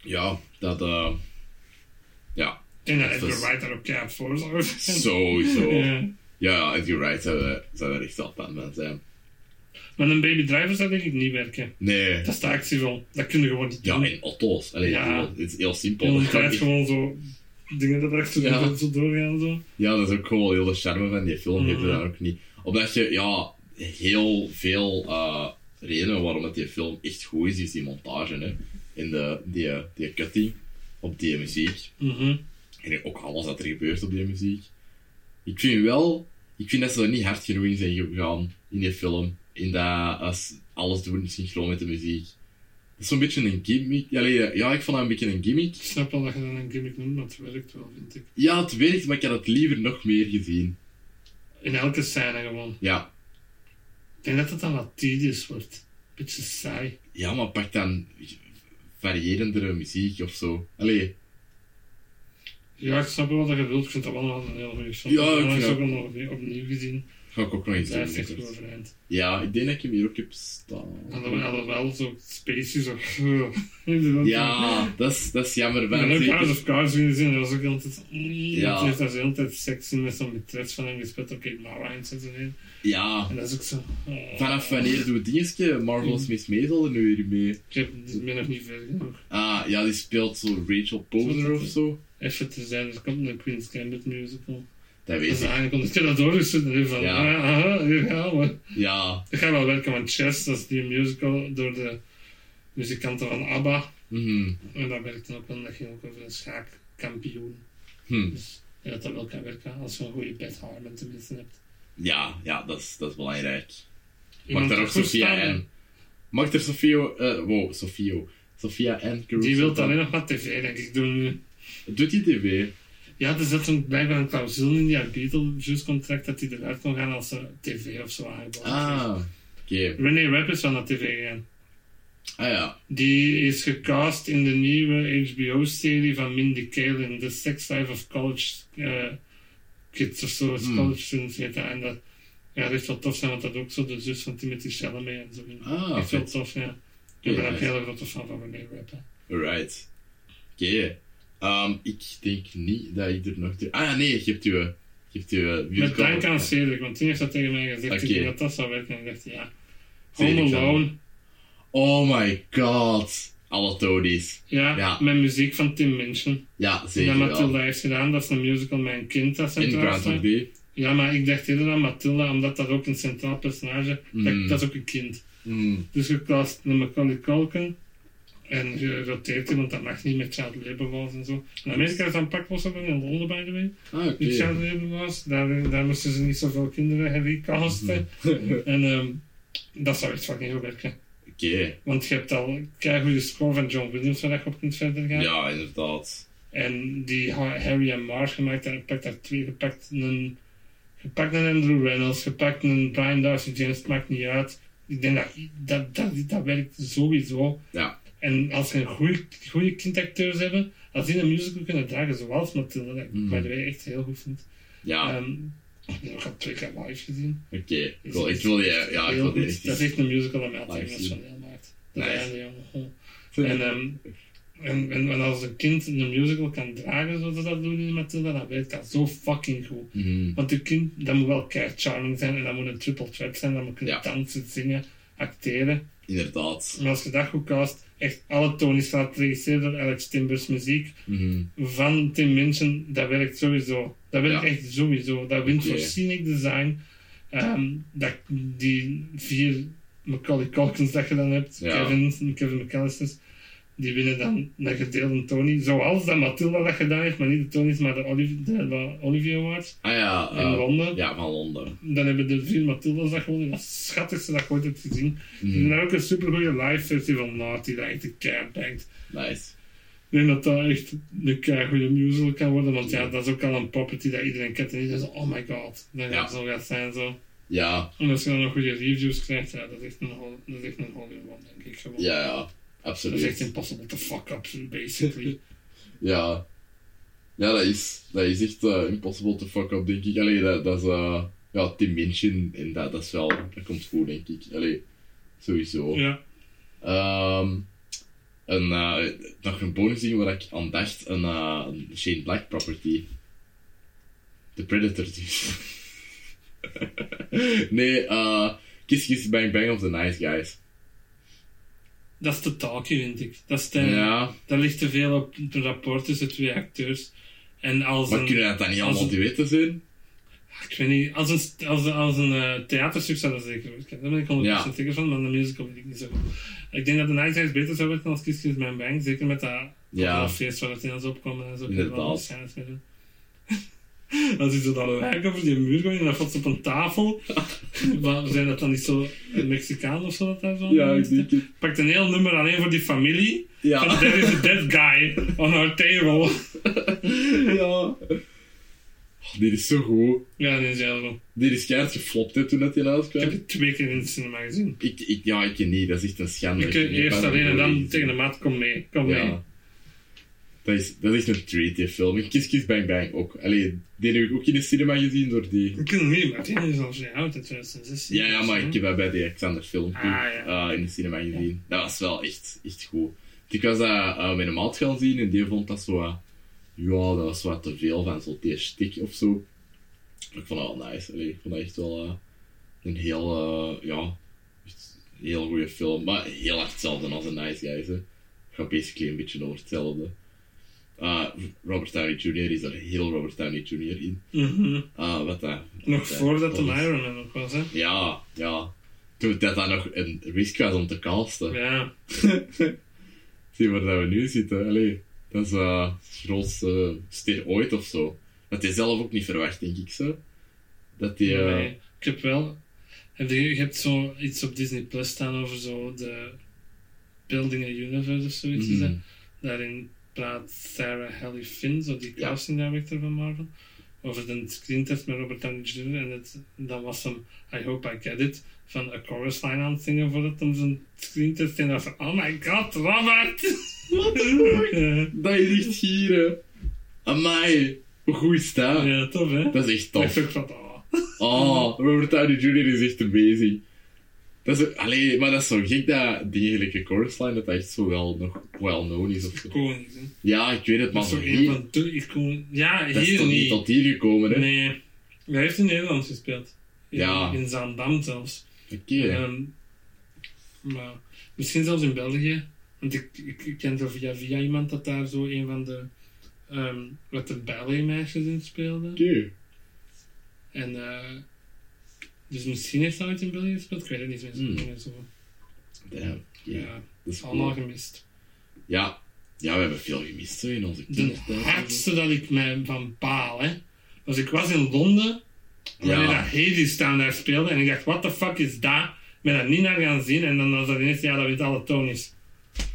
Speaker 1: Ja, dat, eh... Ja,
Speaker 2: En dat
Speaker 1: Dat
Speaker 2: Edgar
Speaker 1: is-
Speaker 2: Wright daar ook keihard voor zou zijn.
Speaker 1: sowieso. Ja,
Speaker 2: Ja.
Speaker 1: ja, Edgar Wright zou, eh, zou daar echt wel fan van zijn.
Speaker 2: Maar een baby driver zou denk ik niet werken.
Speaker 1: Nee.
Speaker 2: Dat is de actierol. Dat kun je gewoon niet
Speaker 1: Ja,
Speaker 2: doen.
Speaker 1: en auto's. Allee,
Speaker 2: Mm. Ja.
Speaker 1: ja. het is heel simpel.
Speaker 2: Je
Speaker 1: Dat kan
Speaker 2: draait
Speaker 1: niet-
Speaker 2: gewoon zo dingen dat achter
Speaker 1: Ja.
Speaker 2: ja. zo doorgaan en zo.
Speaker 1: Ja, dat is ook gewoon heel de charme van die film. Je hebt er
Speaker 2: Mhm.
Speaker 1: daar ook niet... Omdat je, ja, heel veel eh, redenen waarom dat die film echt goed is, is die montage, hè. En de, die, eh, die cutting op die muziek.
Speaker 2: Mhm.
Speaker 1: En ook alles wat er gebeurt op die muziek. Ik vind wel... Ik vind dat ze er niet hard genoeg in zijn gegaan in die film. In dat als alles doen synchroon met de muziek. Dat is zo'n beetje een gimmick. Allee, ja, ik vond dat een beetje een gimmick.
Speaker 2: Ik snap wel dat je dan een gimmick noemt, maar het werkt wel, vind ik.
Speaker 1: Ja, het werkt, maar ik had het liever nog meer gezien.
Speaker 2: In elke scène gewoon.
Speaker 1: Ja.
Speaker 2: Ik denk dat het dan wat tedious wordt. Beetje saai.
Speaker 1: Ja, maar pak dan variërendere muziek of zo. Allee,
Speaker 2: Ja, ik snap wel wat je wilt. Ik vind dat wel nog een heel goede film.
Speaker 1: Ja, ik
Speaker 2: ik heb
Speaker 1: vind
Speaker 2: het
Speaker 1: dat-
Speaker 2: ook nog opnieuw- opnieuw gezien.
Speaker 1: ga ik ook nog eens
Speaker 2: Daar
Speaker 1: doen.
Speaker 2: is echt
Speaker 1: binnenkort.
Speaker 2: overeind.
Speaker 1: Ja, ik denk dat ik hem hier ook heb staan.
Speaker 2: Alhoewel, alhoewel zo Spacey zo... Inderdaad.
Speaker 1: Ja, dat is, dat is jammer.
Speaker 2: Ik
Speaker 1: want
Speaker 2: ben ook
Speaker 1: zeker-
Speaker 2: House of Cards weer gezien, dat was ook altijd... Ja.
Speaker 1: Ja.
Speaker 2: Die heeft daar zo altijd seks in met zo'n betreft van hem gespeeld. Oké, Mara en zo in.
Speaker 1: Ja,
Speaker 2: En dat is ook zo... oh.
Speaker 1: vanaf wanneer doen we dingetje? Marvel's Miss Maisel er nu weer mee.
Speaker 2: Ik heb, ik ben nog niet ver genoeg.
Speaker 1: Ah, ja, die speelt zo Rachel Posner of zo.
Speaker 2: Even te zijn, er komt een Queen's Gambit musical.
Speaker 1: Dat
Speaker 2: Dat is
Speaker 1: weet ik.
Speaker 2: aangekondigd. Ik heb dat doorgestuurd en ik van...
Speaker 1: Ja.
Speaker 2: Ja. Aha, hier gaan we.
Speaker 1: Ja.
Speaker 2: Dat gaat wel werken, want Chess, dat is die musical door de muzikanten van ABBA.
Speaker 1: mhm.
Speaker 2: En dat werkt dan ook wel, dat ging ook over een schaakkampioen.
Speaker 1: Hm.
Speaker 2: Dus ja, dat dat wel kan werken als je een goede Beth Harmon tenminste hebt.
Speaker 1: Ja, ja dat, is, dat is belangrijk. Mag
Speaker 2: Iemand
Speaker 1: daar ook
Speaker 2: ervoor
Speaker 1: Sofia
Speaker 2: staan.
Speaker 1: en. Mag er Sofio. eh wow, Sofio. Sofia en Caruso.
Speaker 2: Die wil alleen nog wat tv, denk ik, doen nu.
Speaker 1: Doet die TV?
Speaker 2: Ja, er zat een, blijkbaar een clausule in die Beetlejuice-contract dat hij eruit kon gaan als ze tv of zo aangeboden
Speaker 1: Ah, oké.
Speaker 2: kreeg. René Rapp is wel naar tv gegaan.
Speaker 1: Ah ja.
Speaker 2: Die is gecast in de nieuwe HBO-serie van Mindy Kaling, The Sex Life of College eh, Kids of zo,
Speaker 1: Hmm.
Speaker 2: college students heet dat. En dat, ja, dat is wel tof zijn, want dat ook zo de zus van Timothy Chalamet en zo.
Speaker 1: Ah,
Speaker 2: dat is wel
Speaker 1: vet.
Speaker 2: tof, ja.
Speaker 1: Oké,
Speaker 2: Ik ben ook
Speaker 1: nice.
Speaker 2: heel erg grote fan van René Rapp. hè.
Speaker 1: Alright. Oké. Ehm, ik denk niet dat ik er nog... te- Ah, nee, je hebt je... Je hebt eh, je
Speaker 2: Met
Speaker 1: musical-
Speaker 2: dank aan Cedric, want die heeft dat tegen mij gezegd toen
Speaker 1: Oké.
Speaker 2: ik dat dat zou werken. En ik dacht, ja,
Speaker 1: Cedric
Speaker 2: Home
Speaker 1: zou-
Speaker 2: Alone.
Speaker 1: Oh my god. Alle Todies.
Speaker 2: Ja,
Speaker 1: Ja.
Speaker 2: met muziek van Tim Minchin.
Speaker 1: Ja,
Speaker 2: Ja,
Speaker 1: zeker wel.
Speaker 2: Matilda heeft gedaan, dat is een musical met een kind dat
Speaker 1: In
Speaker 2: centraal
Speaker 1: Groundhog
Speaker 2: staat.
Speaker 1: Day.
Speaker 2: Ja, maar ik dacht eerder aan Matilda, omdat dat ook een centraal personage
Speaker 1: Mm.
Speaker 2: dat, dat is ook een kind.
Speaker 1: Mm,
Speaker 2: Dus je plaatst een Macaulay Culkin en je roteert die, want dat mag niet met Child Labor Laws en zo. In Amerika is dat een pak los hebben, in Londen by the way.
Speaker 1: Ah, oké.
Speaker 2: Die Child Labor Laws, daar, daar moesten ze niet zoveel kinderen herrecasten.
Speaker 1: Mhm.
Speaker 2: En ehm, dat zou echt fucking goed werken.
Speaker 1: Oké.
Speaker 2: Want je hebt al een goede score van John Williams waar je op kunt verder gaan.
Speaker 1: Ja, inderdaad.
Speaker 2: En die Ha- Harry en Mars gemaakt en gepakt daar twee, gepakt een, gepakt een Andrew Reynolds, gepakt een Brian Darcy James, het maakt niet uit. Ik denk dat dat, dat, dat werkt sowieso.
Speaker 1: Ja.
Speaker 2: En als ze een goede kindacteurs hebben, als die een musical kunnen dragen, zoals Matilda, dat ik
Speaker 1: Mhm.
Speaker 2: by the way echt heel goed vind.
Speaker 1: Ja,
Speaker 2: Ehm, ik heb ook al twee keer live gezien.
Speaker 1: oké. Ik wil- Ik wil je... Ja, ik
Speaker 2: Heel
Speaker 1: wil die
Speaker 2: goed.
Speaker 1: echt
Speaker 2: Dat is
Speaker 1: eens-
Speaker 2: echt een musical dat mij altijd
Speaker 1: live
Speaker 2: Engels
Speaker 1: zien.
Speaker 2: van heel maakt. Dat
Speaker 1: Nice.
Speaker 2: is een jongen. En, ehm, en, en, en als een kind een musical kan dragen zoals ze dat doen in Matilda, dan werkt dat zo fucking goed.
Speaker 1: Mhm.
Speaker 2: Want een kind, dat moet wel keihard charming zijn en dat moet een triple threat zijn, dat moet kunnen
Speaker 1: Ja.
Speaker 2: dansen, zingen, acteren.
Speaker 1: Inderdaad.
Speaker 2: Maar als je dat goed cast, echt alle Tony's laat regisseren door Alex Timbers muziek
Speaker 1: Mhm.
Speaker 2: van Tim Minchin, dat werkt sowieso. Dat werkt
Speaker 1: Ja.
Speaker 2: echt sowieso. Dat wint
Speaker 1: Oké.
Speaker 2: voor scenic design. Ehm, dat, die vier Macaulay Culkins dat je dan hebt,
Speaker 1: Ja.
Speaker 2: Kevin, Kevin McAllister, die winnen dan een gedeelde Tony. Zoals dat Matilda dat gedaan heeft, maar niet de Tonys, maar de Olivier, de La- Olivier Awards
Speaker 1: Ah ja.
Speaker 2: in
Speaker 1: eh,
Speaker 2: Londen.
Speaker 1: Ja, van Londen.
Speaker 2: Dan hebben de vier Matilda's dat gewonnen. Dat is het schattigste dat ik ooit heb gezien. En
Speaker 1: Mhm.
Speaker 2: dan ook een supergoeie live versie van Naughty, dat echt de keihard bangt.
Speaker 1: Nice.
Speaker 2: Ik denk dat dat echt een keigoede musical kan worden, want ja, dat is ook al een property dat iedereen kent en iedereen zegt, oh my god, dan
Speaker 1: Ja.
Speaker 2: gaat het zo gaat zijn zo.
Speaker 1: Ja.
Speaker 2: En als je dan nog goede reviews krijgt, ja, dat is echt een hol- dat is echt een hole-in-one, denk ik gewoon.
Speaker 1: Ja, ja,
Speaker 2: Dat is echt
Speaker 1: absoluut.
Speaker 2: impossible to fuck up, basically.
Speaker 1: Ja. Ja, dat is, dat is echt eh, impossible to fuck up, denk ik. Allee, dat, dat is... eh, ja, Tim Minchin, en dat, dat is wel... Dat komt goed, denk ik. Allee, sowieso.
Speaker 2: ja.
Speaker 1: Ehm, een, eh, nog een bonus ding waar ik aan dacht. Een eh, een Shane Black property. The Predator, dus. nee, eh Kiss Kiss Bang Bang of the Nice Guys.
Speaker 2: Dat is te talkie, vind ik. Dat, is te,
Speaker 1: Ja,
Speaker 2: dat ligt te veel op het rapport tussen twee acteurs. En als
Speaker 1: maar
Speaker 2: een,
Speaker 1: kunnen dat dan niet
Speaker 2: als
Speaker 1: allemaal
Speaker 2: een-
Speaker 1: duetten zijn?
Speaker 2: ik weet niet, als een, st- als een, als een eh, theaterstuk zou dat zeker werken. Daar ben ik 100%
Speaker 1: Ja.
Speaker 2: zeker van, maar de musical weet ik niet zo goed. Ik denk dat de Night Eyes beter zou werken als Kiss Kiss Bang Bang, zeker met dat
Speaker 1: Ja.
Speaker 2: dat feest waar het in ons opkomen en zo. kun je wel
Speaker 1: Inderdaad.
Speaker 2: wat scènes mee doen. Als hij zo dan een hek over die muur gooit en dan valt ze op een tafel. Maar zijn dat dan niet zo een Mexicaan of zo dat daar zo?
Speaker 1: Ja, ik denk het.
Speaker 2: Pakt een heel nummer alleen voor die familie. Van
Speaker 1: Ja.
Speaker 2: there is a dead guy on our table.
Speaker 1: ja. Oh, Dit is zo goed.
Speaker 2: Ja, dat is heel goed.
Speaker 1: Dit is keihard geflopt hè, toen dat hij
Speaker 2: Ik heb
Speaker 1: uitkwam.
Speaker 2: het twee keer in de cinema gezien.
Speaker 1: Ik, ik, ja, ik niet. Dat is echt een schande.
Speaker 2: Ik eh,
Speaker 1: heb
Speaker 2: eerst
Speaker 1: bijna
Speaker 2: alleen en
Speaker 1: nooit
Speaker 2: dan
Speaker 1: gezien.
Speaker 2: tegen de maat, kom mee, kom mee.
Speaker 1: Ja. Dat is, dat is een treat, die film. En Kiss Kiss Bang Bang ook. Allee, die heb ik ook in de cinema gezien door die...
Speaker 2: Ik kan het niet, maar het is al vrij oud in 2016.
Speaker 1: Ja, ja, maar ik heb dat bij de Alexander Film Club,
Speaker 2: Hm? Ah, ja.
Speaker 1: eh, in de cinema gezien. Dat was wel echt, echt goed. Ik was dat eh, met een maat gaan zien en die vond dat zo... wat- ja, dat was wat te veel van zo'n die stick of zo. Maar ik vond dat wel nice. Allee, ik vond dat echt wel eh, een heel... eh, ja, echt een heel goede film. Maar heel erg hetzelfde als een Nice Guys. Hè. Het gaat basically een beetje over hetzelfde. Eh, Robert Downey Jr. is er heel Robert Downey Jr. in.
Speaker 2: Mhm.
Speaker 1: Ah, wat dat...
Speaker 2: Nog
Speaker 1: dat-
Speaker 2: voordat de
Speaker 1: dat is-
Speaker 2: Iron Man ook was, hè?
Speaker 1: ja, ja. Toen dat dat nog een risk was om te casten.
Speaker 2: Ja.
Speaker 1: Zie waar dat we nu zitten. Allee, dat is eh, het grootste ster ooit of zo. Dat hij zelf ook niet verwacht, denk ik zo. Dat hij... eh,
Speaker 2: Nee. heb wel... Heb je, je hebt zo iets op Disney Plus staan over zo de Building a Universe of zoiets. is dat?
Speaker 1: Mm.
Speaker 2: Daarin praat Sarah Hallie Finn, zo die
Speaker 1: Ja.
Speaker 2: casting director van Marvel, over de screentest met Robert Downey Jr. En het, dan was hem I Hope I Get It van A Chorus Line aan het zingen voordat hem zijn screentest en dan van Oh my god, Robert!
Speaker 1: What the fuck? Dat is echt gieren. Amai, hoe goed is dat?
Speaker 2: ja, tof hè?
Speaker 1: Dat is echt
Speaker 2: Ik
Speaker 1: tof.
Speaker 2: vind van, oh.
Speaker 1: Oh, Robert Downey Jr. is echt amazing. Dat is, allee, maar dat is zo gek dat die eigenlijke chorus line, dat dat echt zo wel nog well known is. Of zo.
Speaker 2: Iconisch, hè?
Speaker 1: Ja, ik weet het,
Speaker 2: Dat
Speaker 1: maar
Speaker 2: is toch
Speaker 1: hier,
Speaker 2: een van de iconen. Ja,
Speaker 1: dat is
Speaker 2: hier
Speaker 1: toch niet
Speaker 2: niet.
Speaker 1: tot hier gekomen, hè?
Speaker 2: Nee, hij heeft in Nederland gespeeld. In,
Speaker 1: Ja.
Speaker 2: in Zaandam zelfs.
Speaker 1: Oké.
Speaker 2: Ehm, maar misschien zelfs in België. Want ik, ik, ik ken zo via via iemand dat daar zo een van de... ehm wat de balletmeisjes in speelde.
Speaker 1: Oké.
Speaker 2: En eh... Dus misschien heeft hij ooit in België gespeeld. Ik weet het niet meer.
Speaker 1: Hmm.
Speaker 2: Niet meer zo.
Speaker 1: Damn, oké.
Speaker 2: Ja,
Speaker 1: Dat is
Speaker 2: allemaal
Speaker 1: cool.
Speaker 2: gemist.
Speaker 1: Ja. ja, we hebben veel gemist zo, in onze
Speaker 2: De
Speaker 1: kindertijd.
Speaker 2: hardste dat ik mij van baal, hè. Was ik was in Londen, wanneer
Speaker 1: Ja.
Speaker 2: dat Hades staan daar speelde, en ik dacht, what the fuck is dat? Ik ben daar niet naar gaan zien, en dan was dat ineens, ja, dat weet alle Tony's.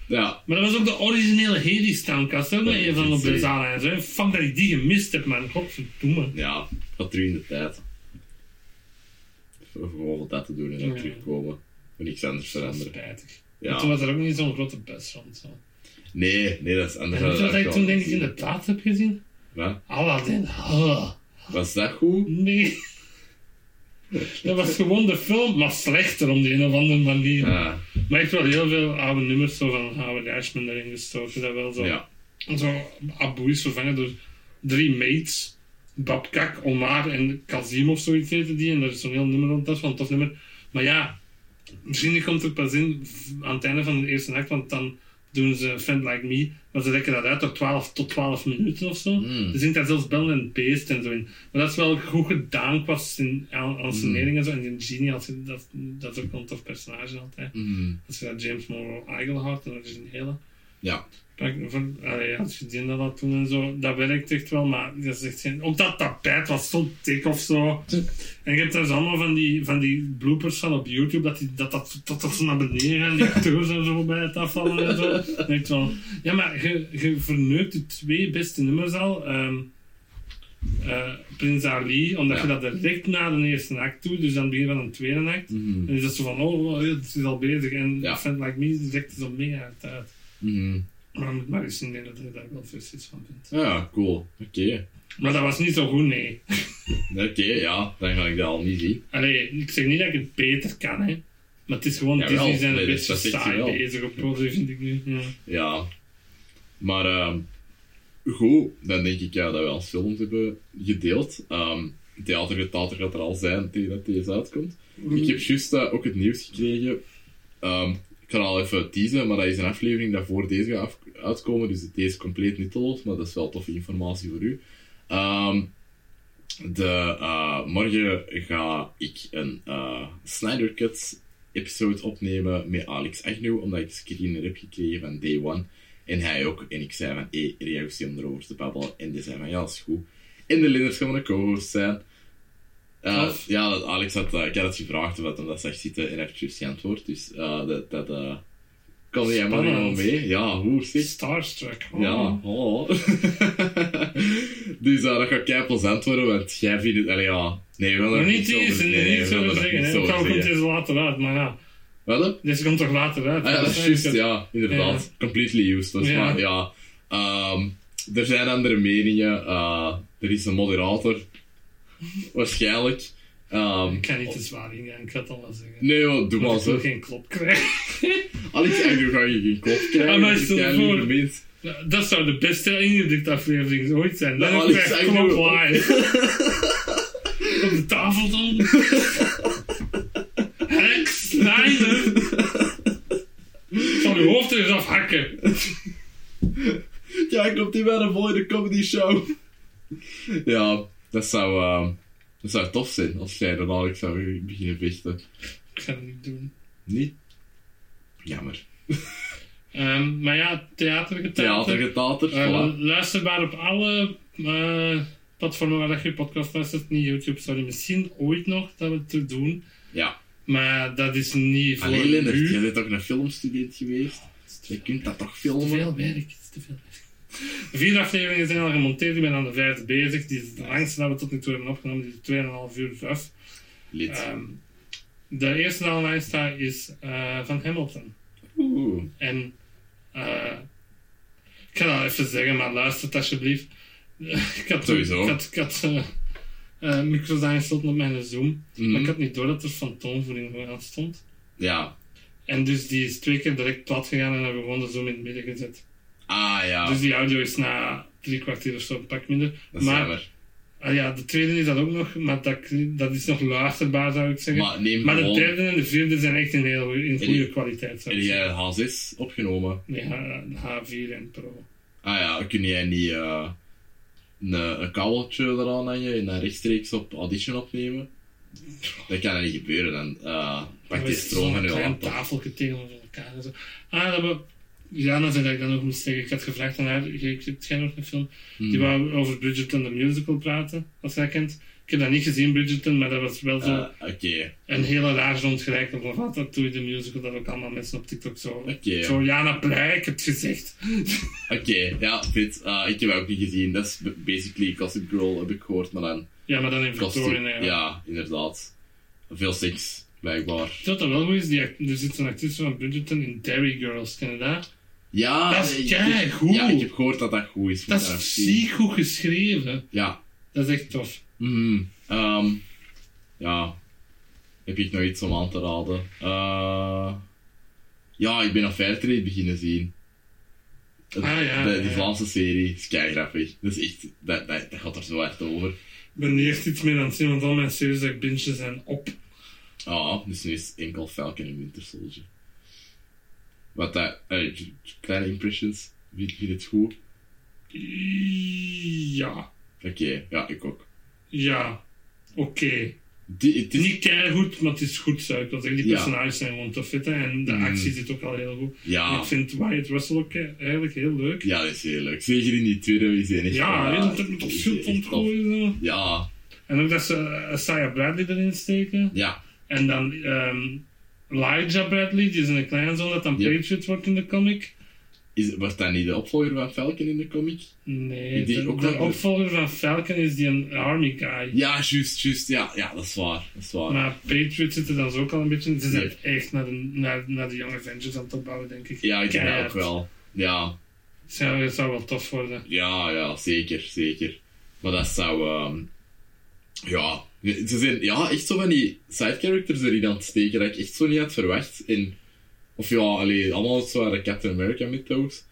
Speaker 1: Ja,
Speaker 2: Maar dat was ook de originele Hades Town Cast, ook nog
Speaker 1: Ja,
Speaker 2: een van de
Speaker 1: precies.
Speaker 2: zaallijn. Zo, fuck dat ik die gemist heb, man. Godverdomme.
Speaker 1: ja, gaat terug in de tijd. Voor Gewoon dat te doen en dan
Speaker 2: Ja.
Speaker 1: terugkomen. En niks anders
Speaker 2: Dat is
Speaker 1: veranderen.
Speaker 2: spijtig. En Toen
Speaker 1: Ja.
Speaker 2: was er ook niet zo'n grote bus rond. Zo.
Speaker 1: Nee, nee, dat is anders.
Speaker 2: En weet je
Speaker 1: dan
Speaker 2: wat ik
Speaker 1: dat
Speaker 2: toen denk ik
Speaker 1: wel.
Speaker 2: in de plaat heb gezien?
Speaker 1: Wat?
Speaker 2: Aladdin. Huh.
Speaker 1: Was dat goed?
Speaker 2: Nee. Dat was gewoon de film, maar slechter om de een of andere manier.
Speaker 1: Ah,
Speaker 2: Maar ik heb wel heel veel oude nummers zo van Howard Ashman erin gestoken. Dat wel zo.
Speaker 1: Ah, ja.
Speaker 2: Zo, Abu is vervangen door drie mates. Babkak, Omar en Kazim of zoiets heten die. En daar is zo'n heel nummer rond. Dat is wel een tof nummer. Maar ja, misschien komt het pas in v- aan het einde van de eerste act. Want dan doen ze Fan Like Me. Maar ze rekken dat uit tot 12, tot 12 minuten of zo.
Speaker 1: Mm.
Speaker 2: Ze zingt daar zelfs Bel en Beest en zo in. Maar dat is wel goed gedaan qua scen- aan- aan scenering en zo. En Genie, als, je- dat, dat is ook wel een tof personage altijd.
Speaker 1: Mhm.
Speaker 2: Als je dat James Monroe Eigelhard, dat is een hele.
Speaker 1: Ja.
Speaker 2: Pak- van- allee, Als je die dat had toen en zo, dat werkt echt wel, maar dat is echt geen... Ook dat tapijt was zo dik of zo. En je hebt daar zo allemaal van die, van die bloopers van op YouTube, dat die, dat, dat, dat, dat zo naar beneden gaan, die acteurs en zo bij het afvallen en zo. Dan denk ik wel, ja, maar je, je verneukt de twee beste nummers al. ehm, eh, Prins Ali, omdat
Speaker 1: Ja.
Speaker 2: je dat direct na de eerste act doet, dus aan het begin van een tweede act.
Speaker 1: Mhm.
Speaker 2: En is dat zo van, oh, oh, het is al bezig. En
Speaker 1: Ja.
Speaker 2: Friend Like Me trekt het al mee uit. eh. uit.
Speaker 1: Mhm.
Speaker 2: Maar dan moet maar eens zien dat hij daar wel versies van vindt.
Speaker 1: Ja, Ah, cool. Oké.
Speaker 2: Maar dat was niet zo goed, nee.
Speaker 1: Oké, ja, dan ga ik dat al niet zien.
Speaker 2: Allee, ik zeg niet dat ik het beter kan, hè. Maar het is gewoon,
Speaker 1: Jawel,
Speaker 2: Disney zijn
Speaker 1: nee,
Speaker 2: een
Speaker 1: dat-
Speaker 2: beetje
Speaker 1: dat zegt hij
Speaker 2: saai
Speaker 1: wel.
Speaker 2: bezig op Broadway, vind ik nu. Ja.
Speaker 1: Ja. Maar ehm, goed, dan denk ik ja, dat we als films hebben gedeeld. Ehm Theatergetater gaat er al zijn tegen dat deze uitkomt. Ik heb juist eh, ook het nieuws gekregen. Ehm, ik kan al even teasen, maar dat is een aflevering dat voor deze gaat af- uitkomen. Dus deze is compleet nutteloos, maar dat is wel toffe informatie voor u. Ehm, de, eh, morgen ga ik een eh, Snyder Cut episode opnemen met Alex Agnew, omdat ik de screener heb gekregen van Day One. En hij ook. En ik zei van, hé, hey, reactie om erover te babbelen. En die zei van, ja, dat is goed. En de Linders gaan een co-host zijn. Eh,
Speaker 2: Tof.
Speaker 1: ja, dat Alex had, eh, ik had het gevraagd of dat hem dat zag zitten en hij heeft juist geantwoord. Dus eh, dat, dat eh kan jij maar
Speaker 2: Spannend.
Speaker 1: helemaal mee. Ja, hoe zeg.
Speaker 2: Starstruck. oh.
Speaker 1: Ja, oh. dus eh, dat gaat kei plezant worden, want jij vindt het... Allee, ja. Nee, we willen
Speaker 2: Maar
Speaker 1: er
Speaker 2: niet
Speaker 1: over-
Speaker 2: deze,
Speaker 1: nee, nee,
Speaker 2: niet
Speaker 1: we willen
Speaker 2: zo
Speaker 1: er
Speaker 2: zeggen,
Speaker 1: niets
Speaker 2: hè. Ik
Speaker 1: over
Speaker 2: kan komt
Speaker 1: zeggen.
Speaker 2: deze later uit, maar ja.
Speaker 1: Wel, hè?
Speaker 2: Deze komt toch later uit?
Speaker 1: Ah, ja, dat is juist, ja, inderdaad. Completely useless,
Speaker 2: Ja.
Speaker 1: maar ja. ehm, er zijn andere meningen. eh, er is een moderator. Waarschijnlijk. Ehm,
Speaker 2: Ik ga niet te zwaar ingaan, ik ga het al wel zeggen.
Speaker 1: Nee, joh, doe maar
Speaker 2: Want ik wil
Speaker 1: zo.
Speaker 2: geen klop krijgen.
Speaker 1: Alex, nu ga je geen kop krijgen.
Speaker 2: Ah, maar
Speaker 1: want je
Speaker 2: stel
Speaker 1: bent
Speaker 2: voor-
Speaker 1: liever mens.
Speaker 2: Nou, Dat zou de beste Ingeduct-aflevering ooit zijn. Dan
Speaker 1: Nou,
Speaker 2: heb
Speaker 1: Alex,
Speaker 2: ik echt
Speaker 1: ik doe-
Speaker 2: klop live. Op de tafel dan. Alex Snyder. Ik zal uw hoofd er eens afhakken.
Speaker 1: Ja, komt hier bij de volgende comedy show. ja, dat zou, ehm, dat zou tof zijn als jij dan Alex zou beginnen vechten.
Speaker 2: Ik ga dat niet doen.
Speaker 1: Niet? Jammer.
Speaker 2: Ehm, maar ja, theatergetalte.
Speaker 1: Theatergetater,
Speaker 2: Eh,
Speaker 1: voilà.
Speaker 2: luisterbaar op alle eh, platformen waar dat je podcast luistert, niet YouTube, sorry. Misschien ooit nog dat we het te doen,
Speaker 1: Ja.
Speaker 2: maar dat is niet voor
Speaker 1: Allee, Lennart,
Speaker 2: nu.
Speaker 1: jij bent toch een filmstudent geweest? Je kunt dat toch
Speaker 2: Te
Speaker 1: filmen?
Speaker 2: veel werk, het is te veel werk. Vier afleveringen zijn al gemonteerd, ik ben aan de vijfde bezig. Die is de langste dat we tot nu toe hebben opgenomen, die is 2,5 uur dus af.
Speaker 1: Lid.
Speaker 2: Ehm, de eerste die online staat is eh, van Hamilton.
Speaker 1: Oeh.
Speaker 2: En eh, ik ga dat even zeggen, maar luister het alsjeblieft. ik had,
Speaker 1: Sowieso.
Speaker 2: Ik had, ik had eh, eh, micro's aangesloten op mijn Zoom, maar ik
Speaker 1: Mhm.
Speaker 2: had niet door dat er fantoomvoering aan stond.
Speaker 1: Ja.
Speaker 2: En dus die is twee keer direct plat gegaan en hebben we gewoon de Zoom in het midden gezet.
Speaker 1: Ah ja,
Speaker 2: Dus die audio is na drie kwartier of zo een pak minder.
Speaker 1: dat is
Speaker 2: maar-
Speaker 1: jammer.
Speaker 2: Ah ja, de tweede is dat ook nog, maar dat, dat is nog luisterbaar zou ik zeggen.
Speaker 1: Maar neem
Speaker 2: Maar de
Speaker 1: gewoon...
Speaker 2: derde en de vierde zijn echt in heel in
Speaker 1: die-
Speaker 2: goede kwaliteit. Zou
Speaker 1: Heb
Speaker 2: ik zeggen.
Speaker 1: jij H6 opgenomen?
Speaker 2: Nee, H, 4 en Pro.
Speaker 1: Ah ja, dan kun jij niet eh, een, een kabeltje eraan aan je en dan rechtstreeks op Audition opnemen? Dat kan er niet gebeuren. Dan eh pak
Speaker 2: Maar
Speaker 1: je
Speaker 2: is
Speaker 1: stroom van je
Speaker 2: zo'n klein
Speaker 1: laptop.
Speaker 2: tafeltje tegenover elkaar. en zo. Ah, dat we... Ja, dan zei dat ik dan nog moest zeggen. Ik had gevraagd aan haar, ik heb jij nog een film? Die
Speaker 1: Hmm.
Speaker 2: wou over Bridgerton de musical praten, als jij dat kent. Ik heb dat niet gezien, Bridgerton, maar dat was wel zo
Speaker 1: Eh, Oké,
Speaker 2: een hele raar rondgelijk over wat dat doe je de musical, dat ook allemaal mensen op TikTok zo...
Speaker 1: Oké.
Speaker 2: Zo, Jana Pleij, ik heb het gezegd.
Speaker 1: oké. Ja, fit. Eh, ik heb dat ook niet gezien. Dat is b- basically Gossip Girl, heb ik gehoord. Maar dan...
Speaker 2: ja, maar dan in eh, Victorian
Speaker 1: Gossip...
Speaker 2: Era.
Speaker 1: Ja, inderdaad. Veel seks, blijkbaar.
Speaker 2: Dat dat wel goed is, die, act- er zit zo'n actrice van Bridgerton in Derry Girls, ken je dat?
Speaker 1: Ja,
Speaker 2: Dat is
Speaker 1: Ah, ik-
Speaker 2: keigoed.
Speaker 1: Ja, ik heb gehoord dat dat goed is.
Speaker 2: Dat
Speaker 1: Moet dat
Speaker 2: is
Speaker 1: zien.
Speaker 2: ziek goed geschreven.
Speaker 1: Ja,
Speaker 2: Dat is echt tof.
Speaker 1: Mhm. Ehm, ja, heb ik nog iets om aan te raden? Eh, ja, ik ben een Fairtrade beginnen zien. Dat-
Speaker 2: Ah, ja,
Speaker 1: de-
Speaker 2: ja,
Speaker 1: die
Speaker 2: ja.
Speaker 1: Vlaamse serie is kei grappig. Dat, is echt, dat, dat, dat gaat er zo echt over.
Speaker 2: Ik ben niet echt iets meer aan het zien, want al mijn series dat ik binge zijn op.
Speaker 1: Ah, dus nu is enkel Falcon en Winter Soldier. Wat dat, eh, j- j- kleine impressions, vind je het goed?
Speaker 2: Ja.
Speaker 1: Oké, ja, ik ook.
Speaker 2: Ja. Oké.
Speaker 1: Die, het
Speaker 2: Het
Speaker 1: is,
Speaker 2: is niet keihard, maar het is goed, zou ik wel zeggen. Die
Speaker 1: Ja.
Speaker 2: personages zijn gewoon tof fit, hè, en de
Speaker 1: Mm.
Speaker 2: actie zit ook al heel goed.
Speaker 1: ja,
Speaker 2: Ik vind Wyatt Russell ook eh, eigenlijk heel leuk.
Speaker 1: ja, dat is heel leuk. Zeker in die tweede, is zijn echt...
Speaker 2: Ja,
Speaker 1: eh,
Speaker 2: heel dat heb ik toch
Speaker 1: is
Speaker 2: veel
Speaker 1: echt
Speaker 2: van het
Speaker 1: tof.
Speaker 2: gooien. zo.
Speaker 1: Ja,
Speaker 2: En ook dat ze eh, Isaiah Bradley erin steken.
Speaker 1: ja.
Speaker 2: En dan ehm Elijah Bradley, die is een kleinzoon dat dan
Speaker 1: Ja.
Speaker 2: Patriot wordt in de comic.
Speaker 1: Is, was dat niet de opvolger van Falcon in de comic?
Speaker 2: Nee,
Speaker 1: Ik denk
Speaker 2: de,
Speaker 1: ook
Speaker 2: de
Speaker 1: wel-
Speaker 2: opvolger van Falcon is die een army guy.
Speaker 1: Ja, juist, juist. Ja, ja dat is waar. Dat is waar.
Speaker 2: Maar Patriot zit er dan ook al een beetje. in. Ze zijn
Speaker 1: Ja.
Speaker 2: echt naar de, naar, naar de Young Avengers aan het opbouwen, denk ik.
Speaker 1: ja, ik denk dat
Speaker 2: Keihard.
Speaker 1: ook wel. Ja,
Speaker 2: Zou, dat zou wel tof worden.
Speaker 1: ja, ja, zeker, zeker. Maar dat zou... ehm, ja, ze zijn ja, echt zo van die side-characters erin aan het steken dat ik echt zo niet had verwacht. En, of ja, allee, allemaal zware Captain America mythos.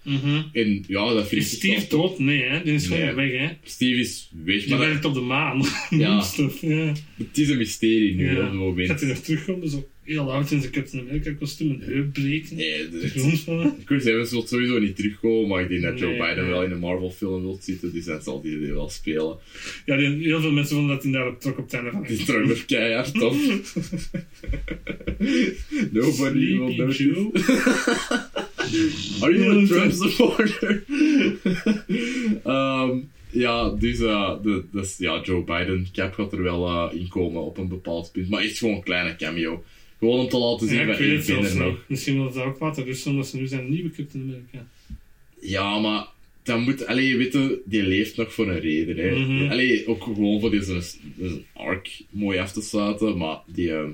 Speaker 1: En ja, dat vind ik...
Speaker 2: Is Mhm. Steve
Speaker 1: toch-
Speaker 2: dood? Nee, hè? Die is
Speaker 1: Nee.
Speaker 2: gewoon weg, hè?
Speaker 1: Steve is weg,
Speaker 2: Die
Speaker 1: maar dat-
Speaker 2: werkt op de maan.
Speaker 1: Ja.
Speaker 2: Monster, ja.
Speaker 1: het is een mysterie nu
Speaker 2: Ja.
Speaker 1: op het
Speaker 2: Gaat hij
Speaker 1: moment.
Speaker 2: nog terugkomen? Zo heel oud in zijn Captain America kostuum, een heup breken.
Speaker 1: Nee, dat
Speaker 2: De
Speaker 1: is-
Speaker 2: grond vallen.
Speaker 1: Chris Evans wil sowieso niet terugkomen, maar ik denk dat Joe
Speaker 2: Nee,
Speaker 1: Biden
Speaker 2: nee.
Speaker 1: wel in een Marvel-film wil zitten, dus dan zal die er wel spelen.
Speaker 2: Ja, die, heel veel mensen vonden dat hij daarop trok op het einde van
Speaker 1: Die is trouwens keihard, toch? Nobody will
Speaker 2: Sleepy
Speaker 1: notice.
Speaker 2: Joe.
Speaker 1: Are you a
Speaker 2: Ja,
Speaker 1: Trump
Speaker 2: dat-
Speaker 1: supporter? Ehm, ja, dus, eh, de, dus ja, Joe Biden, Cap gaat er wel eh, in komen op een bepaald punt, maar is gewoon een kleine cameo. Gewoon om te laten zien
Speaker 2: Ja, ik
Speaker 1: dat
Speaker 2: weet
Speaker 1: ik
Speaker 2: het
Speaker 1: ben
Speaker 2: zelfs
Speaker 1: er nog.
Speaker 2: nog. Misschien wil dat ook laten rusten, omdat ze nu zijn nieuwe Captain America.
Speaker 1: Ja, maar dan moet, allee, je weet het, die leeft nog voor een reden. Hè.
Speaker 2: Mhm.
Speaker 1: Allee, ook gewoon voor deze, deze arc mooi af te sluiten, maar die, ehm,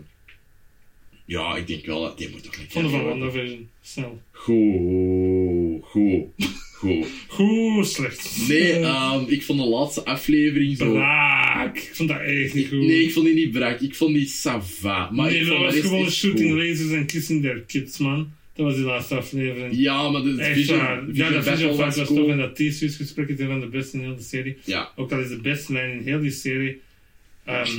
Speaker 1: ja, ik denk wel dat die moet toch niet
Speaker 2: Van de Van WandaVision. Snel.
Speaker 1: Goed, goed, goed.
Speaker 2: Goed, slecht. Eh,
Speaker 1: Nee, ehm, ik vond de laatste aflevering zo.
Speaker 2: Braak. Ik vond dat echt niet goed.
Speaker 1: Nee, ik vond die niet brak, ik vond die sava. Maar
Speaker 2: Nee,
Speaker 1: ik
Speaker 2: dat
Speaker 1: vond de
Speaker 2: was
Speaker 1: rest
Speaker 2: gewoon
Speaker 1: echt
Speaker 2: shooting
Speaker 1: goed.
Speaker 2: lasers en kissing their kids, man. Dat was die laatste aflevering.
Speaker 1: Ja, maar de
Speaker 2: echt
Speaker 1: Vision,
Speaker 2: waar. ja,
Speaker 1: Vision
Speaker 2: dat
Speaker 1: Battle
Speaker 2: Vision Fight was
Speaker 1: cool.
Speaker 2: toch en dat T-Series gesprek is een van de beste in heel de serie.
Speaker 1: Ja,
Speaker 2: Ook al is de beste lijn in heel die serie. ehm,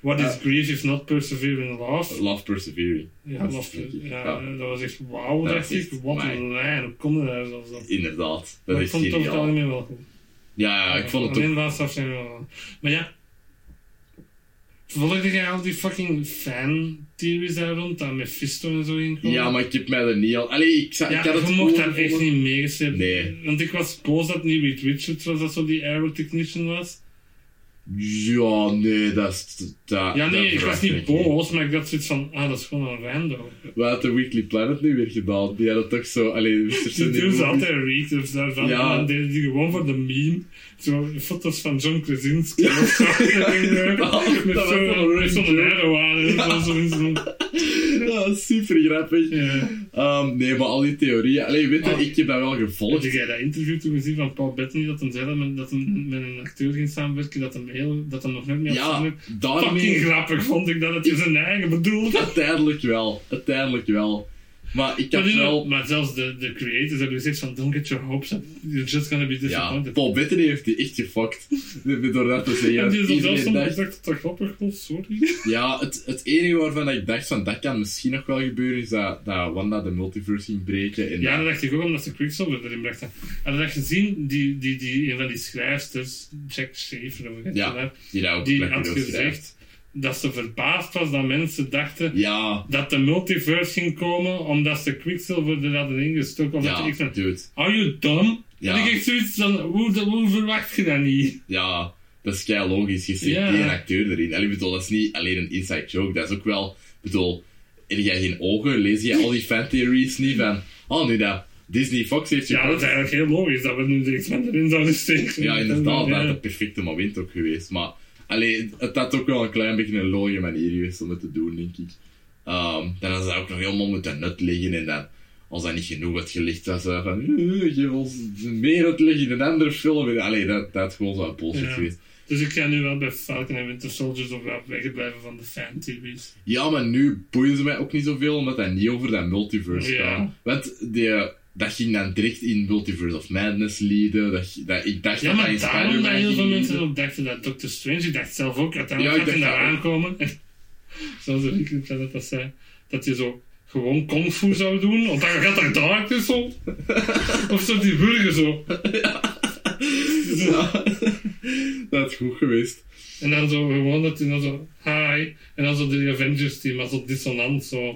Speaker 2: what is grief if not persevering love?
Speaker 1: Love Persevering.
Speaker 2: Ja,
Speaker 1: dat is
Speaker 2: love,
Speaker 1: tricky.
Speaker 2: ja,
Speaker 1: Oh, Ja.
Speaker 2: dat was echt wauw,
Speaker 1: Dat
Speaker 2: dacht
Speaker 1: is
Speaker 2: ik. Wat
Speaker 1: mij.
Speaker 2: een lijn, hoe kom je daar zelfs op?
Speaker 1: Inderdaad, dat
Speaker 2: Maar ik
Speaker 1: is
Speaker 2: vond het over het
Speaker 1: geniaal.
Speaker 2: algemeen wel goed.
Speaker 1: Ja, ja, ik vond het ook
Speaker 2: Alleen de laatste aflevering wel. Maar ja, Volgde jij al die fucking fan-theories daar rond, dat Mephisto en zo in komen?
Speaker 1: Ja, maar ik heb mij er niet al... Allee, ik, zou-
Speaker 2: Ja,
Speaker 1: ik had het
Speaker 2: je mocht
Speaker 1: cool
Speaker 2: daar echt
Speaker 1: gevonden.
Speaker 2: niet meegesleept.
Speaker 1: Nee.
Speaker 2: Want ik was boos dat niet Reed Richards was, dat zo die aero-technician was.
Speaker 1: Ja, nee, dat is... Dat,
Speaker 2: Ja, nee,
Speaker 1: dat
Speaker 2: ik was
Speaker 1: verwacht
Speaker 2: niet
Speaker 1: ik niet.
Speaker 2: boos, maar ik dacht zoiets van, ah, dat is gewoon een rando.
Speaker 1: Wat had de Weekly Planet nu weer gedaan? Die hadden toch zo... Allee, Mr.
Speaker 2: Die
Speaker 1: Sunday
Speaker 2: doen
Speaker 1: Movie.
Speaker 2: ze altijd readers daarvan,
Speaker 1: Ja.
Speaker 2: maar dan deden die gewoon voor de meme. Zo foto's van John Krasinski of zo.
Speaker 1: dat
Speaker 2: Met
Speaker 1: was wel
Speaker 2: zo'n
Speaker 1: een
Speaker 2: met zo'n
Speaker 1: joke.
Speaker 2: arrow aan en zo. in zo'n-
Speaker 1: Dat was Ah, super grappig.
Speaker 2: Ja.
Speaker 1: Ehm, nee, maar al die theorieën... Allee, weet je,
Speaker 2: Ah.
Speaker 1: ik heb dat wel
Speaker 2: Heb
Speaker 1: gevolgd.
Speaker 2: jij dat interview toen gezien van Paul Bettany, dat hij zei dat men- dat hem met een acteur ging samenwerken, dat hem, heel, dat hem nog net meer
Speaker 1: Ja, Ah,
Speaker 2: Fucking
Speaker 1: daarmee...
Speaker 2: grappig vond ik dat het in zijn eigen bedoelde.
Speaker 1: Uiteindelijk wel. Uiteindelijk wel. Maar ik
Speaker 2: Maar,
Speaker 1: heb
Speaker 2: die-
Speaker 1: wel...
Speaker 2: maar zelfs de, de creators hebben gezegd van don't get your hopes up, you're just gonna be
Speaker 1: Ja,
Speaker 2: disappointed.
Speaker 1: Paul Bettany heeft die echt gefokt. Door dat te zeggen.
Speaker 2: en die is zelfs
Speaker 1: Iedereen
Speaker 2: soms
Speaker 1: dacht-
Speaker 2: gezegd dat dat grappig was, sorry.
Speaker 1: Ja, het, het enige waarvan ik dacht van dat kan misschien nog wel gebeuren, is dat, dat Wanda de multiverse ging breken. En
Speaker 2: Ja, dat dacht ik ook omdat ze Quicksilver erin brachten. Had je dat gezien, die, die, die, een van die schrijfsters, Jack Schaefer, of hoe heet
Speaker 1: Ja,
Speaker 2: ze daar,
Speaker 1: die dat ook
Speaker 2: die
Speaker 1: lekker
Speaker 2: had
Speaker 1: wil schrijven.
Speaker 2: gezegd dat ze verbaasd was dat mensen dachten
Speaker 1: Ja,
Speaker 2: dat de multiverse ging komen omdat ze Quicksilver er hadden ingestoken. Of dat
Speaker 1: ja,
Speaker 2: ik van,
Speaker 1: dude.
Speaker 2: are you dumb?
Speaker 1: Ja.
Speaker 2: En ik echt zoiets van, hoe, hoe verwacht je dat niet?
Speaker 1: Ja, dat is kei logisch. Je ziet
Speaker 2: Ja.
Speaker 1: die acteur erin. Allee, ik bedoel, dat is niet alleen een inside joke, dat is ook wel... ik bedoel, heb jij geen ogen? Lees jij al die fan theories niet van... Oh, nu dat Disney Fox heeft...
Speaker 2: Ja, dat is eigenlijk heel logisch dat we nu de X-Men erin zouden steken.
Speaker 1: Ja, inderdaad, dat
Speaker 2: Ja.
Speaker 1: had het perfecte moment ook geweest. Maar allee, het had ook wel een klein beetje een looie manier geweest om het te doen, denk ik. Ehm, dan hadden ze dat ook nog helemaal moeten uitleggen. En dan, als dat niet genoeg had gelegd, was ze van... "Eh, Geef ons meer uitleg in een andere film. En, allee, dat, dat had gewoon zo'n bullshit
Speaker 2: Ja.
Speaker 1: geweest.
Speaker 2: Dus ik ga nu wel bij Falcon en Winter Soldier zo graag wegblijven van de fan-TV's.
Speaker 1: Ja, maar nu boeien ze mij ook niet zoveel, omdat dat niet over dat multiverse
Speaker 2: Ja.
Speaker 1: gaat. Want die, dat ging dan direct in Multiverse of Madness leaden. Dat, dat, ik dacht
Speaker 2: Ja,
Speaker 1: dat dat
Speaker 2: maar
Speaker 1: in
Speaker 2: daarom dat
Speaker 1: Spider-Man
Speaker 2: heel
Speaker 1: ging
Speaker 2: veel mensen
Speaker 1: leaden.
Speaker 2: ook dachten dat Doctor Strange, ik dacht zelf ook, uiteindelijk
Speaker 1: Ja,
Speaker 2: gaat
Speaker 1: ik
Speaker 2: hij
Speaker 1: dacht
Speaker 2: daar
Speaker 1: dat
Speaker 2: aankomen. Zoals de Weekly Planet dat zei, dat hij zo gewoon kung fu zou doen, want dan gaat er darkness op. Of zo die burger zo.
Speaker 1: Ja. dat is goed geweest.
Speaker 2: En dan zo gewoon dat hij dan zo, hi. En dan zo de Avengers team, maar zo dissonant zo.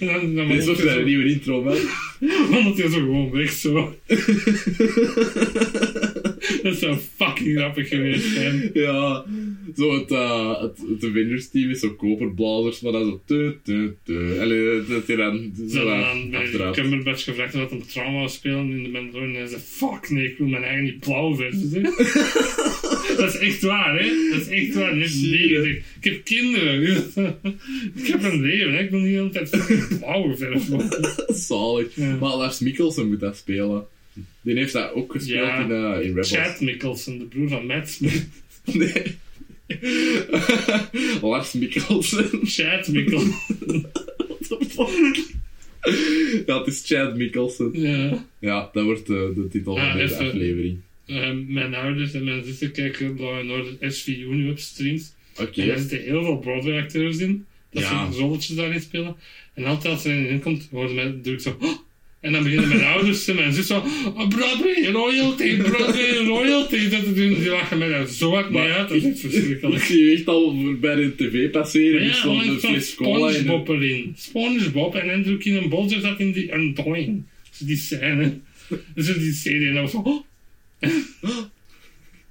Speaker 2: En dan, dan
Speaker 1: Dit is
Speaker 2: zo,
Speaker 1: ook een nieuwe intro, man.
Speaker 2: wandelt hij zo gewoon weg zo. dat zou fucking grappig geweest zijn.
Speaker 1: ja, zo het, eh het, het Avengers team is zo koperblazers, maar dan zo... Tu, tu, tu. Allee, dat je dan
Speaker 2: Ze
Speaker 1: zo
Speaker 2: hadden aan bij
Speaker 1: achteraf.
Speaker 2: Cumberbatch gevraagd wat een trauma was spelen in de Mandalorian. En hij zei, fuck nee, ik wil mijn eigen die blauw versie. hè." Dat is echt waar, hè? Dat is echt waar. Je hebt
Speaker 1: Zie je.
Speaker 2: nee gezegd. Ik heb kinderen. ik heb een leven, hè? Ik wil niet de hele tijd fucking blauw verf worden.
Speaker 1: Zalig.
Speaker 2: Ja.
Speaker 1: Maar Lars Mikkelsen moet dat spelen. Die heeft dat ook gespeeld
Speaker 2: Ja.
Speaker 1: in, eh, in Rebels.
Speaker 2: Chad Mickelson, de broer van Matt Smith.
Speaker 1: Nee. Lars Mikkelsen.
Speaker 2: Chad Mickelson.
Speaker 1: Dat is Chad Mikkelsen.
Speaker 2: Ja.
Speaker 1: Ja, dat wordt eh, de titel van
Speaker 2: Ah,
Speaker 1: deze
Speaker 2: even.
Speaker 1: aflevering.
Speaker 2: Ehm, mijn ouders en mijn zussen kijken Law and Order SVU nu op streams.
Speaker 1: Oké.
Speaker 2: En daar zitten heel veel Broadway-acteurs in. Dat
Speaker 1: Ja.
Speaker 2: zijn rolletjes daarin spelen. En altijd als er een in komt, hoorde mij, doe ik zo... "Oh!" En dan beginnen mijn ouders en mijn zus zo... "Oh, Broadway, royalty, Broadway, royalty. Dat te doen. Die lachen mij daar zo hard mee
Speaker 1: Maar-
Speaker 2: uit. Dat is echt
Speaker 1: Ik
Speaker 2: verschrikkelijk.
Speaker 1: zie je echt al bij de tv passeren.
Speaker 2: Maar
Speaker 1: Ik
Speaker 2: ja,
Speaker 1: stond
Speaker 2: er
Speaker 1: een
Speaker 2: stond
Speaker 1: fles cola in.
Speaker 2: Spongebob erin. Spongebob en Andrew Keenan Bolger zat in die Undoing. Dus die scène. Dus die serie en dan zo... "Oh!"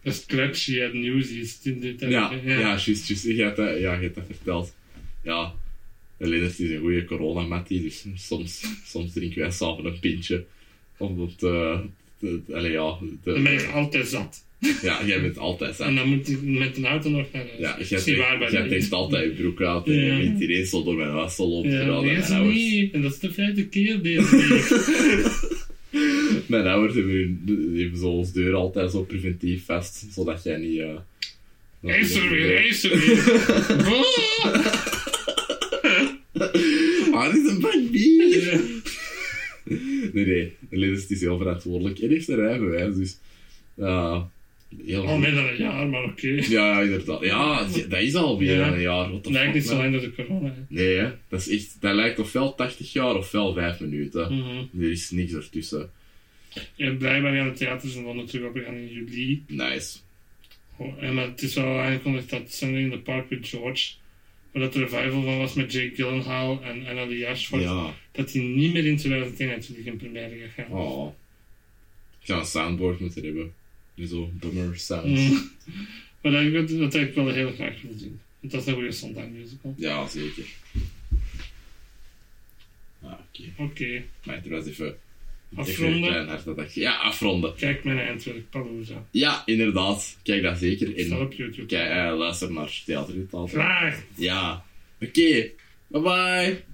Speaker 2: Dat is Crabtree uit Newsies. Die- die- die-
Speaker 1: Ja, ja, juist, juist. Je hebt dat, ja, je hebt dat verteld. Ja. De Lennart is een goede coronamattie, dus soms, soms drinken wij samen een pintje. Omdat, eh... de- de- allee, ja, de-
Speaker 2: Dan ben ik altijd zat.
Speaker 1: ja, jij bent altijd
Speaker 2: En
Speaker 1: samen.
Speaker 2: dan moet ik met een auto nog naar huis.
Speaker 1: Ja,
Speaker 2: Dat
Speaker 1: jij
Speaker 2: is niet waar bij
Speaker 1: trekt- jij
Speaker 2: mij.
Speaker 1: trekt altijd je broek uit en
Speaker 2: Ja.
Speaker 1: je bent ineens zo door mijn wassel lopen.
Speaker 2: Ja,
Speaker 1: terwijl
Speaker 2: nee,
Speaker 1: mijn
Speaker 2: dat is
Speaker 1: ouders,
Speaker 2: niet. En dat is de vijfde keer deze week.
Speaker 1: mijn ouders hebben, hun- die hebben zo ons deur altijd zo preventief vast, zodat jij niet... eh
Speaker 2: Hij is er weer, hij is er weer. Ah!
Speaker 1: Ah, dit is een bak bier!
Speaker 2: Ja.
Speaker 1: Nee, nee. Linus is heel verantwoordelijk en heeft een rijbewijs, dus... eh, heel
Speaker 2: Al
Speaker 1: goed.
Speaker 2: meer Oh, dan een jaar, maar oké.
Speaker 1: Ja, ja, inderdaad. Ja, d- dat is alweer
Speaker 2: Ja.
Speaker 1: een jaar. Wat de
Speaker 2: Lijkt niet
Speaker 1: fuck,
Speaker 2: zo
Speaker 1: man.
Speaker 2: lang door de corona. hè.
Speaker 1: Nee, hè. Dat, is echt, dat lijkt ofwel 80 jaar ofwel 5 minuten.
Speaker 2: Mhm.
Speaker 1: Er is niks ertussen.
Speaker 2: Ja, blijkbaar gaan de theaters in Londen terug open gaan in juli.
Speaker 1: Nice.
Speaker 2: Oh, en maar het is wel aangekondigd dat Sunday in the Park with George, waar dat de revival van was met Jake Gyllenhaal en Anna de Ashford,
Speaker 1: Ja.
Speaker 2: dat die niet meer in 2021 in première gaat gaan.
Speaker 1: Oh. Ik zou een soundboard moeten hebben. En zo, bummer sounds.
Speaker 2: Mm. maar dat, dat, dat heb ik wel heel graag willen zien. Want dat is een goede Sondheim musical.
Speaker 1: Ja, zeker. Ah, oké.
Speaker 2: Oké,
Speaker 1: Maar het was even... Even een
Speaker 2: afronden.
Speaker 1: klein hartattack. Ja, afronden.
Speaker 2: Kijk mijn eindwerk, Palooza.
Speaker 1: Ja, inderdaad. Kijk daar zeker
Speaker 2: Staat
Speaker 1: in.
Speaker 2: op YouTube.
Speaker 1: Kijk, eh, luister naar Theater in het Alter.
Speaker 2: Graag!
Speaker 1: Ja. Oké. Bye bye.